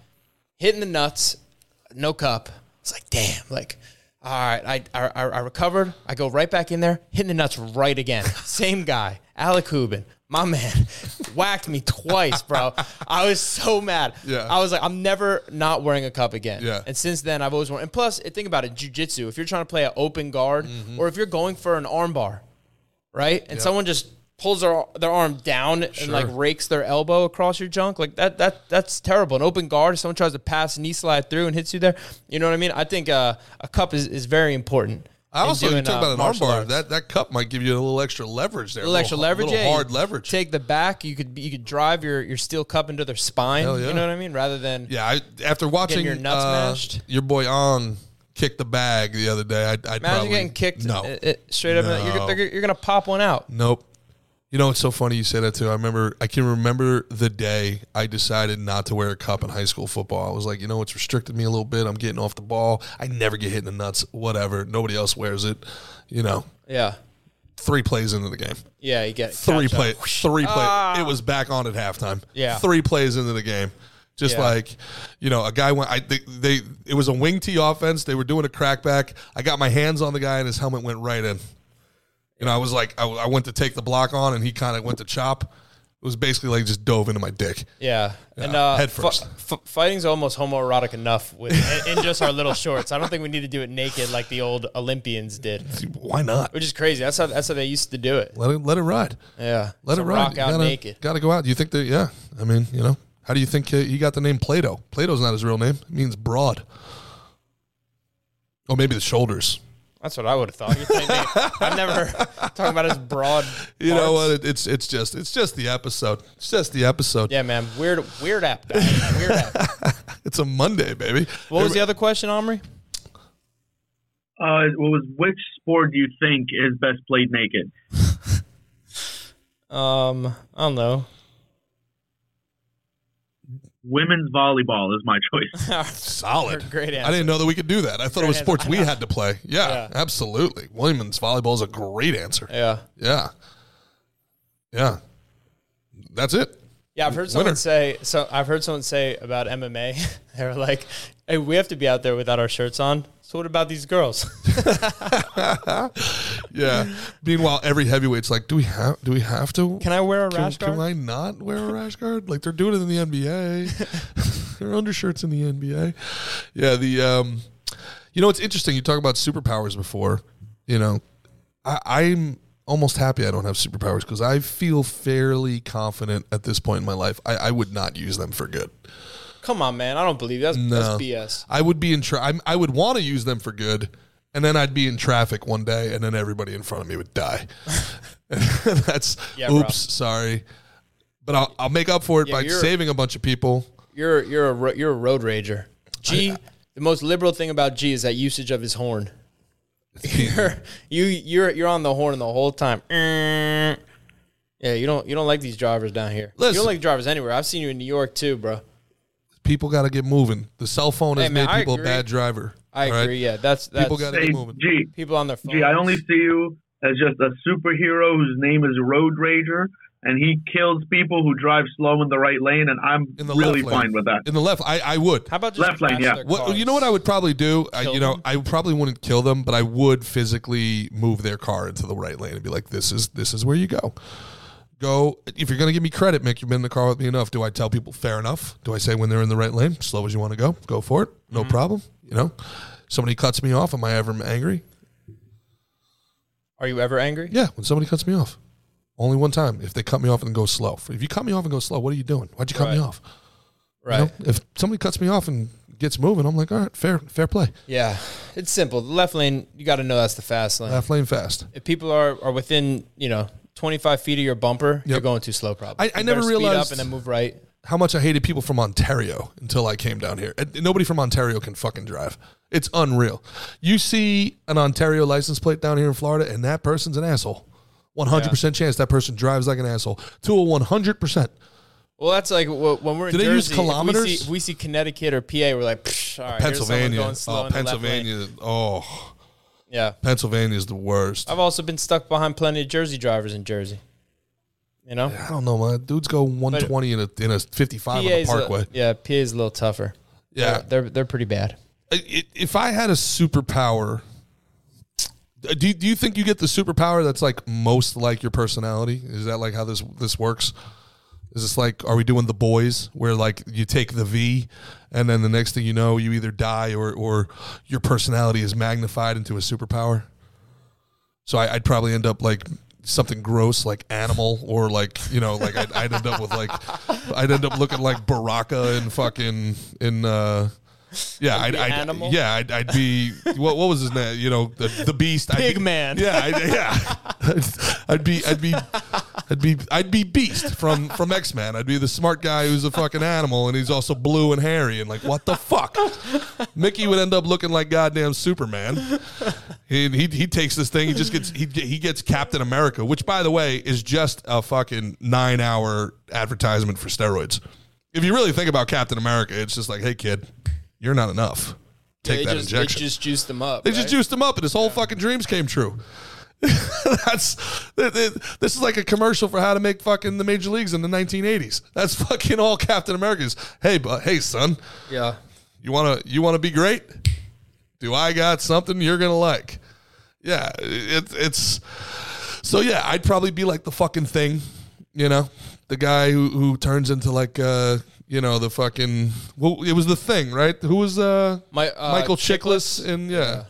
[SPEAKER 3] hit in the nuts, no cup. It's like, damn, like, all right, I, I, I recovered. I go right back in there, hitting the nuts right again. Same guy, Alec Hubin, my man, whacked me twice, bro. I was so mad.
[SPEAKER 4] Yeah.
[SPEAKER 3] I was like, I'm never not wearing a cup again.
[SPEAKER 4] Yeah.
[SPEAKER 3] And since then, I've always worn. And plus, think about it, jujitsu. If you're trying to play an open guard,
[SPEAKER 4] Mm-hmm.
[SPEAKER 3] or if you're going for an armbar, right? And someone just pulls their their arm down and like rakes their elbow across your junk, like that that that's terrible. An open guard, if someone tries to pass knee slide through and hits you there, you know what I mean? I think uh, a cup is, is very important.
[SPEAKER 4] I also, you
[SPEAKER 3] doing,
[SPEAKER 4] talk
[SPEAKER 3] uh,
[SPEAKER 4] about an
[SPEAKER 3] martial
[SPEAKER 4] armbar.
[SPEAKER 3] arts.
[SPEAKER 4] That that cup might give you a little extra leverage there.
[SPEAKER 3] A little extra leverage,
[SPEAKER 4] little
[SPEAKER 3] yeah, you
[SPEAKER 4] hard leverage.
[SPEAKER 3] Take the back. You could you could drive your, your steel cup into their spine.
[SPEAKER 4] Hell yeah.
[SPEAKER 3] You know what I mean? Rather than
[SPEAKER 4] yeah, I, after watching
[SPEAKER 3] your nuts
[SPEAKER 4] uh,
[SPEAKER 3] mashed.
[SPEAKER 4] your boy Ong kick the bag the other day, I, I'd
[SPEAKER 3] imagine
[SPEAKER 4] probably
[SPEAKER 3] getting kicked
[SPEAKER 4] No,
[SPEAKER 3] uh, uh, straight up. in the-
[SPEAKER 4] No.
[SPEAKER 3] You're, they're- you're gonna pop one out.
[SPEAKER 4] Nope. You know, it's so funny you say that too. I remember, I can remember the day I decided not to wear a cup in high school football. I was like, you know, it's restricted me a little bit. I'm getting off the ball. I never get hit in the nuts, whatever. Nobody else wears it. You know,
[SPEAKER 3] Yeah,
[SPEAKER 4] three plays into the game,
[SPEAKER 3] yeah. You get
[SPEAKER 4] three
[SPEAKER 3] gotcha. Ah.
[SPEAKER 4] play, three play. It was back on at halftime.
[SPEAKER 3] Yeah.
[SPEAKER 4] Three plays into the game. Just
[SPEAKER 3] Yeah.
[SPEAKER 4] like, you know, a guy went, I think they, it was a wing tee offense. They were doing a crackback. I got my hands on the guy and his helmet went right in. You know, I was like, I, I went to take the block on, and he kind of went to chop. It was basically like just dove into my dick.
[SPEAKER 3] Yeah, and
[SPEAKER 4] Yeah,
[SPEAKER 3] uh,
[SPEAKER 4] head
[SPEAKER 3] fi-
[SPEAKER 4] first.
[SPEAKER 3] f- fighting's almost homoerotic enough with in, in just our little shorts. I don't think we need to do it naked like the old Olympians did,
[SPEAKER 4] Why not?
[SPEAKER 3] which is crazy. That's how that's how they used to do it.
[SPEAKER 4] Let it let it ride.
[SPEAKER 3] Yeah,
[SPEAKER 4] Let
[SPEAKER 3] So
[SPEAKER 4] it ride.
[SPEAKER 3] Rock
[SPEAKER 4] You
[SPEAKER 3] out
[SPEAKER 4] gotta,
[SPEAKER 3] naked.
[SPEAKER 4] Got to go out. Do you think that? Yeah. I mean, you know, how do you think he he got the name Plato? Plato's not his real name. It means broad. Oh, maybe the shoulders.
[SPEAKER 3] That's what I would have thought. You're saying naked. I've never talking about his broad.
[SPEAKER 4] You know
[SPEAKER 3] parts.
[SPEAKER 4] what? It, it's it's just it's just the episode. It's just the episode.
[SPEAKER 3] Yeah, man. Weird, weird app. Guy. Weird app.
[SPEAKER 4] It's a Monday, baby.
[SPEAKER 3] What was the other question, Omri?
[SPEAKER 5] Uh, what was which sport do you think is best played naked?
[SPEAKER 3] Um, I don't know.
[SPEAKER 5] Women's volleyball is my choice.
[SPEAKER 4] solid?
[SPEAKER 3] Great
[SPEAKER 4] I
[SPEAKER 3] answer.
[SPEAKER 4] didn't know that we could do that. I thought it was
[SPEAKER 3] answer.
[SPEAKER 4] sports we had to play. Yeah,
[SPEAKER 3] Yeah.
[SPEAKER 4] absolutely. Williams volleyball is a great answer.
[SPEAKER 3] Yeah.
[SPEAKER 4] Yeah. Yeah. That's it.
[SPEAKER 3] Yeah, I've heard someone
[SPEAKER 4] Winner.
[SPEAKER 3] say. So I've heard someone say about MMA. They're like, "Hey, we have to be out there without our shirts on. So what about these girls?"
[SPEAKER 4] Yeah. Meanwhile, every heavyweight's like, do we have do we have to
[SPEAKER 3] Can I wear a
[SPEAKER 4] can,
[SPEAKER 3] rash guard?
[SPEAKER 4] can I not wear a rash guard? Like they're doing it in the NBA. Their undershirts in the NBA. Yeah, the um you know it's interesting, you talk about superpowers before, you know. I, I'm almost happy I don't have superpowers because I feel fairly confident at this point in my life. I, I would not use them for good.
[SPEAKER 3] Come on, man. I don't believe that's,
[SPEAKER 4] No.
[SPEAKER 3] that's BS.
[SPEAKER 4] I would be in tra- I'm, I would want to use them for good, and then I'd be in traffic one day, and then everybody in front of me would die. That's
[SPEAKER 3] Yeah,
[SPEAKER 4] oops,
[SPEAKER 3] bro.
[SPEAKER 4] sorry, but I'll, I'll make up for it
[SPEAKER 3] Yeah,
[SPEAKER 4] by
[SPEAKER 3] you're-
[SPEAKER 4] saving a bunch of people.
[SPEAKER 3] You're you're a ro- you're a road rager. G. the most liberal thing about G is that usage of his horn. You're, you you're you're on the horn the whole time. Yeah, you don't you don't like these drivers down here. you
[SPEAKER 4] Listen.
[SPEAKER 3] don't like drivers anywhere. I've seen you in New York too, bro.
[SPEAKER 4] People got to get moving. The cell phone has
[SPEAKER 3] Hey, man,
[SPEAKER 4] made
[SPEAKER 3] I
[SPEAKER 4] people a
[SPEAKER 3] agree.
[SPEAKER 4] bad driver.
[SPEAKER 3] I
[SPEAKER 4] all right?
[SPEAKER 3] agree. Yeah, that's that's
[SPEAKER 4] people
[SPEAKER 3] people,
[SPEAKER 4] got to
[SPEAKER 5] Hey,
[SPEAKER 4] get moving.
[SPEAKER 5] gee,
[SPEAKER 3] on their phones.
[SPEAKER 5] gee, I only see you as just a superhero whose name is Road Rager, and he kills people who drive slow in the right lane, and I'm
[SPEAKER 4] In the
[SPEAKER 5] really
[SPEAKER 4] left lane.
[SPEAKER 5] fine with that.
[SPEAKER 4] In the left, I, I would.
[SPEAKER 3] How about just
[SPEAKER 5] Left lane,
[SPEAKER 3] crash
[SPEAKER 5] yeah.
[SPEAKER 3] their
[SPEAKER 4] What,
[SPEAKER 3] cars?
[SPEAKER 4] you know what I would probably do? I,
[SPEAKER 3] Kill
[SPEAKER 4] you know,
[SPEAKER 3] them?
[SPEAKER 4] I probably wouldn't kill them, but I would physically move their car into the right lane and be like, "This is this is where you go." Go if you're going to give me credit, Mick. You've been in the car with me enough. Do I tell people fair enough? Do I say when they're in the right lane, slow as you want to go, go for it,
[SPEAKER 3] Mm-hmm.
[SPEAKER 4] no problem. You know, somebody cuts me off, am I ever angry?
[SPEAKER 3] Are you ever angry?
[SPEAKER 4] Yeah, when somebody cuts me off, only one time. If they cut me off and go slow, if you cut me off and go slow, what are you doing? Why'd you cut me
[SPEAKER 3] Right.
[SPEAKER 4] off? You
[SPEAKER 3] Right.
[SPEAKER 4] know, if somebody cuts me off and gets moving, I'm like, all right, fair, fair play.
[SPEAKER 3] Yeah, it's simple. The left lane, you got to know that's the fast lane.
[SPEAKER 4] Half lane fast.
[SPEAKER 3] If people are, are within, you know, 25 feet of your bumper, you're going too slow probably.
[SPEAKER 4] I- I
[SPEAKER 3] You
[SPEAKER 4] never
[SPEAKER 3] better Speed up
[SPEAKER 4] realized-
[SPEAKER 3] and then move right.
[SPEAKER 4] How much I hated people from Ontario until I came down here. And Nobody from Ontario can fucking drive. It's unreal. You see an Ontario license plate down here in Florida, and that person's an asshole. 100% chance that person drives like an asshole to a 100%.
[SPEAKER 3] Well, that's like wh- when we're in
[SPEAKER 4] Do they use
[SPEAKER 3] Jersey, if we see-
[SPEAKER 4] kilometers?
[SPEAKER 3] If we, see, Connecticut or PA, we're like, Psh, all right, here's someone
[SPEAKER 4] Pennsylvania.
[SPEAKER 3] going slow
[SPEAKER 4] Oh,
[SPEAKER 3] in the left lane."
[SPEAKER 4] Pennsylvania. Oh,
[SPEAKER 3] Yeah.
[SPEAKER 4] Pennsylvania's the worst.
[SPEAKER 3] I've also been stuck behind plenty of Jersey drivers in Jersey. You know?
[SPEAKER 4] I don't know, man. Dudes go 120 in a, in a 55 on a
[SPEAKER 3] PA's a-
[SPEAKER 4] parkway.
[SPEAKER 3] yeah, PA's a little tougher.
[SPEAKER 4] yeah.
[SPEAKER 3] They're, they're, they're pretty bad.
[SPEAKER 4] I- if I had a superpower, Uh, do you, do you think you get the superpower that's like most like your personality? Is that like how this this works? Is this like are we doing the boys where like you take the V and then the next thing you know you either die or or your personality is magnified into a superpower? So I, I'd probably end up like something gross like animal or like you know like I'd, I'd end up with like I'd end up looking like Baraka and fucking in uh yeah I'd, I'd
[SPEAKER 3] animal?
[SPEAKER 4] yeah I'd, I'd be what what was his name you know the, the beast I'd
[SPEAKER 3] Pig
[SPEAKER 4] be-
[SPEAKER 3] man.
[SPEAKER 4] yeah I'd, yeah I'd, I'd be I'd be I'd be I'd be beast from from X Men I'd be the smart guy who's a fucking animal and he's also blue and hairy and like what the fuck Mickey would end up looking like goddamn Superman. He, he, he takes this thing. He just gets he he gets Captain America, which by the way is just a fucking nine hour advertisement for steroids. If you really think about Captain America, it's just like, hey kid, you're not enough. Take
[SPEAKER 3] They
[SPEAKER 4] that
[SPEAKER 3] just,
[SPEAKER 4] injection.
[SPEAKER 3] They just juiced them up.
[SPEAKER 4] They just
[SPEAKER 3] right?
[SPEAKER 4] juiced him up, and his whole fucking dreams came true. That's th- th- this is like a commercial for how to make fucking the major leagues in the 1980s. That's fucking all Captain America's. Hey, but hey, son,
[SPEAKER 3] Yeah.
[SPEAKER 4] you want to you want to be great? Do I got something you're gonna like? Yeah, it, it's so yeah. I'd probably be like the fucking thing, you know, the guy who who turns into like uh you know the fucking well, it was the thing right? Who was uh,
[SPEAKER 3] My, uh,
[SPEAKER 4] Michael Chiklis, and yeah.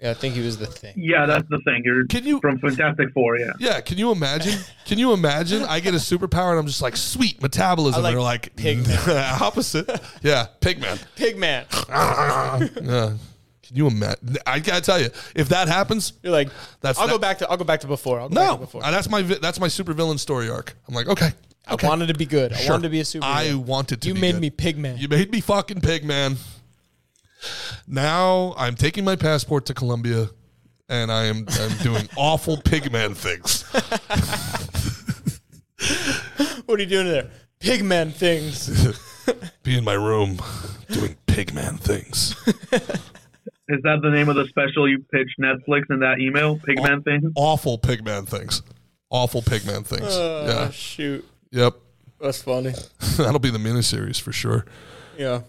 [SPEAKER 3] Yeah, I think he was the thing.
[SPEAKER 5] Yeah, that's the thing. You're
[SPEAKER 4] Can you-
[SPEAKER 5] from Fantastic Four? Yeah.
[SPEAKER 4] Yeah, can you imagine? Can you imagine? I get a superpower and I'm just like, sweet metabolism.
[SPEAKER 3] I like
[SPEAKER 4] They're like
[SPEAKER 3] Pigman.
[SPEAKER 4] opposite. Yeah, pigman.
[SPEAKER 3] Pigman.
[SPEAKER 4] Yeah. Can you imagine? I gotta tell you, if that happens,
[SPEAKER 3] You're like,
[SPEAKER 4] That's
[SPEAKER 3] I'll go
[SPEAKER 4] not-
[SPEAKER 3] back to I'll go back to before. I'll go back to
[SPEAKER 4] no,
[SPEAKER 3] before.
[SPEAKER 4] Uh, that's my vi- that's my supervillain story arc. I'm like, okay,
[SPEAKER 3] I
[SPEAKER 4] okay.
[SPEAKER 3] wanted to be good. I
[SPEAKER 4] sure.
[SPEAKER 3] wanted to be a superhero.
[SPEAKER 4] I wanted to.
[SPEAKER 3] you
[SPEAKER 4] be
[SPEAKER 3] made
[SPEAKER 4] good.
[SPEAKER 3] me Pigman.
[SPEAKER 4] You made me fucking pigman. Now I'm taking my passport to Colombia, and I am I'm doing awful pigman things.
[SPEAKER 3] what are you doing there? Pigman things.
[SPEAKER 4] Be in my room doing pigman things.
[SPEAKER 5] Is that the name of the special you pitched Netflix in that email? Pigman thing.
[SPEAKER 4] awful pigman things. Awful pigman things.
[SPEAKER 3] Oh, shoot.
[SPEAKER 4] yeah. Yep.
[SPEAKER 3] That's funny.
[SPEAKER 4] That'll be the miniseries for sure.
[SPEAKER 3] Yeah.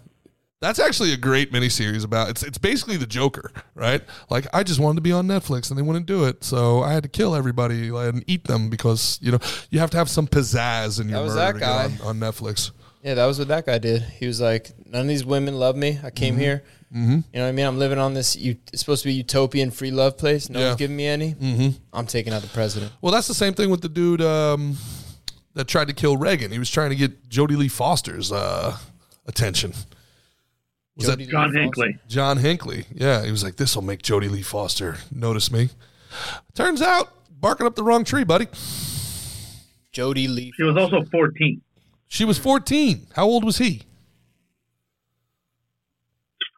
[SPEAKER 4] That's actually a great miniseries about it's it's basically the Joker, right? Like I just wanted to be on Netflix and they wouldn't do it, so I had to kill everybody and eat them because you know you have to have some pizzazz in your
[SPEAKER 3] That was
[SPEAKER 4] murder
[SPEAKER 3] that
[SPEAKER 4] to get
[SPEAKER 3] guy.
[SPEAKER 4] on, on Netflix.
[SPEAKER 3] Yeah, that was what that guy did. He was like, none of these women love me. I came here. Mm-hmm. You know what I mean? I'm living on this. You, it's supposed to be utopian free love place. No
[SPEAKER 4] Yeah.
[SPEAKER 3] one's giving me any. Mm-hmm. I'm taking out the president.
[SPEAKER 4] Well, that's the same thing with the dude um, that tried to kill Reagan. He was trying to get Jodie Lee Foster's uh, attention. Was that
[SPEAKER 3] Jody Lee
[SPEAKER 5] John
[SPEAKER 3] Foster.
[SPEAKER 5] Hinckley.
[SPEAKER 4] John Hinckley. Yeah, he was like, "This will make Jody Lee Foster notice me." Turns out, barking up the wrong tree, buddy.
[SPEAKER 3] Jody Lee.
[SPEAKER 5] She was also 14.
[SPEAKER 4] She was 14. How old was he?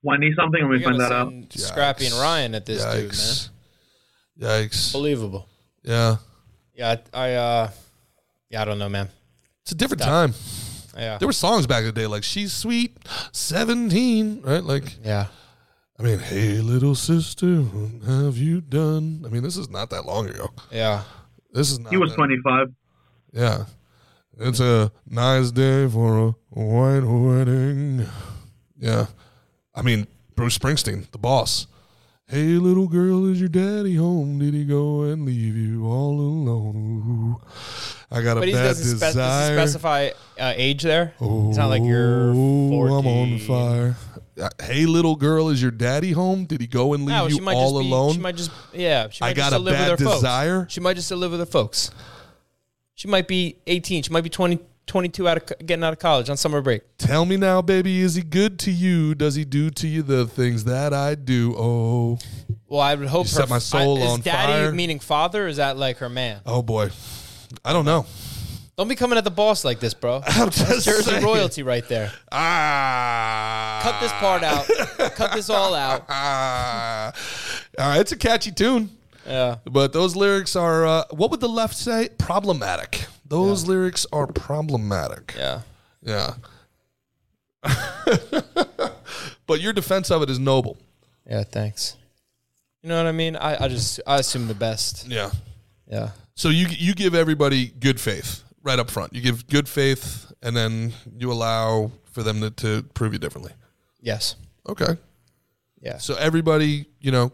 [SPEAKER 5] 20 something. Let me
[SPEAKER 3] We gotta
[SPEAKER 5] find that out.
[SPEAKER 3] send Scrappy and
[SPEAKER 4] Yikes.
[SPEAKER 3] Ryan at this dude, man.
[SPEAKER 4] Yikes! Yikes!
[SPEAKER 3] Believable.
[SPEAKER 4] Yeah,
[SPEAKER 3] Yeah, I, I uh, yeah, I don't know, man.
[SPEAKER 4] it's a different time.
[SPEAKER 3] Yeah.
[SPEAKER 4] There were songs back in the day like "She's Sweet," "17," right? Like,
[SPEAKER 3] yeah.
[SPEAKER 4] I mean, "Hey little sister, what have you done?" I mean, this is not that long ago.
[SPEAKER 3] Yeah.
[SPEAKER 4] This is not.
[SPEAKER 5] He was
[SPEAKER 4] that-
[SPEAKER 5] 25.
[SPEAKER 4] Yeah. It's a nice day for a white wedding. Yeah. I mean, Bruce Springsteen, the boss. Hey, little girl, is your daddy home? Did he go and leave you all alone? Ooh. I got a
[SPEAKER 3] But he
[SPEAKER 4] bad
[SPEAKER 3] doesn't, spe- does he
[SPEAKER 4] desire.
[SPEAKER 3] specify uh, age there.
[SPEAKER 4] oh,
[SPEAKER 3] it's not like you're 14.
[SPEAKER 4] I'm on fire. Uh, Hey, little girl, is your daddy home? Did he go and leave
[SPEAKER 3] No,
[SPEAKER 4] you
[SPEAKER 3] she might
[SPEAKER 4] all
[SPEAKER 3] just be,
[SPEAKER 4] alone?
[SPEAKER 3] She might just yeah. She
[SPEAKER 4] I
[SPEAKER 3] might
[SPEAKER 4] got
[SPEAKER 3] just
[SPEAKER 4] a
[SPEAKER 3] still live
[SPEAKER 4] bad
[SPEAKER 3] with her
[SPEAKER 4] desire.
[SPEAKER 3] Folks. She might just still live with her folks. She might be 18. She might be 20, 22 out of co- getting out of college on summer break.
[SPEAKER 4] Tell me now, baby, is he good to you? Does he do to you the things that I do? Oh,
[SPEAKER 3] Well, I would hope
[SPEAKER 4] You
[SPEAKER 3] her,
[SPEAKER 4] set my soul
[SPEAKER 3] I, is
[SPEAKER 4] on
[SPEAKER 3] daddy
[SPEAKER 4] fire.
[SPEAKER 3] meaning father or is that like her man?
[SPEAKER 4] oh boy. I don't know.
[SPEAKER 3] Don't be coming at the boss like this, bro.
[SPEAKER 4] I'm just
[SPEAKER 3] Jersey
[SPEAKER 4] saying.
[SPEAKER 3] royalty right there.
[SPEAKER 4] Ah.
[SPEAKER 3] Cut this part out. Cut this all out.
[SPEAKER 4] Ah. Uh, it's a catchy tune,
[SPEAKER 3] Yeah.
[SPEAKER 4] but those lyrics are, uh, what would the left say? Problematic. Those lyrics are problematic.
[SPEAKER 3] Yeah.
[SPEAKER 4] Yeah. but your defense of it is noble.
[SPEAKER 3] Yeah, thanks. You know what I mean? I, I just I assume the best.
[SPEAKER 4] Yeah.
[SPEAKER 3] Yeah.
[SPEAKER 4] So you you give everybody good faith right up front. You give good faith, and then you allow for them to, to prove you differently.
[SPEAKER 3] Yes.
[SPEAKER 4] Okay.
[SPEAKER 3] Yeah.
[SPEAKER 4] So everybody, you know,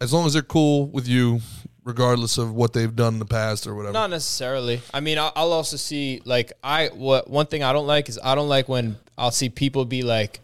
[SPEAKER 4] as long as they're cool with you, regardless of what they've done in the past or whatever.
[SPEAKER 3] Not necessarily. I mean, I'll, I'll also see like I what one thing I don't like is I don't like when I'll see people be like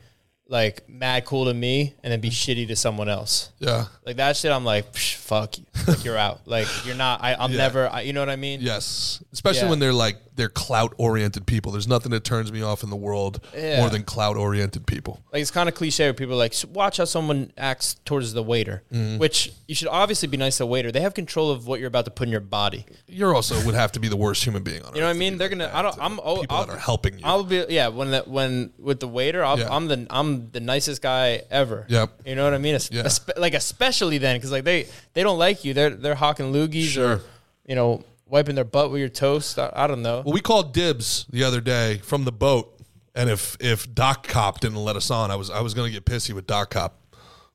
[SPEAKER 3] like mad cool to me and then be shitty to someone else.
[SPEAKER 4] yeah.
[SPEAKER 3] Like that shit, I'm like, Psh, fuck you, like, you're out. Like you're not. I, I'm never. I, you know what I mean?
[SPEAKER 4] Yes. Especially
[SPEAKER 3] Yeah.
[SPEAKER 4] when they're like they're clout oriented people. There's nothing that turns me off in the world
[SPEAKER 3] Yeah.
[SPEAKER 4] more than clout oriented people.
[SPEAKER 3] Like it's kind of cliche where people are like "S- watch how someone acts towards the waiter, which you should obviously be nice to the waiter. They have control of what you're about to put in your body.
[SPEAKER 4] You're also would have to be the worst human being on earth.
[SPEAKER 3] You know what I mean? They're gonna. I don't. I'm. oh,
[SPEAKER 4] people
[SPEAKER 3] I'll,
[SPEAKER 4] that are helping you.
[SPEAKER 3] I'll be. Yeah. When the when with the waiter, I'll,
[SPEAKER 4] Yeah.
[SPEAKER 3] I'm the I'm the nicest guy ever.
[SPEAKER 4] Yep.
[SPEAKER 3] You know what I mean? Es-
[SPEAKER 4] Yeah.
[SPEAKER 3] espe- like especially then, because like they they don't like you. They're they're hawking loogies
[SPEAKER 4] Sure.
[SPEAKER 3] or you know wiping their butt with your toast. I, I don't know.
[SPEAKER 4] Well, we called dibs the other day from the boat, and if if Doc Cop didn't let us on, I was I was gonna get pissy with Doc Cop,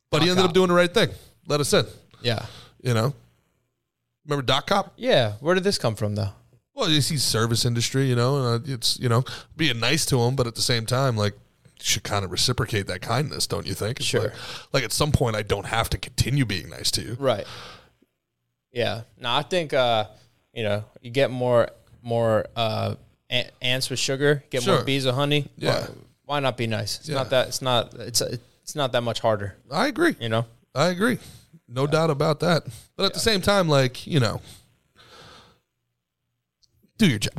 [SPEAKER 4] but he ended
[SPEAKER 3] Cop.
[SPEAKER 4] up doing the right thing. Let us in.
[SPEAKER 3] Yeah.
[SPEAKER 4] You know, remember Doc Cop?
[SPEAKER 3] Yeah. Where did this come from though?
[SPEAKER 4] Well, you see service industry, you know, and uh, it's you know being nice to him, but at the same time, like. you Should kind of reciprocate that kindness, don't you think? It's
[SPEAKER 3] Sure.
[SPEAKER 4] Like, like at some point, I don't have to continue being nice to you.
[SPEAKER 3] Right. Yeah. No, I think uh, you know, you get more more uh a- ants with sugar, get
[SPEAKER 4] Sure.
[SPEAKER 3] more bees with honey.
[SPEAKER 4] Yeah.
[SPEAKER 3] Why, why not be nice? It's
[SPEAKER 4] Yeah.
[SPEAKER 3] not that it's not it's it's not that much harder,
[SPEAKER 4] I agree.
[SPEAKER 3] you know.
[SPEAKER 4] I agree. No doubt about that. But at the same time, like, you know, do your job.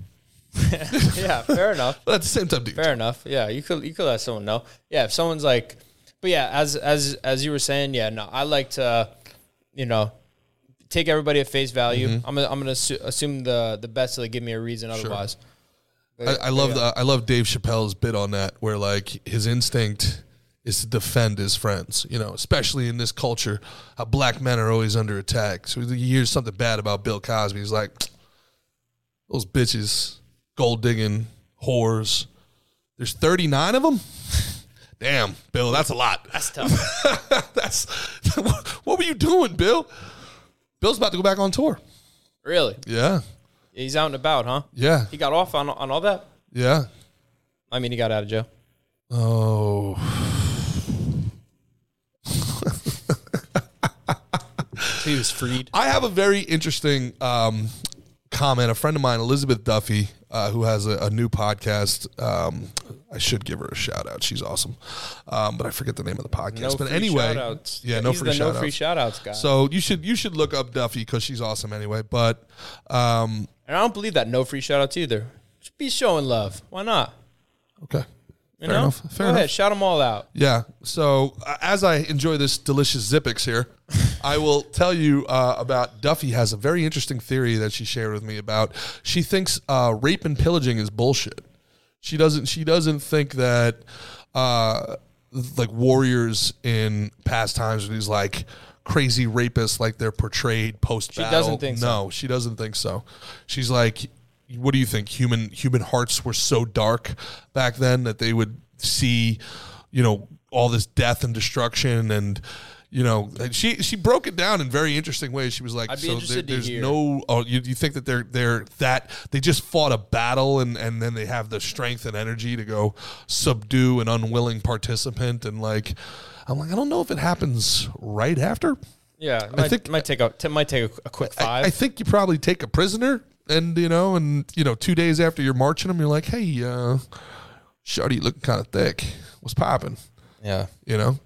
[SPEAKER 3] yeah, fair enough.
[SPEAKER 4] But at the same time, do your
[SPEAKER 3] Fair enough. Yeah, you could you could let someone know. Yeah, if someone's like but yeah, as as as you were saying, yeah, no, I like to you know, take everybody at face value.
[SPEAKER 4] Mm-hmm.
[SPEAKER 3] I'm gonna, I'm going to assume the the best till they give me a reason otherwise.
[SPEAKER 4] I, I love the I love Dave Chappelle's bit on that, where like his instinct is to defend his friends. You know, especially in this culture, how black men are always under attack. So you hear something bad about Bill Cosby, he's like, "Those bitches, gold digging whores." There's 39 of them. Damn, Bill, that's a lot.
[SPEAKER 3] That's tough.
[SPEAKER 4] that's what were you doing, Bill? Bill's about to go back on tour.
[SPEAKER 3] really?
[SPEAKER 4] Yeah,
[SPEAKER 3] He's out and about, huh?
[SPEAKER 4] yeah,
[SPEAKER 3] He got off on on all that.
[SPEAKER 4] yeah.
[SPEAKER 3] I mean, he got out of jail.
[SPEAKER 4] Oh.
[SPEAKER 3] He was freed.
[SPEAKER 4] I have a very interesting um, comment. A friend of mine, Elizabeth Duffy, uh, who has a, a new podcast. Um, I should give her a shout out. She's awesome, um, but I forget the name of the podcast. but anyway,
[SPEAKER 3] shout-outs.
[SPEAKER 4] yeah, no
[SPEAKER 3] He's
[SPEAKER 4] free
[SPEAKER 3] the
[SPEAKER 4] shout
[SPEAKER 3] no free
[SPEAKER 4] outs.
[SPEAKER 3] shout outs guy.
[SPEAKER 4] So you should you should look up Duffy because she's awesome anyway. But um,
[SPEAKER 3] and I don't believe that no free shout outs either. Just be showing love. Why not?
[SPEAKER 4] okay,
[SPEAKER 3] You
[SPEAKER 4] fair
[SPEAKER 3] know?
[SPEAKER 4] enough.
[SPEAKER 3] Go
[SPEAKER 4] Fair enough.
[SPEAKER 3] ahead, shout them all out.
[SPEAKER 4] Yeah. So uh, as I enjoy this delicious Zippix here, I will tell you uh, about Duffy has a very interesting theory that she shared with me about. She thinks uh, rape and pillaging is bullshit. She doesn't. She doesn't think that uh, like warriors in past times are these like crazy rapists like they're portrayed post battle.
[SPEAKER 3] doesn't think so.
[SPEAKER 4] No, she doesn't think so. She's like, what do you think? Human human hearts were so dark back then that they would see, you know, all this death and destruction and. You know, and she she broke it down in very interesting ways. She was like,
[SPEAKER 3] I'd be
[SPEAKER 4] "So
[SPEAKER 3] interested to
[SPEAKER 4] there's
[SPEAKER 3] hear.
[SPEAKER 4] no, oh, you, you think that they're they're that they just fought a battle and and then they have the strength and energy to go subdue an unwilling participant and like, I'm like, I don't know if it happens right after.
[SPEAKER 3] Yeah, might,
[SPEAKER 4] think-
[SPEAKER 3] might take a t- might take a, a quick
[SPEAKER 4] I-
[SPEAKER 3] five.
[SPEAKER 4] I, think you probably take a prisoner, and you know, and you know, two days after you're marching them, you're like, "Hey, uh, shorty, you looking kind of thick. What's popping?"
[SPEAKER 3] yeah,
[SPEAKER 4] You know,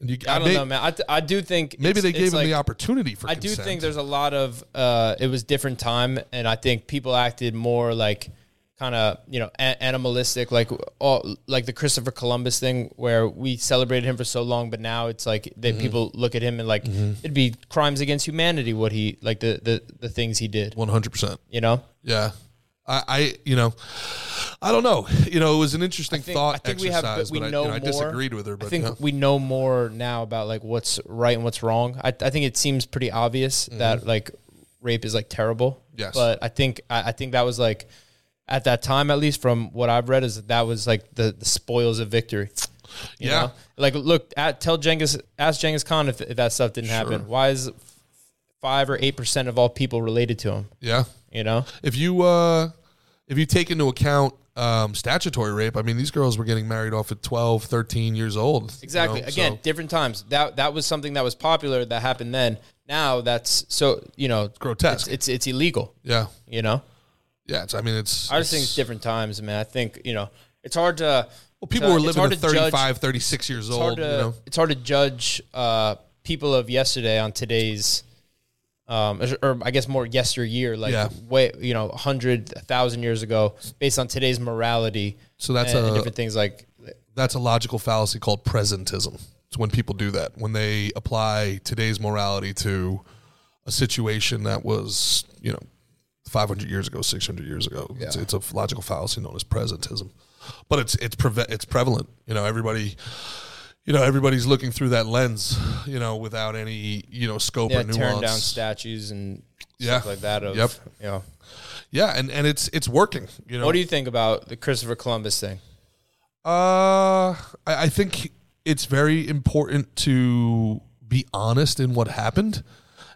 [SPEAKER 4] and you,
[SPEAKER 3] I don't
[SPEAKER 4] may-
[SPEAKER 3] know, man. I, th- I do think
[SPEAKER 4] Maybe
[SPEAKER 3] it's-
[SPEAKER 4] they
[SPEAKER 3] it's
[SPEAKER 4] gave him the
[SPEAKER 3] like-
[SPEAKER 4] opportunity for.
[SPEAKER 3] I do think there's a lot of uh, it was different time, and I think people acted more like kind of you know a- animalistic, like all, like the Christopher Columbus thing, where we celebrated him for so long, but now it's like that people look at him and like it'd be crimes against humanity what he like the the, the things he did,
[SPEAKER 4] One hundred percent.
[SPEAKER 3] you know.
[SPEAKER 4] Yeah. I, I, you know, I don't know. You know, it was an interesting
[SPEAKER 3] think-
[SPEAKER 4] thought
[SPEAKER 3] I think
[SPEAKER 4] exercise,
[SPEAKER 3] we have, but we
[SPEAKER 4] but I,
[SPEAKER 3] know
[SPEAKER 4] you know, I
[SPEAKER 3] more.
[SPEAKER 4] disagreed with her. But
[SPEAKER 3] I think
[SPEAKER 4] yeah.
[SPEAKER 3] we know more now about like what's right and what's wrong. I, I think it seems pretty obvious that like rape is like terrible.
[SPEAKER 4] Mm-hmm. Yes.
[SPEAKER 3] but I think I, I think that was like at that time, at least from what I've read, is that, that was like the, the spoils of victory. you
[SPEAKER 4] Yeah.
[SPEAKER 3] know? like look at tell Genghis ask Genghis Khan if, if that stuff didn't happen. Why is five or eight percent of all people related to him?
[SPEAKER 4] yeah.
[SPEAKER 3] You know,
[SPEAKER 4] If you, uh, if you take into account um, statutory rape, I mean, these girls were getting married off at 12, 13 years old. you
[SPEAKER 3] Exactly.
[SPEAKER 4] know,
[SPEAKER 3] Again,
[SPEAKER 4] so
[SPEAKER 3] different times. That that was something that was popular that happened then. Now that's so you know
[SPEAKER 4] grotesque.
[SPEAKER 3] It's it's, it's illegal.
[SPEAKER 4] yeah.
[SPEAKER 3] You know,
[SPEAKER 4] Yeah. It's, I mean, it's.
[SPEAKER 3] I just think
[SPEAKER 4] it's-
[SPEAKER 3] it's different times, man. I think you know it's hard to.
[SPEAKER 4] Well, people
[SPEAKER 3] to-
[SPEAKER 4] were
[SPEAKER 3] it's
[SPEAKER 4] living
[SPEAKER 3] hard
[SPEAKER 4] to
[SPEAKER 3] judge-
[SPEAKER 4] 35, 36 years
[SPEAKER 3] It's
[SPEAKER 4] old.
[SPEAKER 3] hard to
[SPEAKER 4] you know?
[SPEAKER 3] it's hard to judge uh, people of yesterday on today's. Um, or I guess more yesteryear, like
[SPEAKER 4] Yeah.
[SPEAKER 3] way you know, hundred thousand years ago, based on today's morality.
[SPEAKER 4] So that's
[SPEAKER 3] and, and
[SPEAKER 4] a-
[SPEAKER 3] different things like
[SPEAKER 4] that's a logical fallacy called presentism. It's when people do that, when they apply today's morality to a situation that was, you know, 500 years ago, 600 years ago. It's, it's a logical fallacy known as presentism. But it's it's preve- it's prevalent. You know, everybody you know, everybody's looking through that lens, you know, without any, you know, scope
[SPEAKER 3] yeah,
[SPEAKER 4] or nuance.
[SPEAKER 3] tearing down statues and stuff
[SPEAKER 4] Yeah.
[SPEAKER 3] like that. Of
[SPEAKER 4] Yep.
[SPEAKER 3] you know,
[SPEAKER 4] Yeah, and and it's it's working, you know.
[SPEAKER 3] What do you think about the Christopher Columbus thing?
[SPEAKER 4] Uh, I, I think it's very important to be honest in what happened.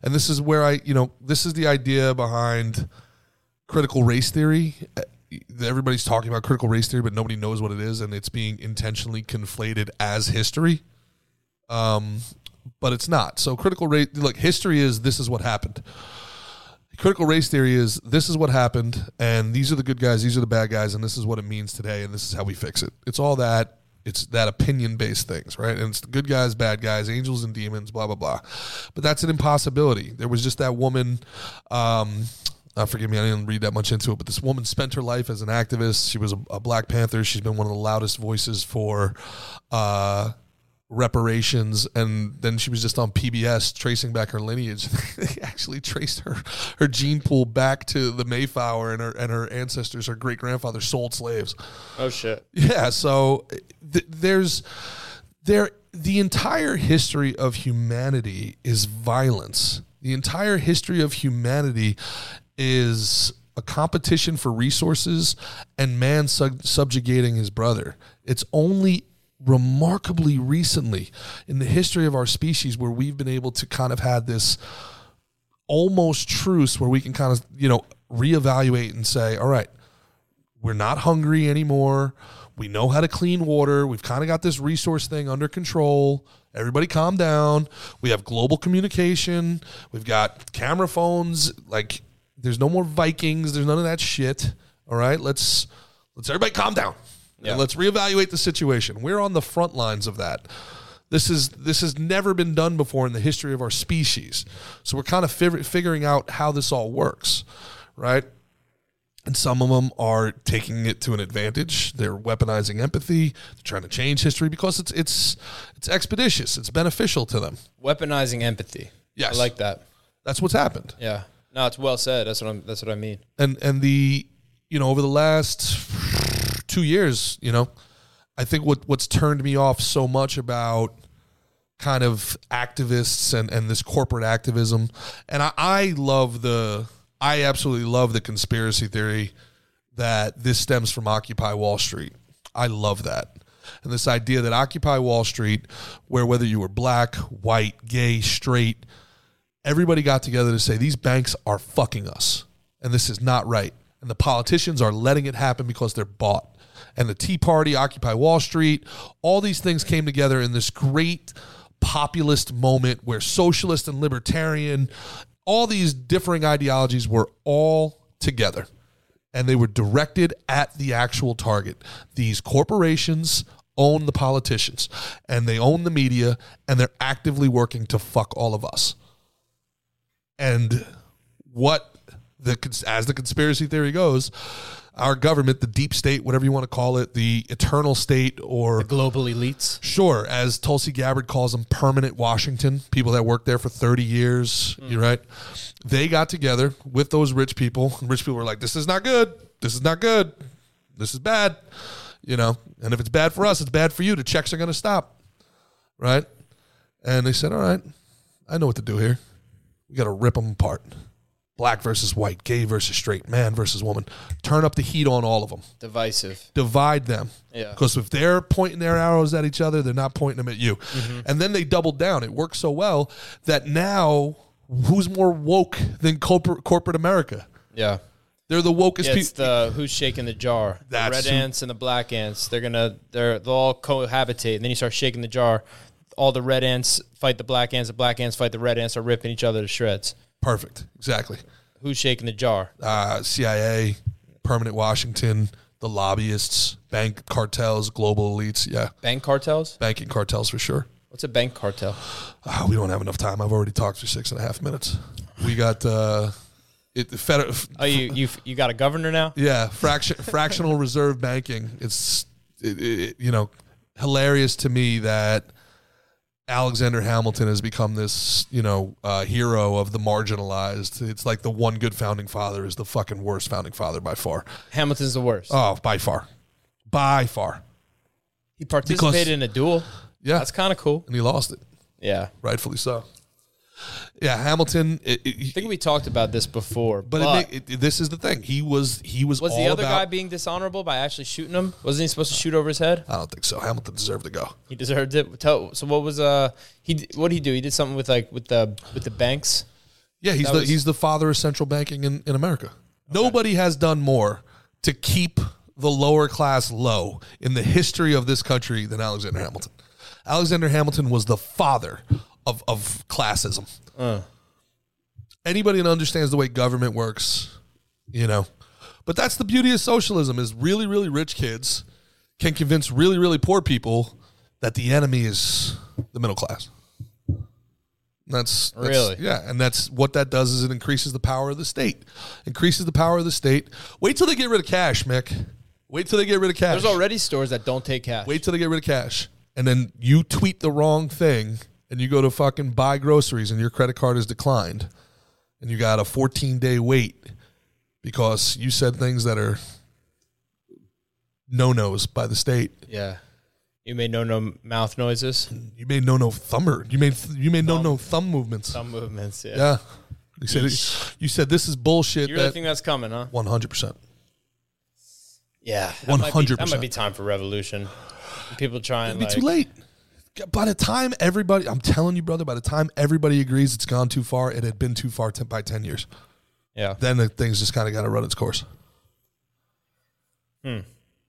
[SPEAKER 4] And this is where I, you know, this is the idea behind critical race theory. Uh, Everybody's talking about critical race theory, but nobody knows what it is, and it's being intentionally conflated as history. Um, but it's not. So critical race, look, history is this is what happened critical race theory is this is what happened and these are the good guys these are the bad guys and this is what it means today and this is how we fix it it's all that it's that opinion based things right and it's the good guys bad guys angels and demons blah blah blah but that's an impossibility there was just that woman um uh, forgive me, I didn't read that much into it, but this woman spent her life as an activist. She was a, a Black Panther. She's been one of the loudest voices for uh, reparations and then she was just on PBS tracing back her lineage. they actually traced her her gene pool back to the Mayflower and her and her ancestors, her great grandfather sold slaves.
[SPEAKER 3] Oh shit!
[SPEAKER 4] Yeah, so th- there's there the entire history of humanity is violence. The entire history of humanity is a competition for resources and man sub- subjugating his brother. It's only remarkably recently in the history of our species where we've been able to kind of had this almost truce where we can kind of, you know, reevaluate and say, all right, we're not hungry anymore. We know how to clean water. We've kind of got this resource thing under control. Everybody calm down. We have global communication. We've got camera phones. Like there's no more Vikings. There's none of that shit. All right, let's let's everybody calm down.
[SPEAKER 3] Yeah.
[SPEAKER 4] And let's reevaluate the situation. We're on the front lines of that. This is this has never been done before in the history of our species. So we're kind of fig- figuring out how this all works, right? And some of them are taking it to an advantage. They're weaponizing empathy. They're trying to change history because it's it's it's expeditious. It's beneficial to them.
[SPEAKER 3] Weaponizing empathy.
[SPEAKER 4] Yes.
[SPEAKER 3] I like that.
[SPEAKER 4] That's what's happened.
[SPEAKER 3] Yeah. No, it's well said. That's what I'm. That's what I mean.
[SPEAKER 4] And and the you know over the last two years, you know, I think what what's turned me off so much about kind of activists and and this corporate activism, and I, I love the I absolutely love the conspiracy theory that this stems from Occupy Wall Street. I love that. And this idea that Occupy Wall Street, where whether you were black, white, gay, straight, everybody got together to say these banks are fucking us and this is not right. And the politicians are letting it happen because they're bought. And the Tea Party, Occupy Wall Street, all these things came together in this great populist moment where socialist and libertarian, all these differing ideologies were all together and they were directed at the actual target. These corporations own the politicians and they own the media and they're actively working to fuck all of us. And what the cons- as the conspiracy theory goes, our government, the deep state, whatever you want to call it, the eternal state, or
[SPEAKER 3] Global elites.
[SPEAKER 4] Sure, as Tulsi Gabbard calls them, permanent Washington, people that worked there for 30 years, you're right. They got together with those rich people. And rich people were like, this is not good. This is not good. This is bad. You know, and if it's bad for us, it's bad for you. The checks are going to stop. Right? And they said, all right, I know what to do here. We got to rip them apart. Black versus white, gay versus straight, man versus woman. Turn up the heat on all of them
[SPEAKER 3] Divisive.
[SPEAKER 4] divide them.
[SPEAKER 3] Yeah.
[SPEAKER 4] Because if they're pointing their arrows at each other, they're not pointing them at you.
[SPEAKER 3] Mm-hmm.
[SPEAKER 4] And then they doubled down. It worked so well that now who's more woke than corporate, corporate America?
[SPEAKER 3] Yeah.
[SPEAKER 4] They're the wokest
[SPEAKER 3] Yeah, it's
[SPEAKER 4] people.
[SPEAKER 3] the who's shaking the jar. The
[SPEAKER 4] That's
[SPEAKER 3] red
[SPEAKER 4] who-
[SPEAKER 3] ants and the black ants. They're gonna they're they'll all cohabitate, and then you start shaking the jar. All the red ants fight the black ants. The black ants fight the red ants. Are ripping each other to shreds.
[SPEAKER 4] Perfect. Exactly.
[SPEAKER 3] Who's shaking the jar?
[SPEAKER 4] Uh, CIA, permanent Washington, the lobbyists, bank cartels, global elites. Yeah.
[SPEAKER 3] Bank cartels.
[SPEAKER 4] Banking cartels for sure.
[SPEAKER 3] What's a bank cartel?
[SPEAKER 4] Ah, we don't have enough time. I've already talked for six and a half minutes. We got uh, it, the federal.
[SPEAKER 3] Oh, you you you got a governor now?
[SPEAKER 4] Yeah, fraction, fractional reserve banking. It's it, it, you know hilarious to me that Alexander Hamilton has become this you know uh, hero of the marginalized. It's like the one good founding father is the fucking worst founding father by far.
[SPEAKER 3] Hamilton's the worst.
[SPEAKER 4] Oh, by far, by far.
[SPEAKER 3] he participated in a duel.
[SPEAKER 4] Yeah,
[SPEAKER 3] That's kind of cool.
[SPEAKER 4] and he lost it,
[SPEAKER 3] Yeah.
[SPEAKER 4] rightfully so. Yeah, Hamilton. It, it-
[SPEAKER 3] I think we talked about this before,
[SPEAKER 4] but it make- it, this is the thing. He was he was
[SPEAKER 3] was
[SPEAKER 4] all
[SPEAKER 3] the other
[SPEAKER 4] about-
[SPEAKER 3] guy being dishonorable by actually shooting him? Wasn't he supposed to shoot over his head?
[SPEAKER 4] I don't think so. Hamilton deserved to go.
[SPEAKER 3] He deserved it. Tell, so what was uh he? d- What did he do? He did something with like with the with the banks.
[SPEAKER 4] Yeah, he's
[SPEAKER 3] That
[SPEAKER 4] the
[SPEAKER 3] was-
[SPEAKER 4] he's the father of central banking in, in America. Nobody has done more to keep the lower class low in the history of this country than Alexander Hamilton. Alexander Hamilton was the father of, of classism.
[SPEAKER 3] Uh.
[SPEAKER 4] Anybody that understands the way government works, you know. But that's the beauty of socialism is really, really rich kids can convince really, really poor people that the enemy is the middle class. That's, that's
[SPEAKER 3] Really?
[SPEAKER 4] yeah, and that's what that does is it increases the power of the state, increases the power of the state. Wait till they get rid of cash, Mick. Wait till they get rid of cash.
[SPEAKER 3] There's already stores that don't take cash.
[SPEAKER 4] Wait till they get rid of cash, and then you tweet the wrong thing, and you go to fucking buy groceries, and your credit card is declined, and you got a 14 day wait because you said things that are no nos by the state.
[SPEAKER 3] Yeah. You made no no mouth noises,
[SPEAKER 4] You made no no thumber. You made you made no no thumb movements.
[SPEAKER 3] thumb movements. Yeah.
[SPEAKER 4] Yeah. You said, you said this is bullshit.
[SPEAKER 3] You really
[SPEAKER 4] that-
[SPEAKER 3] think that's coming, huh?
[SPEAKER 4] 100%.
[SPEAKER 3] Yeah. That might be-
[SPEAKER 4] 100%.
[SPEAKER 3] That might be time for revolution. People trying.
[SPEAKER 4] It'd be
[SPEAKER 3] like,
[SPEAKER 4] too late. By the time everybody, I'm telling you, brother, by the time everybody agrees it's gone too far, it had been too far 10, by 10 years.
[SPEAKER 3] Yeah.
[SPEAKER 4] Then the things just kind of got to run its course. Hmm.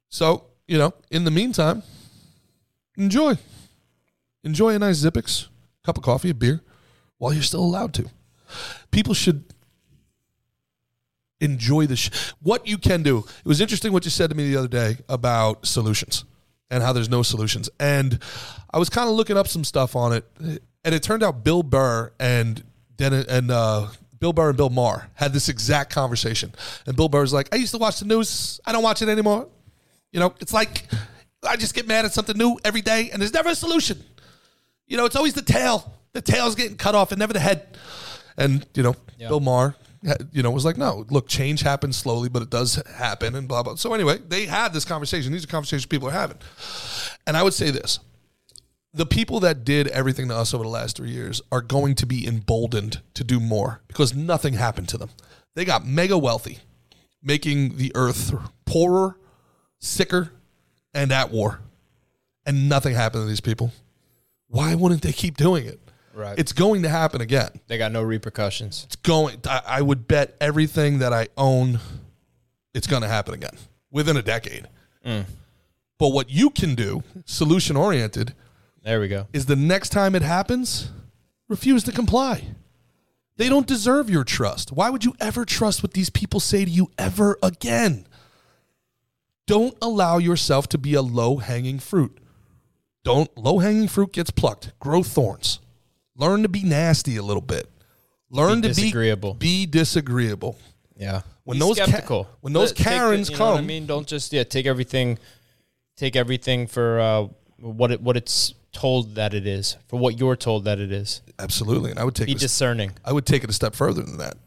[SPEAKER 4] So, you know, in the meantime, enjoy. Enjoy a nice Zippix, cup of coffee, a beer, while you're still allowed to. People should enjoy the sh- what you can do. It was interesting what you said to me the other day about solutions and how there's no solutions. And I was kind of looking up some stuff on it, and it turned out Bill Burr and Dennis and uh, Bill Burr and Bill Maher had this exact conversation. And Bill Burr's like, "I used to watch the news. I don't watch it anymore. You know, it's like I just get mad at something new every day, and there's never a solution. You know, it's always the tail. The tail's getting cut off, and never the head." And you know, Bill Maher, had- you know, was like, "No, look, change happens slowly, but it does happen," and blah blah. So anyway, they had this conversation. These are conversations people are having, and I would say this: the people that did everything to us over the last three years are going to be emboldened to do more because nothing happened to them. They got mega wealthy, making the earth poorer, sicker, and at war, and nothing happened to these people. Why wouldn't they keep doing it?
[SPEAKER 3] Right.
[SPEAKER 4] It's going to happen again
[SPEAKER 3] They got no repercussions.
[SPEAKER 4] it's going. I, I would bet everything that I own, it's going to happen again within a decade. But what you can do, solution oriented,
[SPEAKER 3] There we go.
[SPEAKER 4] is the next time it happens, refuse to comply. They don't deserve your trust. Why would you ever trust what these people say to you ever again? Don't allow yourself to be a low hanging fruit. Don't low hanging fruit gets plucked. Grow thorns. Learn to be nasty a little bit. Learn
[SPEAKER 3] Be
[SPEAKER 4] to
[SPEAKER 3] disagreeable.
[SPEAKER 4] Be, be disagreeable.
[SPEAKER 3] Yeah.
[SPEAKER 4] When
[SPEAKER 3] Be
[SPEAKER 4] those ca-
[SPEAKER 3] skeptical.
[SPEAKER 4] when those
[SPEAKER 3] Take the-
[SPEAKER 4] Karens
[SPEAKER 3] you know what
[SPEAKER 4] come-
[SPEAKER 3] I mean, don't just yeah take everything, take everything for uh, what it what it's told that it is for what you're told that it is.
[SPEAKER 4] Absolutely, and I would take
[SPEAKER 3] Be
[SPEAKER 4] this,
[SPEAKER 3] discerning.
[SPEAKER 4] I would take it a step further than that.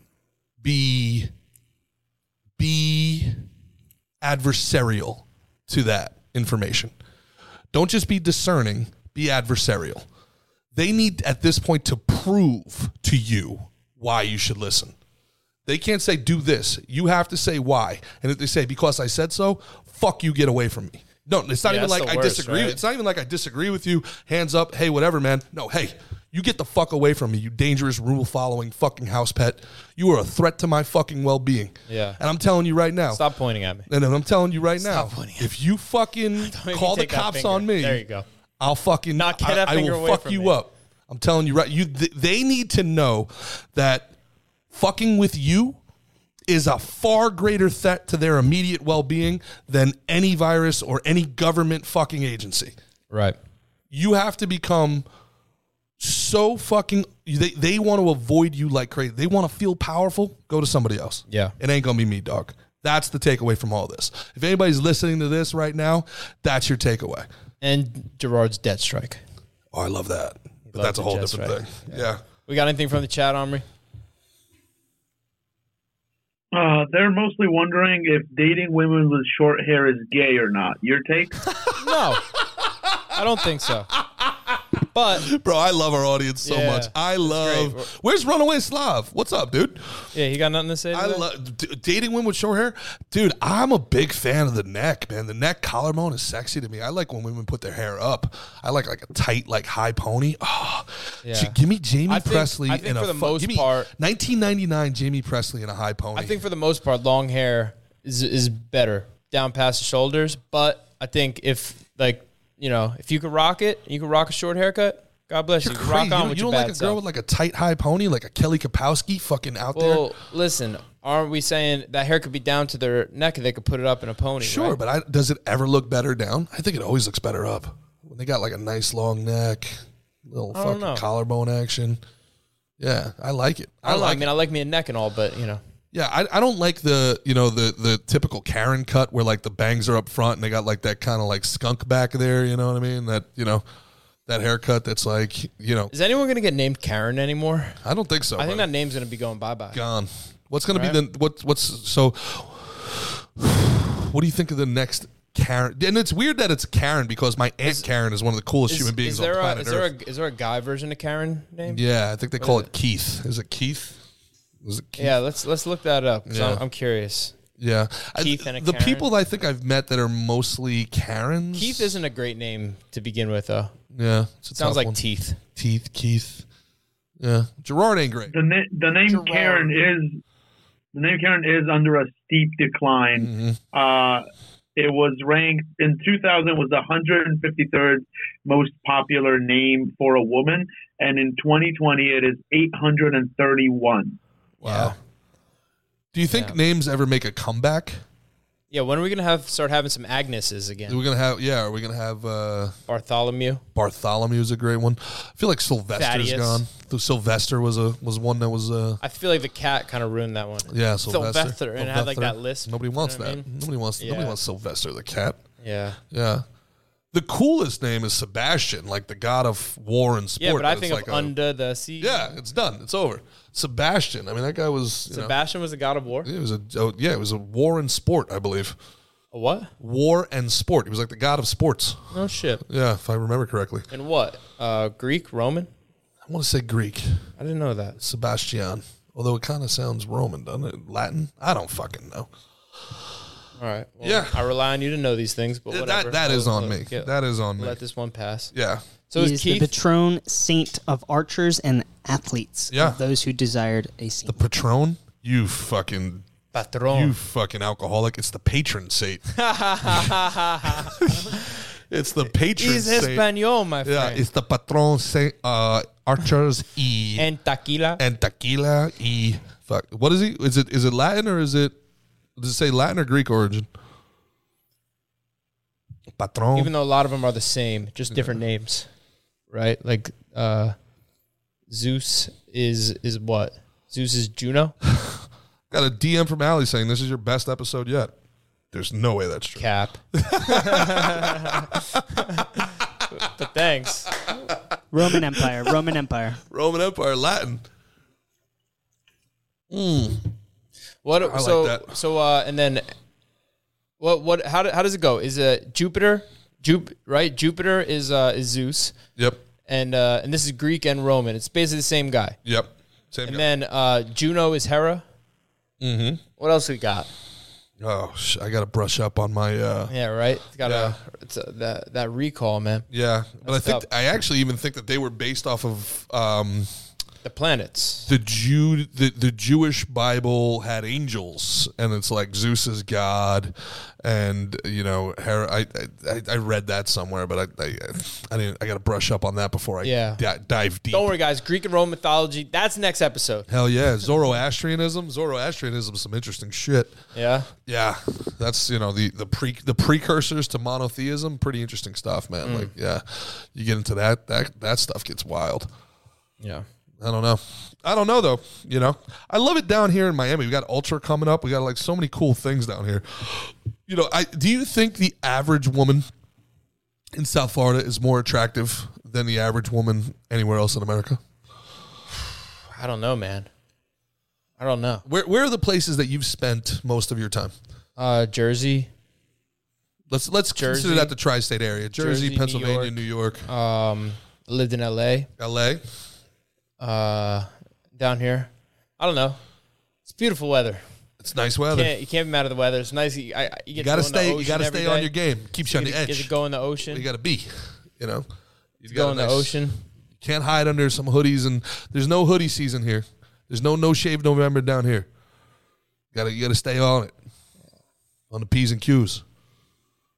[SPEAKER 4] Be be adversarial to that information. Don't just be discerning, be adversarial. They need at this point to prove to you why you should listen. They can't say do this. You have to say why. And if they say because I said so, fuck you get away from me. No, it's not
[SPEAKER 3] Yeah,
[SPEAKER 4] even
[SPEAKER 3] that's
[SPEAKER 4] like
[SPEAKER 3] the
[SPEAKER 4] I
[SPEAKER 3] worst,
[SPEAKER 4] disagree.
[SPEAKER 3] right?
[SPEAKER 4] It's not even like I disagree with you. Hands up. Hey, whatever, man. No, hey, you get the fuck away from me. You dangerous rule following fucking house pet. You are a threat to my fucking well being.
[SPEAKER 3] Yeah.
[SPEAKER 4] And I'm telling you right now.
[SPEAKER 3] Stop pointing at me.
[SPEAKER 4] And I'm telling you right
[SPEAKER 3] Stop
[SPEAKER 4] now,
[SPEAKER 3] pointing at
[SPEAKER 4] if you fucking
[SPEAKER 3] make me
[SPEAKER 4] call the
[SPEAKER 3] take that
[SPEAKER 4] cops
[SPEAKER 3] finger.
[SPEAKER 4] on me,
[SPEAKER 3] There you go.
[SPEAKER 4] I'll fucking
[SPEAKER 3] Knock- get
[SPEAKER 4] I,
[SPEAKER 3] that
[SPEAKER 4] I
[SPEAKER 3] finger
[SPEAKER 4] will
[SPEAKER 3] away
[SPEAKER 4] fuck
[SPEAKER 3] from
[SPEAKER 4] you
[SPEAKER 3] me.
[SPEAKER 4] up. I'm telling you right. You th- they need to know that fucking with you is a far greater threat to their immediate well-being than any virus or any government fucking agency
[SPEAKER 3] Right.
[SPEAKER 4] you have to become so fucking they, they want to avoid you like crazy they want to feel powerful go to somebody else
[SPEAKER 3] Yeah.
[SPEAKER 4] it ain't gonna be me dog that's the takeaway from all this if anybody's listening to this right now that's your takeaway
[SPEAKER 3] And Gerard's debt strike.
[SPEAKER 4] oh i love that but
[SPEAKER 3] Love
[SPEAKER 4] that's a
[SPEAKER 3] the
[SPEAKER 4] whole
[SPEAKER 3] Jets,
[SPEAKER 4] different
[SPEAKER 3] right?
[SPEAKER 4] thing yeah.
[SPEAKER 3] We got anything from the chat, Omri?
[SPEAKER 5] Uh, they're mostly wondering if dating women with short hair is gay or not. Your take?
[SPEAKER 3] No, I don't think so. But
[SPEAKER 4] bro i love our audience so
[SPEAKER 3] Yeah.
[SPEAKER 4] much i
[SPEAKER 3] great.
[SPEAKER 4] love where's runaway slav what's up dude
[SPEAKER 3] yeah, you got nothing to say. To
[SPEAKER 4] I
[SPEAKER 3] that?
[SPEAKER 4] love d- dating women with short hair, dude. I'm a big fan of the neck, man. The neck collarbone is sexy to me. I like when women put their hair up. I like like a tight, like high pony. Oh,
[SPEAKER 3] Yeah.
[SPEAKER 4] gee, give me Jamie
[SPEAKER 3] I think-
[SPEAKER 4] Presley
[SPEAKER 3] I think
[SPEAKER 4] in a
[SPEAKER 3] for the
[SPEAKER 4] fu-
[SPEAKER 3] most
[SPEAKER 4] give me
[SPEAKER 3] part-
[SPEAKER 4] 1999 Jamie Presley in a high pony.
[SPEAKER 3] I think for the most part, long hair is is better down past the shoulders. But I think if like you know, if you could rock it, you could rock a short haircut. God bless you.
[SPEAKER 4] You're
[SPEAKER 3] You can
[SPEAKER 4] crazy.
[SPEAKER 3] Rock on
[SPEAKER 4] You don't-
[SPEAKER 3] with
[SPEAKER 4] you
[SPEAKER 3] your
[SPEAKER 4] don't like
[SPEAKER 3] bad
[SPEAKER 4] a girl
[SPEAKER 3] self.
[SPEAKER 4] with like a tight high pony, like a Kelly Kapowski, fucking out there.
[SPEAKER 3] well, listen, aren't we saying that hair could be down to their neck and they could put it up in a pony?
[SPEAKER 4] Sure,
[SPEAKER 3] right?
[SPEAKER 4] but I, does it ever look better down? I think it always looks better up when they got like a nice long neck, little
[SPEAKER 3] I don't
[SPEAKER 4] fucking
[SPEAKER 3] know.
[SPEAKER 4] collarbone action. Yeah, I like it.
[SPEAKER 3] I,
[SPEAKER 4] I,
[SPEAKER 3] don't know. I
[SPEAKER 4] like. it.
[SPEAKER 3] mean, I like me a neck and all, but you know,
[SPEAKER 4] Yeah, I, I don't like the you know the the typical Karen cut where like the bangs are up front and they got like that kind of like skunk back there. You know what I mean? That you know that haircut that's like you know
[SPEAKER 3] is anyone going to get named Karen anymore?
[SPEAKER 4] I don't think so.
[SPEAKER 3] I think
[SPEAKER 4] buddy.
[SPEAKER 3] that name's going to be going bye bye.
[SPEAKER 4] gone. What's gonna be
[SPEAKER 3] Right.
[SPEAKER 4] the what what's so? What do you think of the next? Karen, and it's weird that it's Karen because my aunt Karen is one of the coolest
[SPEAKER 3] Is,
[SPEAKER 4] human beings
[SPEAKER 3] is there
[SPEAKER 4] on
[SPEAKER 3] a
[SPEAKER 4] planet
[SPEAKER 3] is there
[SPEAKER 4] Earth.
[SPEAKER 3] a is there a guy version of Karen name?
[SPEAKER 4] yeah, I think they call it Keith. Is it Keith? Is it Keith?
[SPEAKER 3] Yeah, let's let's look that up. 'cause
[SPEAKER 4] Yeah.
[SPEAKER 3] I'm, I'm curious.
[SPEAKER 4] yeah. I-
[SPEAKER 3] Keith and a
[SPEAKER 4] the
[SPEAKER 3] Karen.
[SPEAKER 4] people I think I've met that are mostly Karens.
[SPEAKER 3] Keith isn't a great name to begin with, though.
[SPEAKER 4] Yeah, it's a
[SPEAKER 3] Sounds
[SPEAKER 4] tough
[SPEAKER 3] like
[SPEAKER 4] one.
[SPEAKER 3] teeth.
[SPEAKER 4] Teeth, Keith. Yeah, Gerard ain't great.
[SPEAKER 5] The, na- the name
[SPEAKER 3] Gerard.
[SPEAKER 5] Karen is the name Karen is under a steep decline. Uh, it was ranked in 2000 was the 153rd most popular name for a woman, and in 2020 it is 831.
[SPEAKER 4] Wow. Do you think names ever make a comeback?
[SPEAKER 3] Yeah, when are we gonna have start having some Agneses
[SPEAKER 4] Are
[SPEAKER 3] again?
[SPEAKER 4] we gonna have? Yeah, are we gonna have? uh
[SPEAKER 3] Bartholomew.
[SPEAKER 4] Bartholomew's a great one. I feel like Sylvester's
[SPEAKER 3] Thaddeus.
[SPEAKER 4] gone. The Sylvester was a was one that was uh
[SPEAKER 3] I feel like the cat kind of ruined that one.
[SPEAKER 4] yeah Sylvester.
[SPEAKER 3] Sylvester, and it had, like,
[SPEAKER 4] Sylvester.
[SPEAKER 3] that lisp,
[SPEAKER 4] Nobody
[SPEAKER 3] you know
[SPEAKER 4] wants
[SPEAKER 3] what I
[SPEAKER 4] that.
[SPEAKER 3] mean?
[SPEAKER 4] Nobody wants. Nobody
[SPEAKER 3] Yeah.
[SPEAKER 4] wants Sylvester the cat.
[SPEAKER 3] Yeah.
[SPEAKER 4] Yeah. The coolest name is Sebastian, like the god of war and sport.
[SPEAKER 3] Yeah, but I
[SPEAKER 4] it's
[SPEAKER 3] think of
[SPEAKER 4] like a-
[SPEAKER 3] Under the Sea.
[SPEAKER 4] yeah, it's done. It's over. Sebastian. I mean, that guy was. You know,
[SPEAKER 3] Sebastian was the god of war.
[SPEAKER 4] It was a oh, yeah. It was a war and sport, I believe.
[SPEAKER 3] A what?
[SPEAKER 4] War and sport. He was like the god of sports.
[SPEAKER 3] No shit.
[SPEAKER 4] Yeah, if I remember correctly.
[SPEAKER 3] And what? Uh, Greek, Roman?
[SPEAKER 4] I want to say Greek,
[SPEAKER 3] I didn't know that.
[SPEAKER 4] Sebastian. Although it kind of sounds Roman, doesn't it? Latin? I don't fucking know.
[SPEAKER 3] All right. Well,
[SPEAKER 4] Yeah.
[SPEAKER 3] I rely on you to know these things, but
[SPEAKER 4] Th-
[SPEAKER 3] whatever.
[SPEAKER 4] That that is
[SPEAKER 3] I'll-
[SPEAKER 4] on
[SPEAKER 3] I'll
[SPEAKER 4] me.
[SPEAKER 3] get-
[SPEAKER 4] That is on me.
[SPEAKER 3] Let this one pass.
[SPEAKER 4] Yeah.
[SPEAKER 3] So
[SPEAKER 1] he
[SPEAKER 3] is
[SPEAKER 1] is
[SPEAKER 3] Keith?
[SPEAKER 1] the patron saint of archers and athletes,
[SPEAKER 4] Yeah.
[SPEAKER 1] of those who desired a
[SPEAKER 4] The
[SPEAKER 1] saint.
[SPEAKER 4] patron. You fucking.
[SPEAKER 3] Patron.
[SPEAKER 4] You fucking alcoholic! It's the patron saint. it's the patron
[SPEAKER 3] He's
[SPEAKER 4] saint.
[SPEAKER 3] Espanol, my
[SPEAKER 4] Yeah,
[SPEAKER 3] friend.
[SPEAKER 4] it's the patron saint. Uh, archers e
[SPEAKER 3] and tequila.
[SPEAKER 4] and tequila e fuck what is he is it is it latin or is it does it say latin or greek origin patron
[SPEAKER 3] even though a lot of them are the same, just different names, right? Like uh, Zeus is is what? Zeus is Juno.
[SPEAKER 4] Got a DM from Allie saying this is your best episode yet. There's no way that's true.
[SPEAKER 3] Cap. but thanks.
[SPEAKER 1] Roman Empire, Roman Empire.
[SPEAKER 4] Roman Empire Latin.
[SPEAKER 3] What?
[SPEAKER 4] like
[SPEAKER 3] so
[SPEAKER 4] that.
[SPEAKER 3] so uh, and then what? What? How, do, how does it go? Is it Jupiter? Jup, right? Jupiter is uh, is Zeus,
[SPEAKER 4] Yep.
[SPEAKER 3] and uh, and this is Greek and Roman. It's basically the same guy.
[SPEAKER 4] Yep. Same
[SPEAKER 3] And
[SPEAKER 4] guy.
[SPEAKER 3] then uh, Juno is Hera. Mm-hmm. What else we got?
[SPEAKER 4] oh, sh- I got to brush up on my. Uh, yeah.
[SPEAKER 3] Yeah, right. It's got a it's a, that that recall, man.
[SPEAKER 4] But I think
[SPEAKER 3] tough.
[SPEAKER 4] I actually even think that they were based off of um,
[SPEAKER 3] The planets.
[SPEAKER 4] the Jew. The, the Jewish Bible had angels, and it's like Zeus is God, and you know, Hera. I I, I read that somewhere, but I I, I didn't. I got to brush up on that before I
[SPEAKER 3] Yeah.
[SPEAKER 4] di- dive deep.
[SPEAKER 3] Don't worry, guys. Greek and Roman mythology. That's next episode.
[SPEAKER 4] Hell yeah, Zoroastrianism. Zoroastrianism is some interesting shit.
[SPEAKER 3] Yeah.
[SPEAKER 4] Yeah, that's you know the the pre the precursors to monotheism. Pretty interesting stuff, man. Like yeah, you get into that that that stuff gets wild.
[SPEAKER 3] Yeah.
[SPEAKER 4] I don't know. I don't know though. You know, I love it down here in Miami. We got Ultra coming up. We got like so many cool things down here. You know, I do you think the average woman in South Florida is more attractive than the average woman anywhere else in America?
[SPEAKER 3] I don't know, man. I don't know.
[SPEAKER 4] Where where are the places that you've spent most of your time?
[SPEAKER 3] Uh, Jersey.
[SPEAKER 4] Let's let's
[SPEAKER 3] Jersey.
[SPEAKER 4] consider that the tri-state area: Jersey,
[SPEAKER 3] Jersey, New
[SPEAKER 4] Pennsylvania,
[SPEAKER 3] York.
[SPEAKER 4] New York,
[SPEAKER 3] Um, lived in L.A.
[SPEAKER 4] L.A.
[SPEAKER 3] Uh, down here. I don't know. It's beautiful weather.
[SPEAKER 4] It's nice weather.
[SPEAKER 3] Can't, you can't be mad at the weather. It's nice. You, I, I- you, get
[SPEAKER 4] you gotta
[SPEAKER 3] to go in the
[SPEAKER 4] stay. You
[SPEAKER 3] ocean
[SPEAKER 4] gotta
[SPEAKER 3] every
[SPEAKER 4] stay on
[SPEAKER 3] day.
[SPEAKER 4] your game. Keeps you
[SPEAKER 3] You get,
[SPEAKER 4] on the
[SPEAKER 3] to- get to
[SPEAKER 4] edge.
[SPEAKER 3] go in the ocean.
[SPEAKER 4] You gotta be. You know. You
[SPEAKER 3] go in the ocean.
[SPEAKER 4] Can't hide under some hoodies and there's no hoodie season here. There's no no shave November down here. You gotta you gotta stay on it. On the P's and Q's.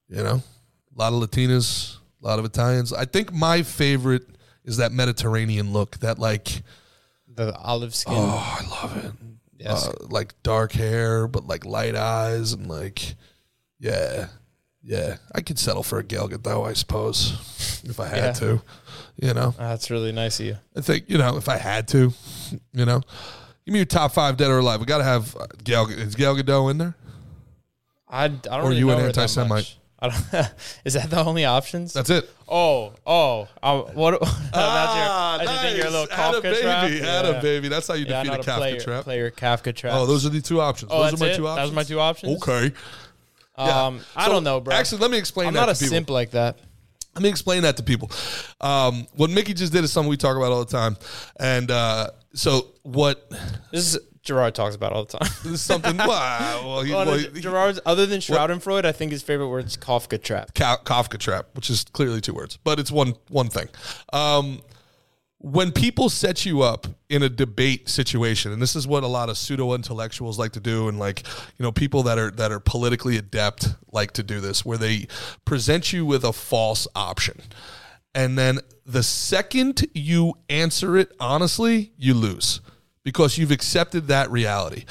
[SPEAKER 4] You know, a lot of Latinas, a lot of Italians. I think my favorite is that Mediterranean look. That like
[SPEAKER 3] The olive skin.
[SPEAKER 4] oh, I love it.
[SPEAKER 3] Yes.
[SPEAKER 4] Uh, like dark hair, but like light eyes and like, yeah, yeah. I could settle for a Gelgat though, I suppose, if I had
[SPEAKER 3] Yeah.
[SPEAKER 4] to. You know,
[SPEAKER 3] Ah, that's really nice of you.
[SPEAKER 4] I think you know if I had to. You know, give me your top five dead or alive. We got to have uh, Gelgat. Is Gal Gadot in there?
[SPEAKER 3] I, I don't.
[SPEAKER 4] Or
[SPEAKER 3] really
[SPEAKER 4] you
[SPEAKER 3] know
[SPEAKER 4] an
[SPEAKER 3] her that
[SPEAKER 4] anti-Semite.
[SPEAKER 3] much. I don't, is that the only options?
[SPEAKER 4] That's it.
[SPEAKER 3] oh, oh, uh, what? that's your, that's your thing, your little
[SPEAKER 4] Ah, Had a
[SPEAKER 3] Kafka
[SPEAKER 4] baby.
[SPEAKER 3] trap.
[SPEAKER 4] Had
[SPEAKER 3] Yeah.
[SPEAKER 4] a baby. That's how you
[SPEAKER 3] Yeah,
[SPEAKER 4] defeat
[SPEAKER 3] not
[SPEAKER 4] a Kafka
[SPEAKER 3] player,
[SPEAKER 4] trap.
[SPEAKER 3] player Kafka trap.
[SPEAKER 4] Oh, those are the two options.
[SPEAKER 3] Oh,
[SPEAKER 4] those
[SPEAKER 3] that's
[SPEAKER 4] are my
[SPEAKER 3] it?
[SPEAKER 4] two
[SPEAKER 3] That was
[SPEAKER 4] options.
[SPEAKER 3] my two options?
[SPEAKER 4] Okay. Yeah.
[SPEAKER 3] Um, I
[SPEAKER 4] So,
[SPEAKER 3] don't know, bro.
[SPEAKER 4] Actually, let me explain.
[SPEAKER 3] I'm
[SPEAKER 4] that
[SPEAKER 3] not
[SPEAKER 4] to
[SPEAKER 3] a
[SPEAKER 4] people.
[SPEAKER 3] simp like that.
[SPEAKER 4] Let me explain that to people. Um, what Mickey just did is something we talk about all the time, and uh, so what?
[SPEAKER 3] This is Gerard talks about all the time.
[SPEAKER 4] This is something. wow, well, he,
[SPEAKER 3] Well,
[SPEAKER 4] well,
[SPEAKER 3] no,
[SPEAKER 4] he-
[SPEAKER 3] Gerard's other than Schadenfreude, I think his favorite word is Kafka trap.
[SPEAKER 4] Ka- Kafka trap, which is clearly two words, but it's one one thing. Um, when people set you up in a debate situation, and this is what a lot of pseudo intellectuals like to do, and like you know people that are that are politically adept like to do this, where they present you with a false option, and then the second you answer it honestly, you lose because you've accepted that reality.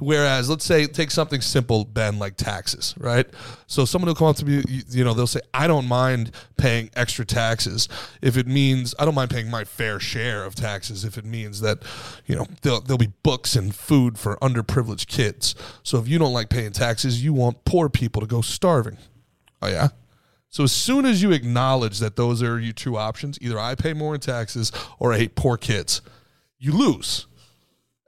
[SPEAKER 4] Whereas, let's say, take something simple, Ben, like taxes, right? So, someone will come up to me, you, you know, they'll say, I don't mind paying extra taxes if it means, I don't mind paying my fair share of taxes if it means that, you know, there'll, there'll be books and food for underprivileged kids. So, if you don't like paying taxes, you want poor people to go starving. Oh, yeah? So as soon as you acknowledge that those are your two options, either I pay more in taxes or I hate poor kids, you lose.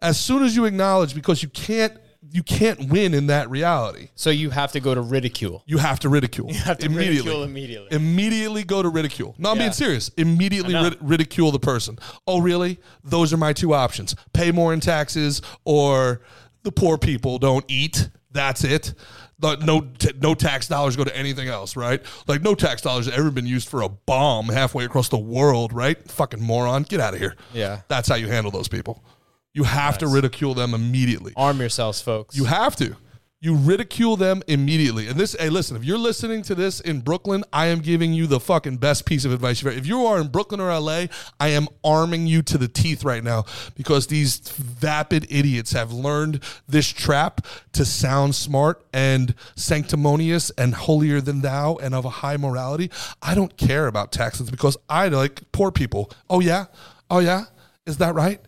[SPEAKER 4] As soon as you acknowledge because you can't you can't win in that reality.
[SPEAKER 3] So you have to go to ridicule.
[SPEAKER 4] You have to ridicule. You
[SPEAKER 3] have to ridicule immediately.
[SPEAKER 4] Immediately go to ridicule. No, I'm
[SPEAKER 3] Yeah.
[SPEAKER 4] being serious. Immediately rid- ridicule the person. Oh, really? Those are my two options. Pay more in taxes or the poor people don't eat. That's it. But No, t- no tax dollars go to anything else, right? Like no tax dollars have ever been used for a bomb halfway across the world, right? Fucking moron, get out of here.
[SPEAKER 3] Yeah.
[SPEAKER 4] that's how you handle those people. You have to ridicule them immediately.
[SPEAKER 3] Arm yourselves, folks.
[SPEAKER 4] You have to. You ridicule them immediately. And this, hey, listen, if you're listening to this in Brooklyn, I am giving you the fucking best piece of advice you've ever. If you are in Brooklyn or LA, I am arming you to the teeth right now because these vapid idiots have learned this trap to sound smart and sanctimonious and holier than thou and of a high morality. I don't care about taxes because I like poor people. Oh, yeah? Oh, yeah? Is that right?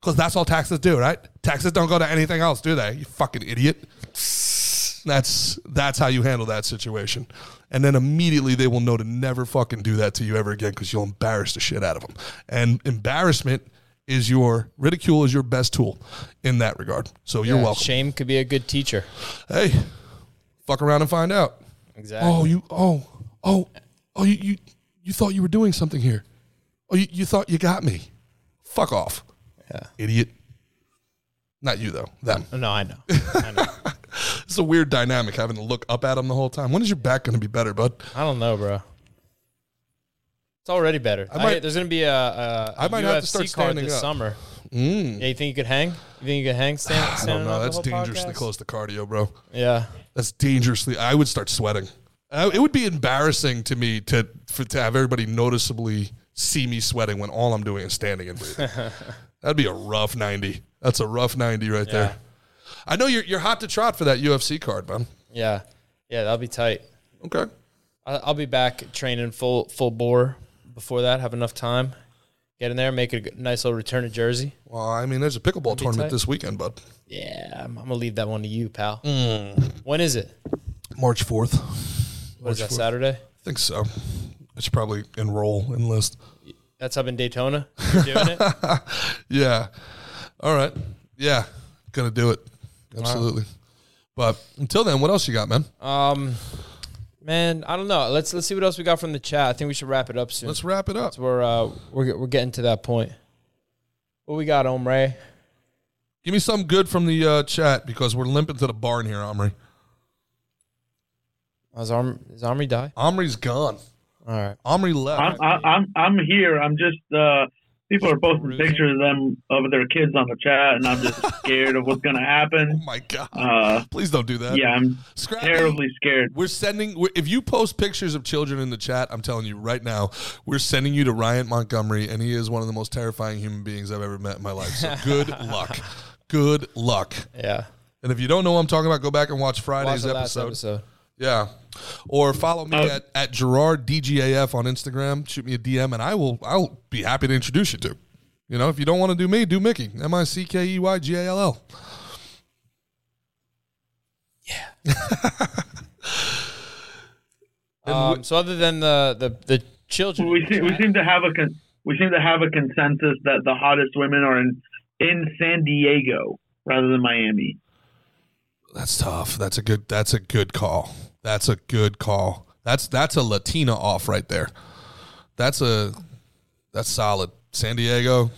[SPEAKER 4] Because that's all taxes do, right? Taxes don't go to anything else, do they? You fucking idiot. That's that's how you handle that situation. And then immediately they will know to never fucking do that to you ever again because you'll embarrass the shit out of them. And embarrassment is your ridicule is your best tool in that regard. So you're
[SPEAKER 3] Yeah,
[SPEAKER 4] welcome.
[SPEAKER 3] Shame could be a good teacher.
[SPEAKER 4] Hey, fuck around and find out.
[SPEAKER 3] Exactly.
[SPEAKER 4] Oh, you oh oh oh you you, you thought you were doing something here. Oh, you, you thought you got me. Fuck off.
[SPEAKER 3] Yeah.
[SPEAKER 4] Idiot. Not you though. Them.
[SPEAKER 3] No, I know. I know.
[SPEAKER 4] It's a weird dynamic having to look up at them the whole time. When is your back going to be better, bud?
[SPEAKER 3] I don't know, bro. It's already better.
[SPEAKER 4] I might-
[SPEAKER 3] I- there's gonna be a, a,
[SPEAKER 4] I
[SPEAKER 3] a
[SPEAKER 4] might
[SPEAKER 3] UFC
[SPEAKER 4] have to start
[SPEAKER 3] card
[SPEAKER 4] standing
[SPEAKER 3] this
[SPEAKER 4] up.
[SPEAKER 3] summer. Yeah, you think you could hang? You think you could hang? Stand,
[SPEAKER 4] I don't
[SPEAKER 3] standing
[SPEAKER 4] Mm. know.
[SPEAKER 3] up the
[SPEAKER 4] That's
[SPEAKER 3] whole
[SPEAKER 4] dangerously
[SPEAKER 3] podcast?
[SPEAKER 4] close to cardio, bro.
[SPEAKER 3] Yeah,
[SPEAKER 4] That's dangerously. I would start sweating. Uh, it would be embarrassing to me to for, to have everybody noticeably see me sweating when all I'm doing is standing and breathing. That'd be a rough ninety. That's a rough ninety right there. I know you're you're hot to trot for that UFC card, man.
[SPEAKER 3] yeah, yeah. That'll be tight.
[SPEAKER 4] Okay.
[SPEAKER 3] I- I'll be back training full full bore before that. Have enough time. Get in there, make a g- nice little return to Jersey.
[SPEAKER 4] Well, I mean, there's a pickleball
[SPEAKER 3] tight.
[SPEAKER 4] tournament this weekend, bud.
[SPEAKER 3] Yeah, I'm, I'm gonna leave that one to you, pal.
[SPEAKER 4] Mm.
[SPEAKER 3] When is it?
[SPEAKER 4] March fourth.
[SPEAKER 3] What is that
[SPEAKER 4] fourth.
[SPEAKER 3] Saturday?
[SPEAKER 4] I think so. I should probably enroll enlist.
[SPEAKER 3] That's up in Daytona. You're doing it.
[SPEAKER 4] Yeah. All right. Yeah. Gonna do it. Absolutely. But until then, what else you got, man?
[SPEAKER 3] Um, man, I don't know. Let's let's see what else we got from the chat. I think we should wrap it up soon.
[SPEAKER 4] Let's wrap it up.
[SPEAKER 3] we're uh, we're get- we're getting to that point. What we got, Omre?
[SPEAKER 4] Give me some good from the uh, chat because we're limping to the barn here, Omri.
[SPEAKER 3] Is Arm is Omri die?
[SPEAKER 4] Omri's gone.
[SPEAKER 3] All right.
[SPEAKER 4] Omri left.
[SPEAKER 5] I'm, I- I'm, I'm here. I'm just, uh, people are posting
[SPEAKER 3] Perusing.
[SPEAKER 5] pictures of them, of their kids on the chat, and I'm just scared of what's going to
[SPEAKER 4] oh
[SPEAKER 5] happen.
[SPEAKER 4] my god!
[SPEAKER 5] Uh,
[SPEAKER 4] Please don't do that.
[SPEAKER 5] Yeah, I'm
[SPEAKER 4] Scrappy,
[SPEAKER 5] terribly scared.
[SPEAKER 4] We're sending. We're, if you post pictures of children in the chat, I'm telling you right now, we're sending you to Ryan Montgomery, and he is one of the most terrifying human beings I've ever met in my life. So good luck. Good luck.
[SPEAKER 3] Yeah.
[SPEAKER 4] And if you don't know what I'm talking about, go back and watch
[SPEAKER 3] Watch
[SPEAKER 4] Friday's
[SPEAKER 3] the last
[SPEAKER 4] episode.
[SPEAKER 3] episode.
[SPEAKER 4] Yeah. Or follow me at, at Gerard DGAF on Instagram. Shoot me a DM and I will I'll be happy to introduce you to. You know, if you don't want to do me, do Mickey. M I C K E Y G A L L.
[SPEAKER 3] Um, so other than the the the children,
[SPEAKER 5] We seem, we seem to have a con- we seem to have a consensus that the hottest women are in in San Diego rather than Miami.
[SPEAKER 4] That's tough. That's a good that's a good call. That's a good call. That's that's a Latina off right there. That's a that's solid. San Diego.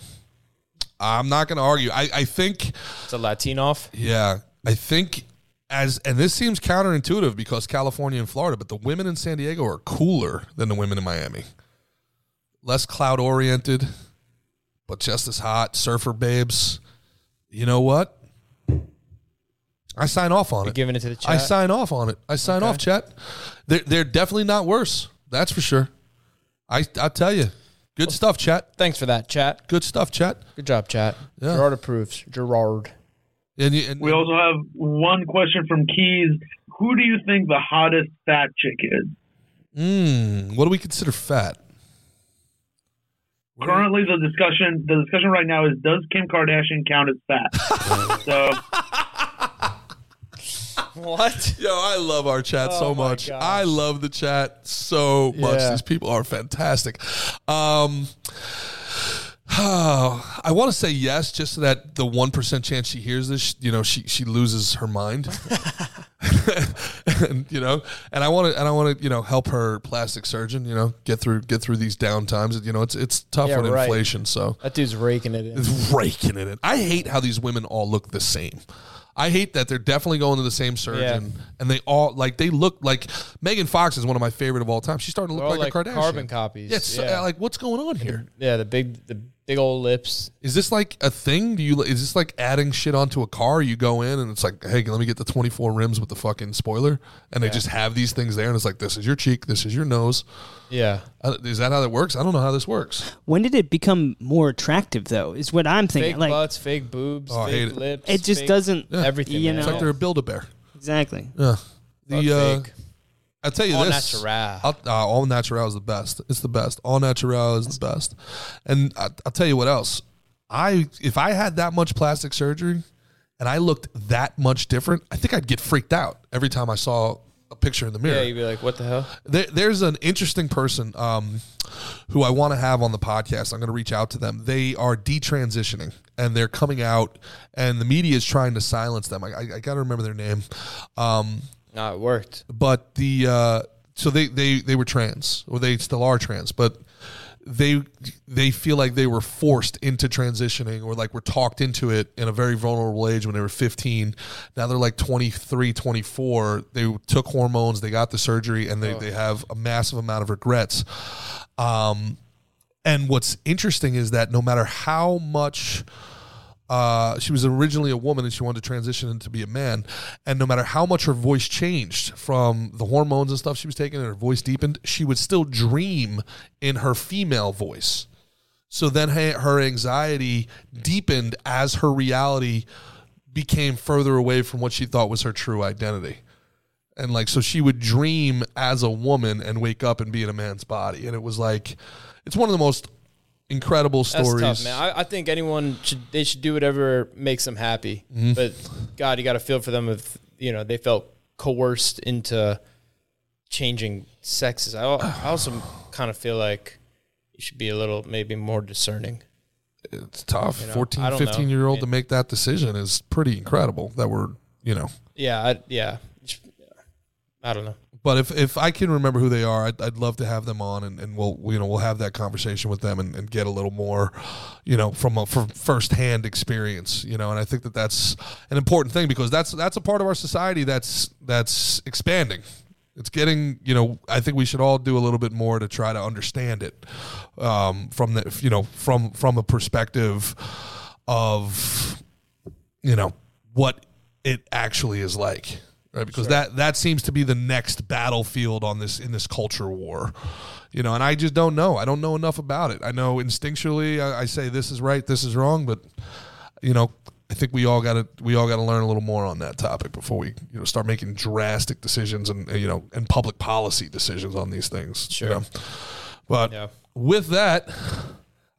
[SPEAKER 4] I'm not gonna argue. I, I think
[SPEAKER 3] it's a Latino off.
[SPEAKER 4] Yeah, I think as and this seems counterintuitive because California and Florida, but the women in San Diego are cooler than the women in Miami. Less cloud oriented, but just as hot. Surfer babes. You know what? I sign off on
[SPEAKER 3] We're
[SPEAKER 4] it.
[SPEAKER 3] giving it to the chat.
[SPEAKER 4] I sign off on it. I sign off, chat. They're they're definitely not worse. That's for sure. I I tell you, good stuff, chat.
[SPEAKER 3] Thanks for that, chat.
[SPEAKER 4] Good stuff, chat.
[SPEAKER 3] Good job, chat.
[SPEAKER 4] Yeah.
[SPEAKER 3] Gerard approves. Gerard.
[SPEAKER 4] And, you- and
[SPEAKER 5] We also have one question from Keys. Who do you think the hottest fat chick is?
[SPEAKER 4] mm, what do we consider fat?
[SPEAKER 5] Currently, the discussion the discussion right now is does Kim Kardashian count as fat? so
[SPEAKER 3] What?
[SPEAKER 4] Yo, I love our chat so
[SPEAKER 3] Oh my
[SPEAKER 4] much.
[SPEAKER 3] gosh.
[SPEAKER 4] I love the chat so much.
[SPEAKER 3] Yeah.
[SPEAKER 4] These people are fantastic. Um, I want to say yes, just so that the one percent chance she hears this, you know, she she loses her mind, and, you know. And I want to, and I want to, you know, help her plastic surgeon, you know, get through get through these down times. You know, it's it's tough
[SPEAKER 3] Yeah,
[SPEAKER 4] with
[SPEAKER 3] right.
[SPEAKER 4] inflation, so
[SPEAKER 3] That dude's raking it in.
[SPEAKER 4] is raking it in. I hate how these women all look the same. I hate that they're definitely going to the same surgeon, and they all like they look like Megan Fox is one of my favorite of all time. She's starting to
[SPEAKER 3] They're
[SPEAKER 4] look
[SPEAKER 3] all
[SPEAKER 4] like,
[SPEAKER 3] like,
[SPEAKER 4] a Kardashian.
[SPEAKER 3] carbon copies.
[SPEAKER 4] Yeah, it's, uh,
[SPEAKER 3] yeah.
[SPEAKER 4] like what's going on here?
[SPEAKER 3] yeah, the big the big old lips.
[SPEAKER 4] Is this like a thing? Do you is this like adding shit onto a car? You go in and it's like, hey, let me get the twenty four rims with the fucking spoiler, and they just have these things there, and it's like, this is your cheek, this is your nose.
[SPEAKER 3] Yeah.
[SPEAKER 4] Uh, Is that how that works? I don't know how this works.
[SPEAKER 1] When did it become more attractive though? Is what I'm thinking.
[SPEAKER 3] Fake
[SPEAKER 1] like
[SPEAKER 3] butts, fake boobs,
[SPEAKER 4] Oh, I hate
[SPEAKER 3] fake
[SPEAKER 4] it.
[SPEAKER 3] lips.
[SPEAKER 1] it just
[SPEAKER 3] fake-
[SPEAKER 1] doesn't
[SPEAKER 3] everything.
[SPEAKER 1] You
[SPEAKER 3] man.
[SPEAKER 4] It's like they're a build a bear.
[SPEAKER 1] exactly.
[SPEAKER 4] Yeah.
[SPEAKER 3] Fuck
[SPEAKER 4] The uh,
[SPEAKER 3] fake.
[SPEAKER 4] I'll tell you
[SPEAKER 3] All
[SPEAKER 4] this.
[SPEAKER 3] natural.
[SPEAKER 4] I'll- uh, all natural is the best. It's the best. All natural is the best. And I, I'll tell you what else. I if I had that much plastic surgery and I looked that much different, I think I'd get freaked out every time I saw a picture in the mirror.
[SPEAKER 3] Yeah, you'd be like, what the hell?
[SPEAKER 4] There, there's an interesting person um, who I want to have on the podcast. I'm going to reach out to them. They are detransitioning and they're coming out, and the media is trying to silence them. I, I, I got to remember their name, um,
[SPEAKER 3] Nah, it worked.
[SPEAKER 4] but the uh, so they, they they were trans or they still are trans, but they they feel like they were forced into transitioning or like were talked into it in a very vulnerable age when they were 15 now they're like 23 24 they took hormones they got the surgery and they, they have a massive amount of regrets um, and what's interesting is that no matter how much uh, she was originally a woman and she wanted to transition into be a man. And no matter how much her voice changed from the hormones and stuff she was taking and her voice deepened, she would still dream in her female voice. So then ha- her anxiety deepened as her reality became further away from what she thought was her true identity. And like, so she would dream as a woman and wake up and be in a man's body. And it was like, it's one of the most incredible
[SPEAKER 3] That's
[SPEAKER 4] stories.
[SPEAKER 3] tough, man. I, I think anyone should they should do whatever makes them happy.
[SPEAKER 4] Mm-hmm.
[SPEAKER 3] But God, you got to feel for them if you know they felt coerced into changing sexes. I, al- I also kind of feel like you should be a little maybe more discerning.
[SPEAKER 4] it's tough.
[SPEAKER 3] know,
[SPEAKER 4] Fourteen,
[SPEAKER 3] I
[SPEAKER 4] fifteen
[SPEAKER 3] don't
[SPEAKER 4] 14, 15
[SPEAKER 3] know.
[SPEAKER 4] year old
[SPEAKER 3] It-
[SPEAKER 4] to make that decision is pretty incredible that we're, you know.
[SPEAKER 3] Yeah, I, yeah. I don't know.
[SPEAKER 4] But if, if I can remember who they are, I'd, I'd love to have them on and, and we'll, you know, we'll have that conversation with them and, and get a little more, you know, from a from firsthand experience, you know, and I think that that's an important thing because that's, that's a part of our society that's, that's expanding. It's getting, you know, I think we should all do a little bit more to try to understand it um, from the, you know, from, from a perspective of you know what it actually is like right because that that seems to be the next battlefield on this in this culture war you know and i just don't know i don't know enough about it i know instinctually i, I say this is right this is wrong but you know i think we all got to we all got to learn a little more on that topic before we you know start making drastic decisions and uh, you know and public policy decisions on these things sure but
[SPEAKER 3] Yeah.
[SPEAKER 4] with that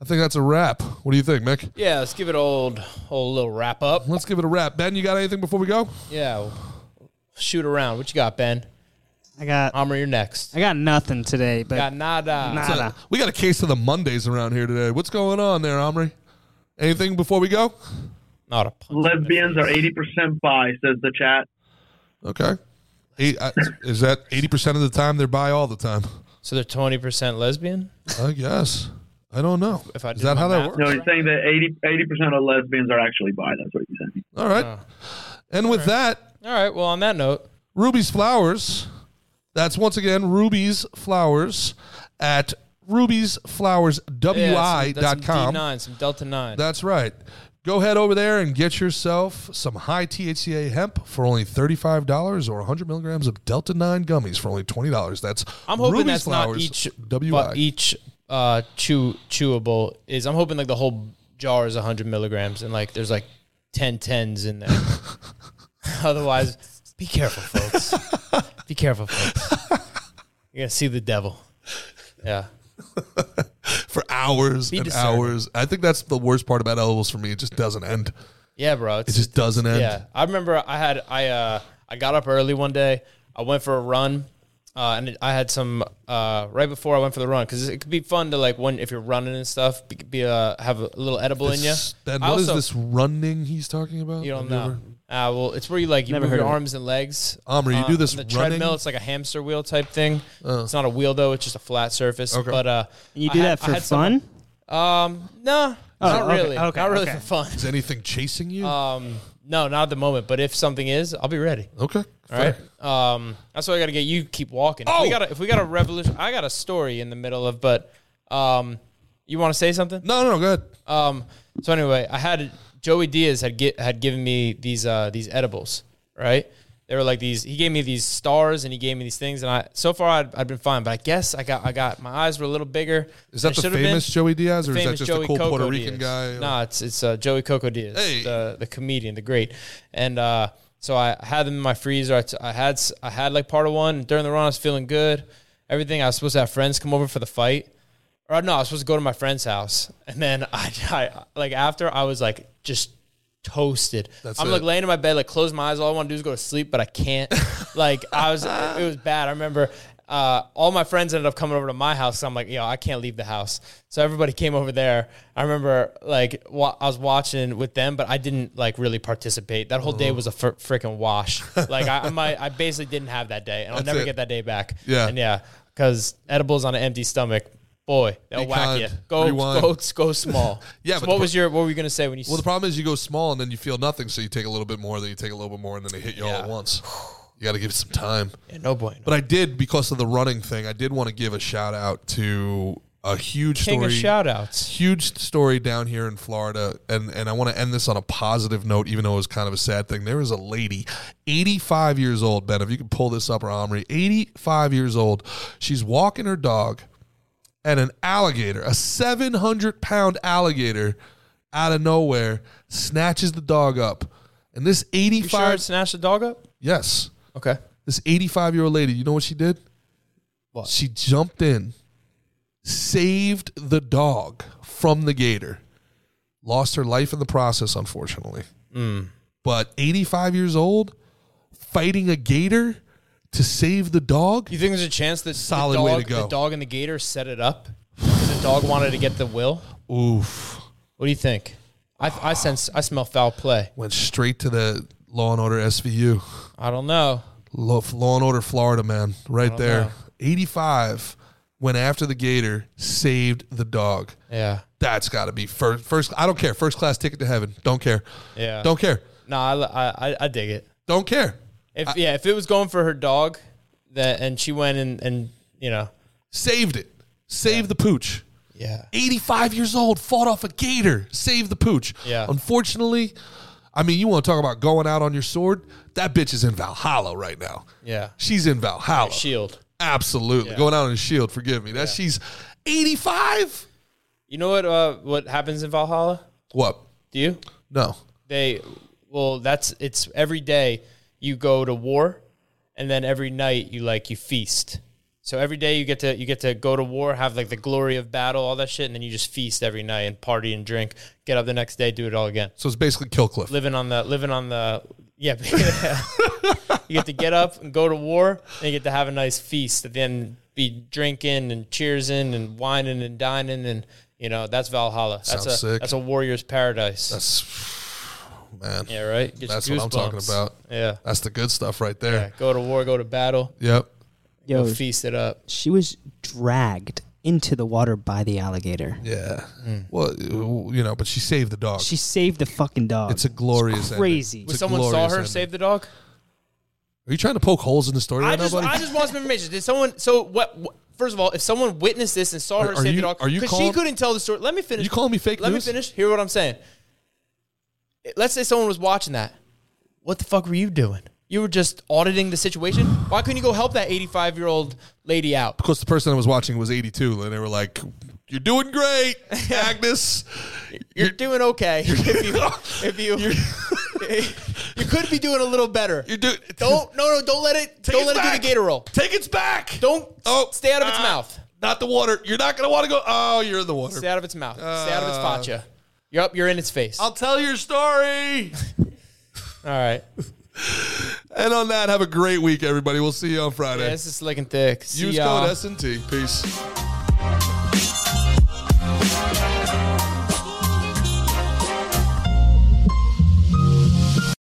[SPEAKER 4] i think that's a wrap what do you think mick
[SPEAKER 3] Yeah, let's give it old old little wrap up.
[SPEAKER 4] let's give it a wrap ben you got anything before we go
[SPEAKER 3] Yeah, shoot around. What you got, Ben?
[SPEAKER 1] I got
[SPEAKER 3] Armor, you're next.
[SPEAKER 1] I got nothing today, but
[SPEAKER 3] Got nada.
[SPEAKER 1] nada.
[SPEAKER 4] We got a case of the Mondays around here today. What's going on there, Omri? Anything before we go?
[SPEAKER 3] Not a punch.
[SPEAKER 5] Lesbians are 80% bi, says the chat.
[SPEAKER 4] Okay. Eight, I, is that eighty percent of the time they're by all the time?
[SPEAKER 3] So they're twenty percent lesbian.
[SPEAKER 4] I guess. I don't know.
[SPEAKER 3] If I
[SPEAKER 4] is
[SPEAKER 3] did
[SPEAKER 4] that
[SPEAKER 3] my
[SPEAKER 4] how that
[SPEAKER 3] math-
[SPEAKER 4] works?
[SPEAKER 5] No, he's saying that 80 percent of lesbians are actually bi. That's what he's saying.
[SPEAKER 4] All right. And with that,
[SPEAKER 3] All right. Well, on that note,
[SPEAKER 4] Ruby's Flowers. That's once again Ruby's Flowers at Ruby's Flowers
[SPEAKER 3] yeah,
[SPEAKER 4] WI
[SPEAKER 3] some- that's
[SPEAKER 4] dot com.
[SPEAKER 3] Some D9, some Delta 9.
[SPEAKER 4] That's right. Go head over there and get yourself some high THCA hemp for only $35 or 100 milligrams of Delta 9 gummies for only $20. That's
[SPEAKER 3] I'm hoping
[SPEAKER 4] Ruby's
[SPEAKER 3] that's
[SPEAKER 4] Flowers,
[SPEAKER 3] not each
[SPEAKER 4] WI.
[SPEAKER 3] but each uh chew chewable is I'm hoping like the whole jar is 100 milligrams and like there's like 10 tens in there. Otherwise, be careful, folks. be careful, folks. You're going to see the devil. Yeah.
[SPEAKER 4] for hours
[SPEAKER 3] Be
[SPEAKER 4] and
[SPEAKER 3] discerning.
[SPEAKER 4] hours. I think that's the worst part about edibles for me. It just doesn't end.
[SPEAKER 3] Yeah, bro. It's
[SPEAKER 4] It just doesn't end.
[SPEAKER 3] Yeah, I remember I had I uh I got up early one day. I went for a run, uh, and I had some uh right before I went for the run because it could be fun to like when if you're running and stuff be, be uh have a little edible in you.
[SPEAKER 4] This- Ben,
[SPEAKER 3] I
[SPEAKER 4] what is
[SPEAKER 3] also-
[SPEAKER 4] this running he's talking about?
[SPEAKER 3] You don't
[SPEAKER 4] Have
[SPEAKER 3] know.
[SPEAKER 4] ever-
[SPEAKER 3] Uh, well, it's where you like you
[SPEAKER 1] Never
[SPEAKER 3] move
[SPEAKER 1] heard
[SPEAKER 3] your
[SPEAKER 1] of it.
[SPEAKER 3] arms and legs.
[SPEAKER 4] Amr, you
[SPEAKER 3] uh,
[SPEAKER 4] do this
[SPEAKER 3] on the
[SPEAKER 4] running? Oh.
[SPEAKER 3] treadmill. It's like a hamster wheel type thing. It's not a wheel though. It's just a flat surface.
[SPEAKER 4] Okay.
[SPEAKER 3] But uh,
[SPEAKER 1] You
[SPEAKER 3] I
[SPEAKER 1] do
[SPEAKER 3] had-
[SPEAKER 1] that
[SPEAKER 3] I
[SPEAKER 1] for
[SPEAKER 3] had some-
[SPEAKER 1] fun? Oh,
[SPEAKER 3] Um, no, not
[SPEAKER 1] okay,
[SPEAKER 3] really.
[SPEAKER 1] okay,
[SPEAKER 3] not really
[SPEAKER 1] okay.
[SPEAKER 3] for fun.
[SPEAKER 4] Is anything chasing you?
[SPEAKER 3] Um, no, not at the moment. But if something is, I'll be ready.
[SPEAKER 4] okay.
[SPEAKER 3] All right. Um, that's why I got to get you. Keep walking. If
[SPEAKER 4] Oh!
[SPEAKER 3] we got if we got a revolution. I got a story in the middle of, but um, you want to say something?
[SPEAKER 4] No, no, no. Go ahead.
[SPEAKER 3] Um, so anyway, I had Joey Diaz had get, had given me these uh these edibles, right? They were like these. He gave me these stars and he gave me these things, and I so far I'd, I'd been fine, but I guess I got I got my eyes were a little bigger.
[SPEAKER 4] Is
[SPEAKER 3] than they
[SPEAKER 4] that the
[SPEAKER 3] should have been.
[SPEAKER 4] famous Joey Diaz or is that
[SPEAKER 3] Famous
[SPEAKER 4] just
[SPEAKER 3] Joey
[SPEAKER 4] a cool
[SPEAKER 3] Coco
[SPEAKER 4] Puerto Rican
[SPEAKER 3] Diaz.
[SPEAKER 4] guy?
[SPEAKER 3] Nah, it's it's uh, Joey Coco Diaz,
[SPEAKER 4] Hey.
[SPEAKER 3] the the comedian, the great. And uh, so I had them in my freezer. I, t- I had s- I had like part of one during the run. I was feeling good. Everything. I was supposed to have friends come over for the fight, or no, I was supposed to go to my friend's house, and then I, I like after I was like just toasted.
[SPEAKER 4] That's
[SPEAKER 3] I'm
[SPEAKER 4] it.
[SPEAKER 3] like laying in my bed, like close my eyes. All I want to do is go to sleep, but I can't. like I was, it was bad. I remember. Uh, all my friends ended up coming over to my house. 'cause I'm like, yo, I can't leave the house. So everybody came over there. I remember like wa- I was watching with them, but I didn't like really participate. That whole
[SPEAKER 4] Uh-huh.
[SPEAKER 3] day was a fr- freaking wash. Like I, my, I basically didn't have that day, and I'll
[SPEAKER 4] That's
[SPEAKER 3] never
[SPEAKER 4] it.
[SPEAKER 3] get that day back.
[SPEAKER 4] Yeah.
[SPEAKER 3] and yeah, because edibles on an empty stomach, boy, they'll
[SPEAKER 4] Be
[SPEAKER 3] whack
[SPEAKER 4] kind.
[SPEAKER 3] you. Go,
[SPEAKER 4] Rewind.
[SPEAKER 3] go, go small.
[SPEAKER 4] Yeah,
[SPEAKER 3] So
[SPEAKER 4] but
[SPEAKER 3] what
[SPEAKER 4] the-
[SPEAKER 3] was your? What were you gonna say when you?
[SPEAKER 4] Well, the problem is you go small and then you feel nothing, so you take a little bit more, then you take a little bit more, and then they hit you all
[SPEAKER 3] Yeah.
[SPEAKER 4] at once. You got to give it some time.
[SPEAKER 3] yeah, no point.
[SPEAKER 4] But I did because of the running thing. I did want to give a shout out to a huge
[SPEAKER 3] King of
[SPEAKER 4] story.
[SPEAKER 3] shout outs.
[SPEAKER 4] huge story down here in Florida, and and I want to end this on a positive note, even though it was kind of a sad thing. There was a lady, 85 years old, Ben. If you can pull this up, or Omri, 85 years old. She's walking her dog, and an alligator, a 700 pound alligator, out of nowhere snatches the dog up, and this
[SPEAKER 3] You sure
[SPEAKER 4] 85
[SPEAKER 3] it snatched the dog up?
[SPEAKER 4] yes,
[SPEAKER 3] Okay.
[SPEAKER 4] this 85 year old lady, you know what she did?
[SPEAKER 3] What?
[SPEAKER 4] She jumped in, saved the dog from the gator, lost her life in the process, unfortunately. But 85 years old, fighting a gator to save the dog?
[SPEAKER 3] You think there's a chance that
[SPEAKER 4] Solid
[SPEAKER 3] the dog,
[SPEAKER 4] way to go.
[SPEAKER 3] the dog and the gator set it up? 'Cause The dog wanted to get the will.
[SPEAKER 4] Oof.
[SPEAKER 3] What do you think? I, I sense I smell foul play.
[SPEAKER 4] Went straight to the Law and Order SVU.
[SPEAKER 3] I don't know.
[SPEAKER 4] Law, Law and Order Florida, man, right there.
[SPEAKER 3] know.
[SPEAKER 4] 85 went after the gator, saved the dog.
[SPEAKER 3] Yeah.
[SPEAKER 4] That's got to be first. First, I don't care. First class ticket to heaven. Don't care.
[SPEAKER 3] Yeah.
[SPEAKER 4] Don't care.
[SPEAKER 3] No, I, I, I- I dig it.
[SPEAKER 4] Don't care.
[SPEAKER 3] If yeah, if it was going for her dog, that and she went and and you know.
[SPEAKER 4] Saved it. Saved the pooch.
[SPEAKER 3] Yeah.
[SPEAKER 4] 85 years old, fought off a gator, saved the pooch.
[SPEAKER 3] Yeah.
[SPEAKER 4] Unfortunately, I mean, you want to talk about going out on your sword? That bitch is in Valhalla right now.
[SPEAKER 3] Yeah.
[SPEAKER 4] She's in Valhalla.
[SPEAKER 3] Shield.
[SPEAKER 4] Absolutely. Going out on a shield, forgive me. That she's 85?
[SPEAKER 3] You know what? Uh, what happens in Valhalla?
[SPEAKER 4] What?
[SPEAKER 3] Do you?
[SPEAKER 4] No.
[SPEAKER 3] They well, that's it's every day you go to war, and then every night you like you feast. So every day you get to you get to go to war, have like the glory of battle, all that shit, and then you just feast every night and party and drink. Get up the next day, do it all again.
[SPEAKER 4] So it's basically Killcliff.
[SPEAKER 3] Living on the living on the yeah. you get to get up and go to war, and you get to have a nice feast, and then be drinking and cheersing and whining and dining and. You know that's Valhalla. That's
[SPEAKER 4] Sounds
[SPEAKER 3] a
[SPEAKER 4] sick.
[SPEAKER 3] that's a warrior's paradise.
[SPEAKER 4] That's, man.
[SPEAKER 3] Yeah, right. Get your
[SPEAKER 4] That's what I'm talking
[SPEAKER 3] goosebumps.
[SPEAKER 4] about.
[SPEAKER 3] Yeah.
[SPEAKER 4] That's the good stuff right
[SPEAKER 3] yeah.
[SPEAKER 4] there.
[SPEAKER 3] Go to war, go to battle,
[SPEAKER 4] Yep.
[SPEAKER 3] go
[SPEAKER 1] Yo,
[SPEAKER 3] feast it up.
[SPEAKER 1] she was dragged into the water by the alligator.
[SPEAKER 4] Yeah. Well, you know, but she saved the dog.
[SPEAKER 1] Mm. She saved the fucking dog.
[SPEAKER 4] It's a glorious ending.
[SPEAKER 1] crazy.
[SPEAKER 4] It's
[SPEAKER 3] Was
[SPEAKER 4] a
[SPEAKER 3] someone saw
[SPEAKER 4] glorious
[SPEAKER 3] her
[SPEAKER 4] ending.
[SPEAKER 3] save the dog?
[SPEAKER 4] Are you trying to poke holes in the story?
[SPEAKER 3] I
[SPEAKER 4] right
[SPEAKER 3] just,
[SPEAKER 4] now, buddy?
[SPEAKER 3] I just want some information. Did someone? So what? what first of all, if someone witnessed this and saw her
[SPEAKER 4] Are- are
[SPEAKER 3] save
[SPEAKER 4] you-
[SPEAKER 3] the dog,
[SPEAKER 4] are you
[SPEAKER 3] she
[SPEAKER 4] calling-
[SPEAKER 3] couldn't tell the story. Let me finish.
[SPEAKER 4] you calling me fake
[SPEAKER 3] Let
[SPEAKER 4] news?
[SPEAKER 3] me finish. Hear what I'm saying. Let's say someone was watching that. What the fuck were you doing? You were just auditing the situation. Why couldn't you go help that 85 year old lady out?
[SPEAKER 4] Because the person I was watching was 82, and they were like, "You're doing great, Agnes.
[SPEAKER 3] You're doing okay. if you, if you, you could be doing a little better.
[SPEAKER 4] You're doing
[SPEAKER 3] Don't no no don't let it
[SPEAKER 4] Take
[SPEAKER 3] don't
[SPEAKER 4] it
[SPEAKER 3] let it
[SPEAKER 4] back.
[SPEAKER 3] do the gator roll.
[SPEAKER 4] take its back.
[SPEAKER 3] Don't
[SPEAKER 4] Oh,
[SPEAKER 3] stay out of its
[SPEAKER 4] ah.
[SPEAKER 3] mouth.
[SPEAKER 4] not the water. You're not gonna want to go. Oh, you're in the water.
[SPEAKER 3] Stay out of its mouth. stay out of its
[SPEAKER 4] Uh,
[SPEAKER 3] facha. You're up. You're in its face.
[SPEAKER 4] I'll tell your story.
[SPEAKER 3] All right.
[SPEAKER 4] and on that, have a great week, everybody. We'll see you on Friday.
[SPEAKER 3] Yeah, this is slick and thick. See
[SPEAKER 4] Use
[SPEAKER 3] y'all.
[SPEAKER 4] code S and T. Peace.